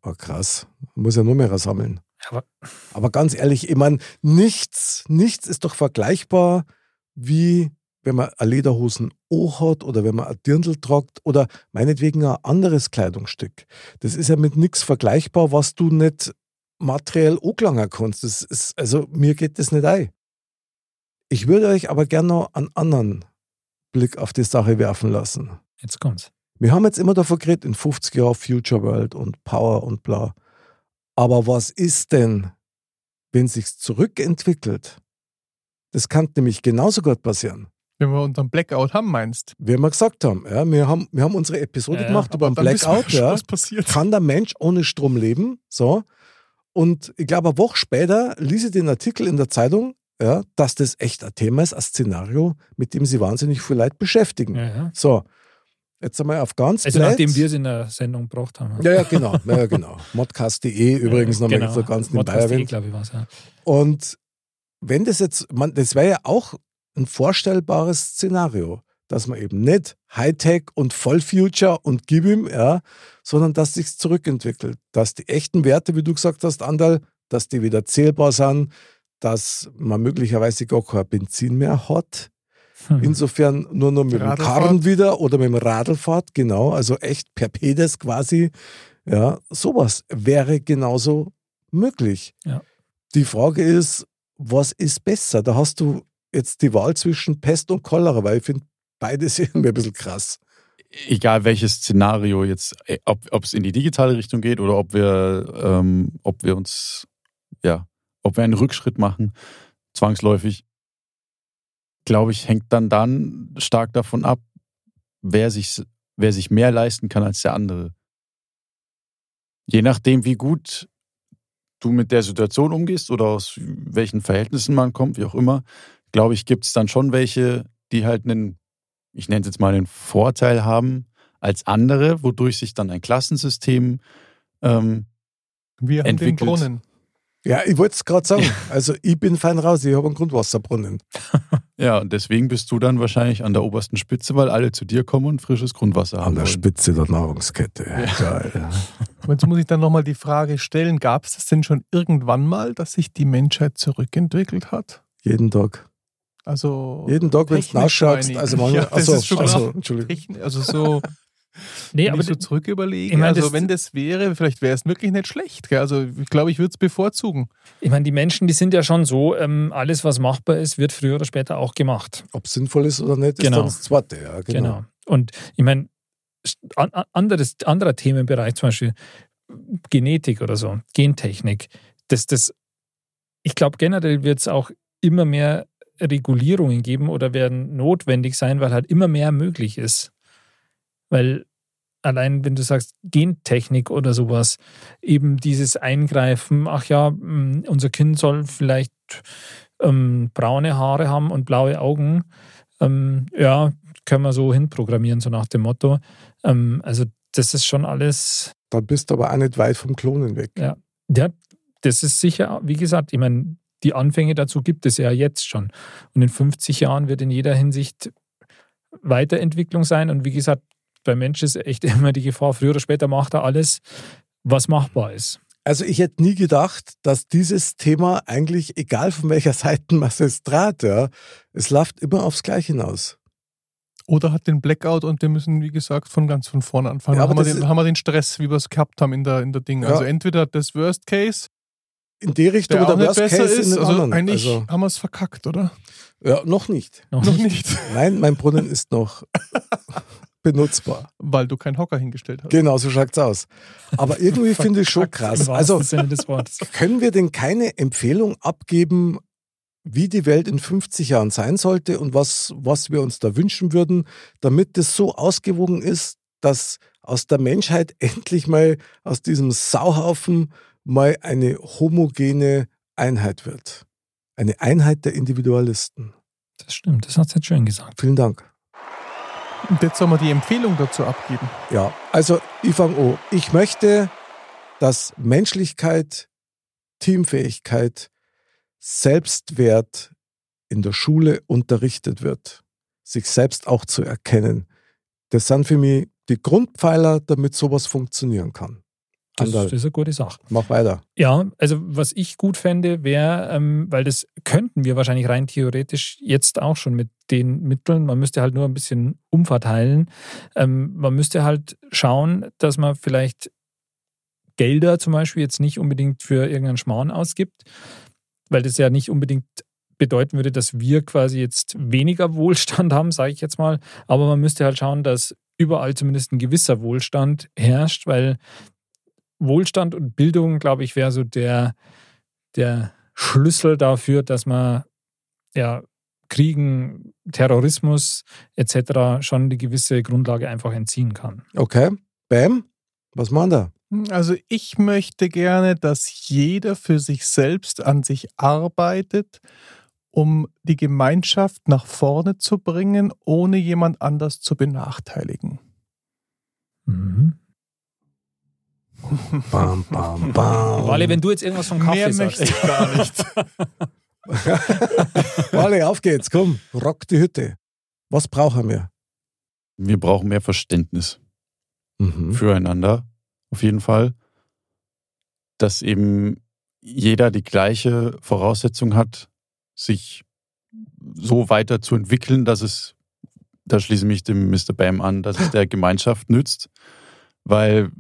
Speaker 1: Oh, krass. Muss ja nur mehr sammeln.
Speaker 2: Aber-
Speaker 1: Aber ganz ehrlich, ich meine, nichts, nichts ist doch vergleichbar wie wenn man eine Lederhosen auch hat oder wenn man ein Dirndl tragt oder meinetwegen ein anderes Kleidungsstück. Das ist ja mit nichts vergleichbar, was du nicht materiell anklagen kannst. Das ist, also mir geht das nicht ein. Ich würde euch aber gerne noch einen anderen Blick auf die Sache werfen lassen.
Speaker 2: Jetzt kommt's.
Speaker 1: Wir haben jetzt immer davon geredet, in 50 Jahren Future World und Power und bla. Aber was ist denn, wenn sich's zurückentwickelt? Das kann nämlich genauso gut passieren.
Speaker 5: Wenn wir unseren Blackout haben, meinst
Speaker 1: Wie wir gesagt haben, ja, wir haben, wir haben unsere Episode
Speaker 2: Ja,
Speaker 1: gemacht über einen Blackout.
Speaker 5: wissen wir schon,
Speaker 1: Ja.
Speaker 5: was passiert.
Speaker 1: Kann der Mensch ohne Strom leben? So. Und ich glaube, eine Woche später ließ ich den Artikel in der Zeitung, ja, dass das echt ein Thema ist, ein Szenario, mit dem sie wahnsinnig viel Leute beschäftigen.
Speaker 2: Ja, ja.
Speaker 1: So, jetzt einmal auf ganz
Speaker 2: Also
Speaker 1: platt.
Speaker 2: nachdem wir es in der Sendung gebracht haben. Genau.
Speaker 1: Ja, ja, genau. Ja, ja, genau. Modcast.de übrigens nochmal so ganz nebenbei
Speaker 2: Modcast.de,
Speaker 1: erwähnt.
Speaker 2: glaube eh, ich, war's, ja.
Speaker 1: Und wenn das jetzt, man, das wäre ja auch ein vorstellbares Szenario, dass man eben nicht Hightech und Vollfuture und gib ihm, ja, sondern dass sich's zurückentwickelt, dass die echten Werte, wie du gesagt hast, Andal, dass die wieder zählbar sind, dass man möglicherweise gar kein Benzin mehr hat.
Speaker 5: Mhm.
Speaker 2: Hm.
Speaker 1: Insofern nur noch mit dem
Speaker 5: Radlfahrt.
Speaker 1: Karren wieder oder mit dem Radlfahrt, genau, also echt per Pedes quasi. Ja, sowas wäre genauso möglich.
Speaker 2: Ja.
Speaker 1: Die Frage ist, was ist besser? Da hast du jetzt die Wahl zwischen Pest und Cholera, weil ich finde beides irgendwie ein bisschen krass.
Speaker 3: egal welches Szenario jetzt, äh, ob es in die digitale Richtung geht oder ob wir, ähm, ob wir uns, ja, ob wir einen Rückschritt machen, zwangsläufig, glaube ich, hängt dann dann stark davon ab, wer sich, wer sich mehr leisten kann als der andere. Je nachdem, wie gut du mit der Situation umgehst oder aus welchen Verhältnissen man kommt, wie auch immer, glaube ich, gibt es dann schon welche, die halt einen, ich nenne es jetzt mal einen Vorteil haben als andere, wodurch sich dann ein Klassensystem ähm,
Speaker 5: Wir haben
Speaker 3: Entwickelt.
Speaker 5: den Brunnen.
Speaker 1: Ja, ich wollte es gerade sagen. Also ich bin fein raus, ich habe einen Grundwasserbrunnen.
Speaker 3: ja, und deswegen bist du dann wahrscheinlich an der obersten Spitze, weil alle zu dir kommen und frisches Grundwasser haben wollen.
Speaker 1: Spitze der Nahrungskette. Geil.
Speaker 5: Und Jetzt muss ich dann nochmal die Frage stellen, gab es das denn schon irgendwann mal, dass sich die Menschheit zurückentwickelt hat?
Speaker 1: Jeden Tag.
Speaker 5: Also
Speaker 1: Jeden Tag, wenn du
Speaker 5: Technik
Speaker 1: nachschaust,
Speaker 5: meine ich.
Speaker 1: also man,
Speaker 5: Ja, das
Speaker 1: achso,
Speaker 5: ist schon
Speaker 1: achso,
Speaker 5: klar.
Speaker 1: Entschuldigung.
Speaker 5: Technik, also so,
Speaker 2: Nee,
Speaker 5: wenn
Speaker 2: aber
Speaker 5: ich so
Speaker 2: d-
Speaker 5: zurück überlege.
Speaker 2: ich mein,
Speaker 5: also
Speaker 2: das-
Speaker 5: wenn das wäre, vielleicht wäre es wirklich nicht schlecht. Gell? Also ich glaube, ich würde es bevorzugen.
Speaker 2: ich meine, die Menschen, die sind ja schon so, ähm, alles, was machbar ist, wird früher oder später auch gemacht.
Speaker 1: Ob sinnvoll ist oder nicht, ist
Speaker 2: Genau.
Speaker 1: dann das Zweite. Ja, genau.
Speaker 2: Genau. Und ich meine, s- an- an- anderes, anderer Themenbereich, zum Beispiel Genetik oder so, Gentechnik, das, das, ich glaube, generell wird es auch immer mehr Regulierungen geben oder werden notwendig sein, weil halt immer mehr möglich ist. Weil allein, wenn du sagst Gentechnik oder sowas, eben dieses Eingreifen, ach ja, mh, unser Kind soll vielleicht ähm, braune Haare haben und blaue Augen, ähm, ja, können wir so hinprogrammieren, so nach dem Motto. Ähm, also das ist schon alles,
Speaker 1: Dann bist du aber auch nicht weit vom Klonen weg.
Speaker 2: ja, das ist sicher, wie gesagt, ich meine, die Anfänge dazu gibt es ja jetzt schon. Und in 50 Jahren wird in jeder Hinsicht Weiterentwicklung sein. Und wie gesagt, beim Mensch ist echt immer die Gefahr, früher oder später macht er alles, was machbar ist.
Speaker 1: Also ich hätte nie gedacht, dass dieses Thema eigentlich, egal von welcher Seitenmasse es trat, ja, es läuft immer aufs Gleiche hinaus.
Speaker 5: Oder hat den Blackout und wir müssen, wie gesagt, von ganz von vorne anfangen.
Speaker 1: Ja,
Speaker 5: Dann
Speaker 1: aber
Speaker 5: haben, wir
Speaker 1: das
Speaker 5: den,
Speaker 1: ist-
Speaker 5: haben wir den Stress, wie wir es gehabt haben in der, in der Ding.
Speaker 1: Ja.
Speaker 5: Also entweder das Worst Case,
Speaker 1: In die Richtung
Speaker 5: der auch
Speaker 1: oder
Speaker 5: nicht
Speaker 1: Worst
Speaker 5: besser
Speaker 1: Case in
Speaker 5: ist.
Speaker 1: den
Speaker 5: Also
Speaker 1: anderen.
Speaker 5: eigentlich
Speaker 1: Also,
Speaker 5: haben wir es verkackt, oder?
Speaker 1: ja, noch nicht.
Speaker 2: Noch
Speaker 5: Noch
Speaker 2: nicht.
Speaker 5: nicht.
Speaker 1: Nein, mein Brunnen ist noch benutzbar.
Speaker 5: Weil du keinen Hocker hingestellt hast.
Speaker 1: Genau, so schaut's aus. Aber irgendwie finde ich schon krass.
Speaker 2: Im wahrsten
Speaker 1: Also
Speaker 2: Sinne des Wortes.
Speaker 1: können wir denn keine Empfehlung abgeben, wie die Welt in 50 Jahren sein sollte und was, was wir uns da wünschen würden, damit das so ausgewogen ist, dass aus der Menschheit endlich mal aus diesem Sauhaufen mal eine homogene Einheit wird. Eine Einheit der Individualisten.
Speaker 2: Das stimmt, das hast du jetzt schön gesagt.
Speaker 1: Vielen Dank.
Speaker 5: Und jetzt soll man die Empfehlung dazu abgeben.
Speaker 1: Ja, also ich fange an. Ich möchte, dass Menschlichkeit, Teamfähigkeit, Selbstwert in der Schule unterrichtet wird. Sich selbst auch zu erkennen. Das sind für mich die Grundpfeiler, damit sowas funktionieren kann.
Speaker 2: Das,
Speaker 1: Anderl,
Speaker 2: das ist eine gute Sache.
Speaker 1: mach weiter.
Speaker 2: Ja, also was ich gut fände, wäre, ähm, weil das könnten wir wahrscheinlich rein theoretisch jetzt auch schon mit den Mitteln. Man müsste halt nur ein bisschen umverteilen. Ähm, man müsste halt schauen, dass man vielleicht Gelder zum Beispiel jetzt nicht unbedingt für irgendeinen Schmarrn ausgibt, weil das ja nicht unbedingt bedeuten würde, dass wir quasi jetzt weniger Wohlstand haben, sage ich jetzt mal. Aber man müsste halt schauen, dass überall zumindest ein gewisser Wohlstand herrscht, weil Wohlstand und Bildung, glaube ich, wäre so der, der Schlüssel dafür, dass man ja, Kriegen, Terrorismus etc. schon eine gewisse Grundlage einfach entziehen kann.
Speaker 1: Okay, Bam, was machen da?
Speaker 5: Also ich möchte gerne, dass jeder für sich selbst an sich arbeitet, um die Gemeinschaft nach vorne zu bringen, ohne jemand anders zu benachteiligen.
Speaker 2: Mhm.
Speaker 1: Bam, bam, bam.
Speaker 2: Wale, wenn du jetzt irgendwas vom Kaffee
Speaker 5: Mehr
Speaker 2: sagst.
Speaker 5: möchte ich gar nicht.
Speaker 1: Wale, auf geht's, komm, rock die Hütte. Was brauchen wir?
Speaker 3: Wir brauchen mehr Verständnis
Speaker 1: Mhm.
Speaker 3: füreinander, auf jeden Fall. Dass eben jeder die gleiche Voraussetzung hat, sich so weiterzuentwickeln, dass es, da schließe ich mich dem Mr. Bam an, dass es der Gemeinschaft nützt. Weil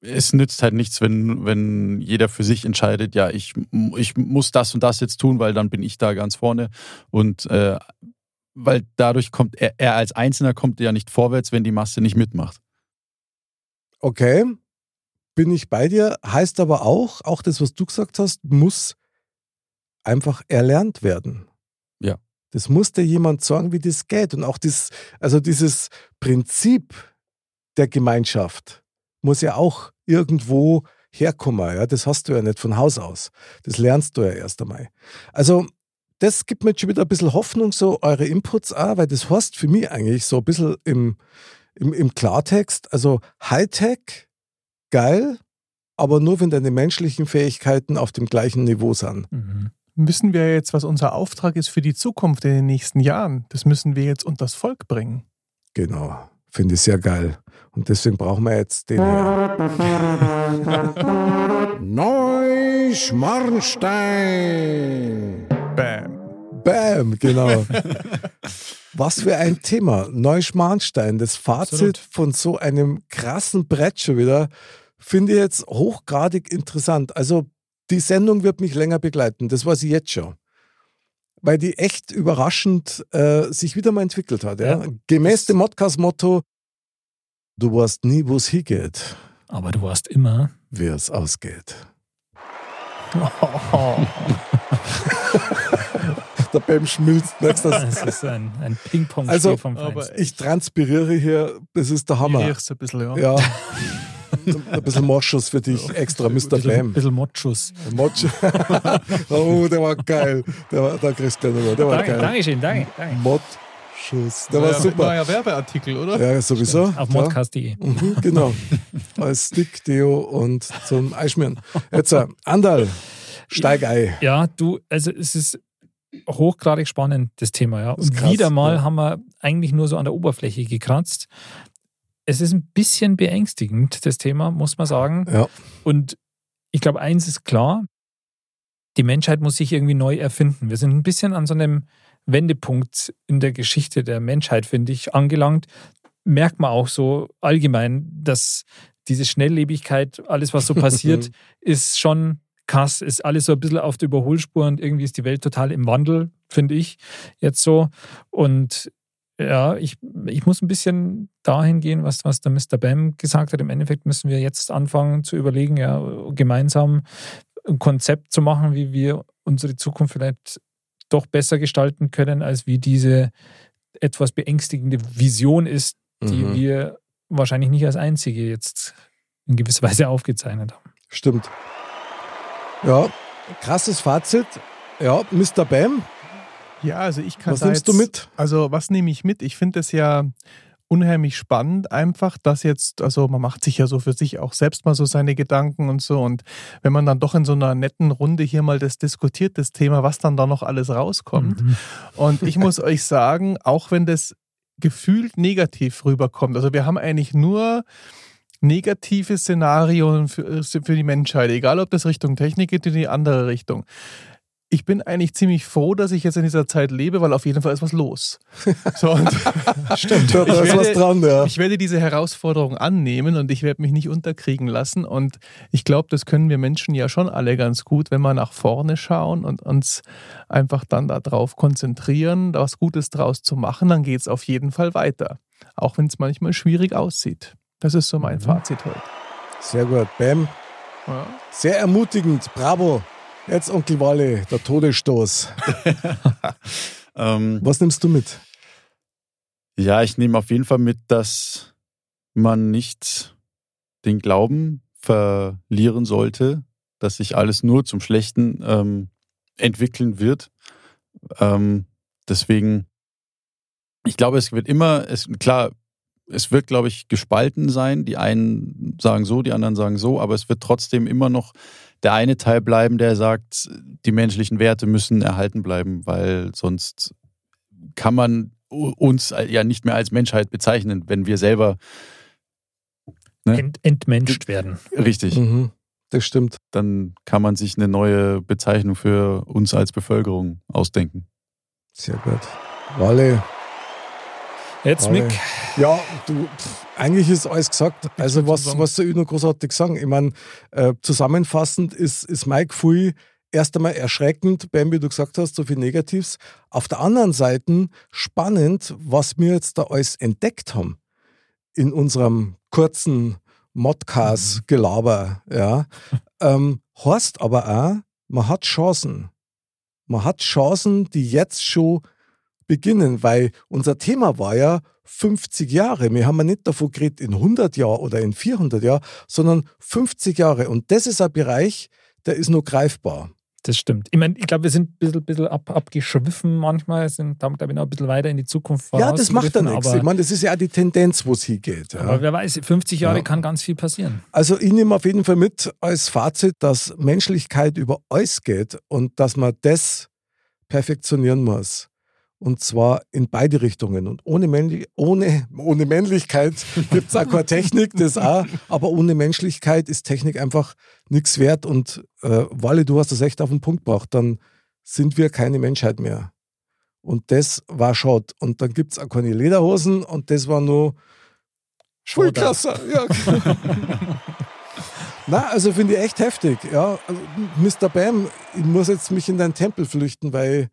Speaker 3: es nützt halt nichts, wenn, wenn jeder für sich entscheidet, ja, ich, ich muss das und das jetzt tun, weil dann bin ich da ganz vorne. Und äh, weil dadurch kommt er, er als Einzelner kommt ja nicht vorwärts, wenn die Masse nicht mitmacht.
Speaker 1: okay, bin ich bei dir, heißt aber auch, auch das, was du gesagt hast, muss einfach erlernt werden.
Speaker 3: Ja.
Speaker 1: Das muss dir jemand sagen, wie das geht. Und auch das, also dieses Prinzip der Gemeinschaft muss ja auch irgendwo herkommen. Ja? Das hast du ja nicht von Haus aus. Das lernst du ja erst einmal. Also das gibt mir jetzt schon wieder ein bisschen Hoffnung, so eure Inputs auch, weil das heißt für mich eigentlich so ein bisschen im, im, im Klartext, also Hightech, geil, aber nur wenn deine menschlichen Fähigkeiten auf dem gleichen Niveau sind.
Speaker 2: Mhm.
Speaker 5: Wissen wir jetzt, was unser Auftrag ist für die Zukunft in den nächsten Jahren? Das müssen wir jetzt unters Volk bringen.
Speaker 1: Genau, finde ich sehr geil. Und deswegen brauchen wir jetzt den hier.
Speaker 6: Neuschmarnstein.
Speaker 5: Bam.
Speaker 1: Bam, genau. Was für ein Thema. Neuschmarnstein, das Fazit
Speaker 2: Absolut.
Speaker 1: von so einem krassen Brett schon wieder, finde ich jetzt hochgradig interessant. Also die Sendung wird mich länger begleiten, das weiß ich jetzt schon. Weil die echt überraschend äh, sich wieder mal entwickelt hat. Ja?
Speaker 2: Ja.
Speaker 1: Gemäß dem Modcast-Motto, du weißt nie, wo es hingeht,
Speaker 2: Aber du warst immer.
Speaker 1: wie es ausgeht. Der Bam schmilzt. merkst du das?
Speaker 2: Es ist ein, ein Ping-Pong-Spiel
Speaker 1: Also,
Speaker 2: vom Feinsten.
Speaker 1: Ich transpiriere hier, das ist der
Speaker 5: Ich
Speaker 1: Hammer.
Speaker 5: riech's ein bisschen, ja.
Speaker 1: Ja. Ein bisschen Moschus für dich, extra Mr.
Speaker 2: Bisschen,
Speaker 1: Bam.
Speaker 2: bisschen Motschuss.
Speaker 1: Mosch. oh, der war geil. Der war, da kriegst du gleich noch, Der war
Speaker 2: Danke,
Speaker 1: geil. Mhm.
Speaker 2: Dankeschön, danke. danke.
Speaker 1: Modschuss. Der war
Speaker 5: War ja- War
Speaker 1: super.
Speaker 5: ja Werbeartikel, oder?
Speaker 1: Ja, sowieso.
Speaker 2: Auf
Speaker 1: klar.
Speaker 2: modcast.de.
Speaker 1: Mhm, genau. Als Stick, Deo und zum Eischmieren. Jetzt, äh, Andal, Steigei.
Speaker 2: Ja, du, also es ist hochgradig spannend, das Thema, ja.
Speaker 1: Das ist
Speaker 2: Und
Speaker 1: krass,
Speaker 2: wieder mal
Speaker 1: ja.
Speaker 2: haben wir eigentlich nur so an der Oberfläche gekratzt. Es ist ein bisschen beängstigend, das Thema, muss man sagen.
Speaker 1: Ja.
Speaker 2: Und ich glaube, eins ist klar, die Menschheit muss sich irgendwie neu erfinden. Wir sind ein bisschen an so einem Wendepunkt in der Geschichte der Menschheit, finde ich, angelangt. Merkt man auch so allgemein, dass diese Schnelllebigkeit, alles, was so passiert, ist schon krass, ist alles so ein bisschen auf der Überholspur und irgendwie ist die Welt total im Wandel, finde ich jetzt so. Und ja, ich, ich muss ein bisschen dahin gehen, was, was der Mr. Bam gesagt hat. Im Endeffekt müssen wir jetzt anfangen zu überlegen, ja, gemeinsam ein Konzept zu machen, wie wir unsere Zukunft vielleicht doch besser gestalten können, als wie diese etwas beängstigende Vision ist, die
Speaker 1: Mhm.
Speaker 2: wir wahrscheinlich nicht als einzige jetzt in gewisser Weise aufgezeichnet haben.
Speaker 1: Stimmt. Ja, krasses Fazit. Ja, Mr. Bam,
Speaker 5: Ja, also ich kann
Speaker 1: was
Speaker 5: da
Speaker 1: nimmst du
Speaker 5: jetzt-
Speaker 1: mit?
Speaker 5: Also, was nehme ich mit? Ich finde es ja unheimlich spannend, einfach, dass jetzt, also man macht sich ja so für sich auch selbst mal so seine Gedanken und so. Und wenn man dann doch in so einer netten Runde hier mal das diskutiert, das Thema, was dann da noch alles rauskommt.
Speaker 2: Mhm.
Speaker 5: Und ich muss euch sagen, auch wenn das gefühlt negativ rüberkommt, also wir haben eigentlich nur negative Szenarien für, äh, für die Menschheit, egal ob das Richtung Technik geht oder in die andere Richtung. Ich bin eigentlich ziemlich froh, dass ich jetzt in dieser Zeit lebe, weil auf jeden Fall ist was los. So, und
Speaker 1: Stimmt, da
Speaker 5: Ich
Speaker 1: ist was
Speaker 5: werde-
Speaker 1: dran, ja.
Speaker 5: ich werde diese Herausforderung annehmen und ich werde mich nicht unterkriegen lassen. Und ich glaube, das können wir Menschen ja schon alle ganz gut, wenn wir nach vorne schauen und uns einfach dann darauf konzentrieren, da was Gutes draus zu machen, dann geht es auf jeden Fall weiter. Auch wenn es manchmal schwierig aussieht. Das ist so mein
Speaker 2: Mhm.
Speaker 5: Fazit heute.
Speaker 1: Sehr gut, Bam.
Speaker 5: Ja.
Speaker 1: Sehr ermutigend, bravo. Jetzt Onkel Walle, der Todesstoß.
Speaker 3: Ähm,
Speaker 1: Was nimmst du mit?
Speaker 3: Ja, ich nehme auf jeden Fall mit, dass man nicht den Glauben verlieren sollte, dass sich alles nur zum Schlechten ähm, entwickeln wird. Ähm, deswegen, ich glaube, es wird immer, es, klar, es wird, glaube ich, gespalten sein. Die einen sagen so, die anderen sagen so, aber es wird trotzdem immer noch der eine Teil bleiben, der sagt, die menschlichen Werte müssen erhalten bleiben, weil sonst kann man u- uns äh, ja nicht mehr als Menschheit bezeichnen, wenn wir selber Ja.
Speaker 2: Ent, entmenscht werden.
Speaker 3: richtig,
Speaker 1: Mhm. Das stimmt.
Speaker 3: dann kann man sich eine neue Bezeichnung für uns als Bevölkerung ausdenken.
Speaker 1: Sehr gut. Walle.
Speaker 2: Jetzt,
Speaker 1: Walle.
Speaker 2: Mick,
Speaker 1: Ja, du, pff, eigentlich ist alles gesagt. Also,
Speaker 5: mehr zu
Speaker 1: was,
Speaker 5: sagen.
Speaker 1: was soll ich noch großartig sagen? Ich meine, äh, zusammenfassend ist, ist mein Gefühl erst einmal erschreckend, Ben, wie du gesagt hast, so viel Negatives. Auf der anderen Seite spannend, was wir jetzt da alles entdeckt haben in unserem kurzen Modcast-Gelaber. Ja. ähm, heißt aber auch, man hat Chancen. Man hat Chancen, die jetzt schon beginnen, weil unser Thema war ja 50 Jahre. Wir haben ja nicht davon geredet in 100 Jahren oder in 400 Jahren, sondern 50 Jahre. Und das ist ein Bereich, der ist nur greifbar.
Speaker 2: Das stimmt. Ich meine, ich glaube, wir sind ein bisschen, bisschen ab, abgeschwiffen manchmal, sind damit glaube ich noch ein bisschen weiter in die Zukunft
Speaker 1: ja, das macht ja
Speaker 2: vorausgegriffen,
Speaker 1: nichts. Ich
Speaker 2: Aber,
Speaker 1: meine, das ist ja auch die Tendenz, wo es hingeht. Ja.
Speaker 2: aber wer weiß, 50 Jahre
Speaker 1: Ja.
Speaker 2: kann ganz viel passieren.
Speaker 1: Also ich nehme auf jeden Fall mit als Fazit, dass Menschlichkeit über alles geht und dass man das perfektionieren muss. Und zwar in beide Richtungen. Und ohne, Männli ohne, ohne Männlichkeit gibt es auch keine Technik, das auch. Aber ohne Menschlichkeit ist Technik einfach nichts wert. Und äh, Walle, du hast das echt auf den Punkt gebracht. Dann sind wir keine Menschheit mehr. Und das war Schott. Und dann gibt es auch keine Lederhosen und das war nur Schulklasse. Ja. Na, also finde ich echt heftig. Ja, Also, Mr. Bam, ich muss jetzt mich in deinen Tempel flüchten, weil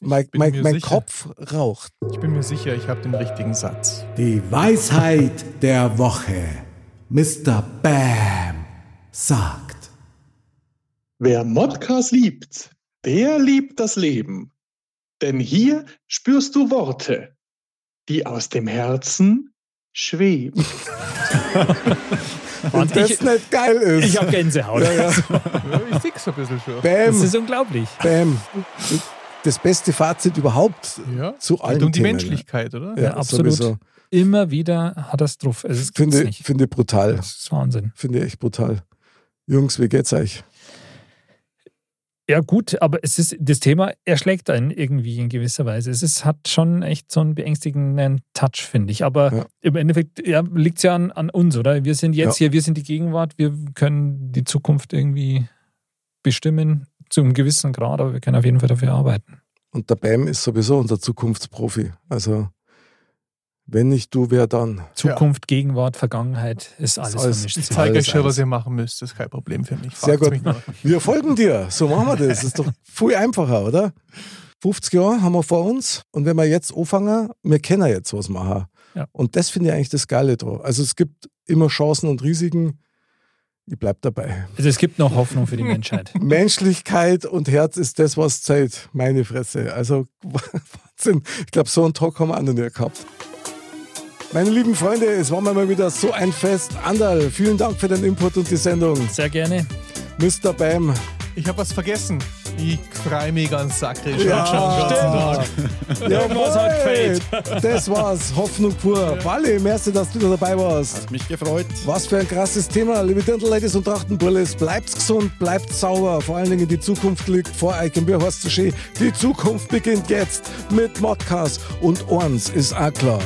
Speaker 1: mein,
Speaker 5: bin
Speaker 1: mein,
Speaker 5: mir
Speaker 1: mein
Speaker 5: sicher.
Speaker 1: Kopf raucht.
Speaker 5: Ich bin mir sicher, ich habe den richtigen Satz.
Speaker 6: Die Weisheit der Woche. Mr. Bam sagt.
Speaker 7: Wer Modcast liebt, der liebt das Leben. Denn hier spürst du Worte, die aus dem Herzen schweben.
Speaker 2: Mann,
Speaker 1: Und das
Speaker 2: ich-
Speaker 1: nicht geil ist.
Speaker 2: Ich habe Gänsehaut.
Speaker 5: Ja, ich sick's ein bisschen schon.
Speaker 2: Das
Speaker 1: Bam,
Speaker 2: ist unglaublich.
Speaker 1: bam. Das beste Fazit überhaupt
Speaker 5: Ja.
Speaker 1: zu allen
Speaker 5: Geht um die
Speaker 1: Themen.
Speaker 5: Menschlichkeit, oder?
Speaker 1: Ja,
Speaker 2: Ja, absolut.
Speaker 1: Sowieso.
Speaker 2: Immer wieder hat das drauf. Es ist
Speaker 1: Finde,
Speaker 2: nicht.
Speaker 1: finde brutal.
Speaker 2: Das ist Wahnsinn.
Speaker 1: Finde ich echt brutal. Jungs, wie geht's euch?
Speaker 2: Ja, gut, aber es ist, das Thema erschlägt einen irgendwie in gewisser Weise. Es ist, hat schon echt so einen beängstigenden Touch, finde ich. Aber
Speaker 1: Ja.
Speaker 2: im Endeffekt ja, liegt es ja an, an uns, oder? Wir sind jetzt
Speaker 1: Ja.
Speaker 2: hier, wir sind die Gegenwart, wir können die Zukunft irgendwie bestimmen, zu einem gewissen Grad, aber wir können auf jeden Fall dafür arbeiten.
Speaker 1: Und der Bam ist sowieso unser Zukunftsprofi. Also, wenn nicht du, wer dann?
Speaker 2: Zukunft, Gegenwart, Vergangenheit ist alles
Speaker 1: alles- halt-
Speaker 2: vermischt.
Speaker 1: ich
Speaker 5: Ich zeige
Speaker 1: Alles,
Speaker 5: euch schon,
Speaker 1: alles.
Speaker 5: was ihr machen müsst. Das ist kein Problem für mich.
Speaker 1: Sehr
Speaker 5: Fragt's
Speaker 1: gut.
Speaker 5: mich nur.
Speaker 1: Wir folgen dir. So machen wir das. Ist doch viel einfacher, oder? 50 Jahre haben wir vor uns. Und wenn wir jetzt anfangen, wir kennen jetzt was machen.
Speaker 2: Ja.
Speaker 1: Und das finde ich eigentlich das Geile drauf. Also, es gibt immer Chancen und Risiken. Ich bleib dabei.
Speaker 2: Also es gibt noch Hoffnung für die Menschheit.
Speaker 1: Menschlichkeit und Herz ist das, was zählt. Meine Fresse. Also Wahnsinn. Ich glaube, so einen Talk haben wir auch noch nie gehabt. Meine lieben Freunde, es war mir mal wieder so ein Fest. Andal, vielen Dank für den Input und die Sendung.
Speaker 2: Sehr gerne.
Speaker 1: Mr. Bam.
Speaker 5: Ich habe was vergessen. Ich freue mich ganz sakrisch.
Speaker 1: Irgendwas
Speaker 2: hat gefehlt.
Speaker 1: Das war's. Hoffnung pur. Wally, merci, dass du wieder dabei warst.
Speaker 3: Hat mich gefreut.
Speaker 1: Was für ein krasses Thema, liebe Dirndl-Ladies und Trachtenbrillis. Bleibt gesund, bleibt sauber. Vor allen Dingen die Zukunft liegt vor euch im Bierhorst zu Schee. Die Zukunft beginnt jetzt mit Modcast. Und uns ist auch klar,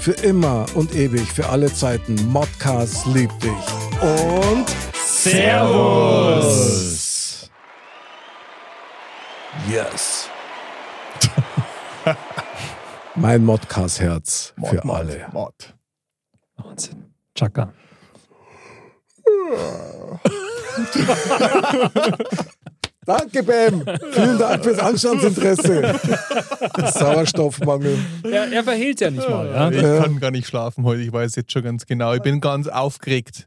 Speaker 1: für immer und ewig, für alle Zeiten, Modcast liebt dich. Und Servus! Yes! mein Modcast-Herz für alle.
Speaker 5: Mord.
Speaker 2: Wahnsinn. Chaka.
Speaker 1: Danke, Bam. Vielen Dank fürs Anstandsinteresse. Sauerstoffmangel.
Speaker 2: Er, er verhehlt Also ja nicht mal. Ja?
Speaker 5: Ich kann gar nicht schlafen heute. Ich weiß jetzt schon ganz genau. Ich bin ganz aufgeregt.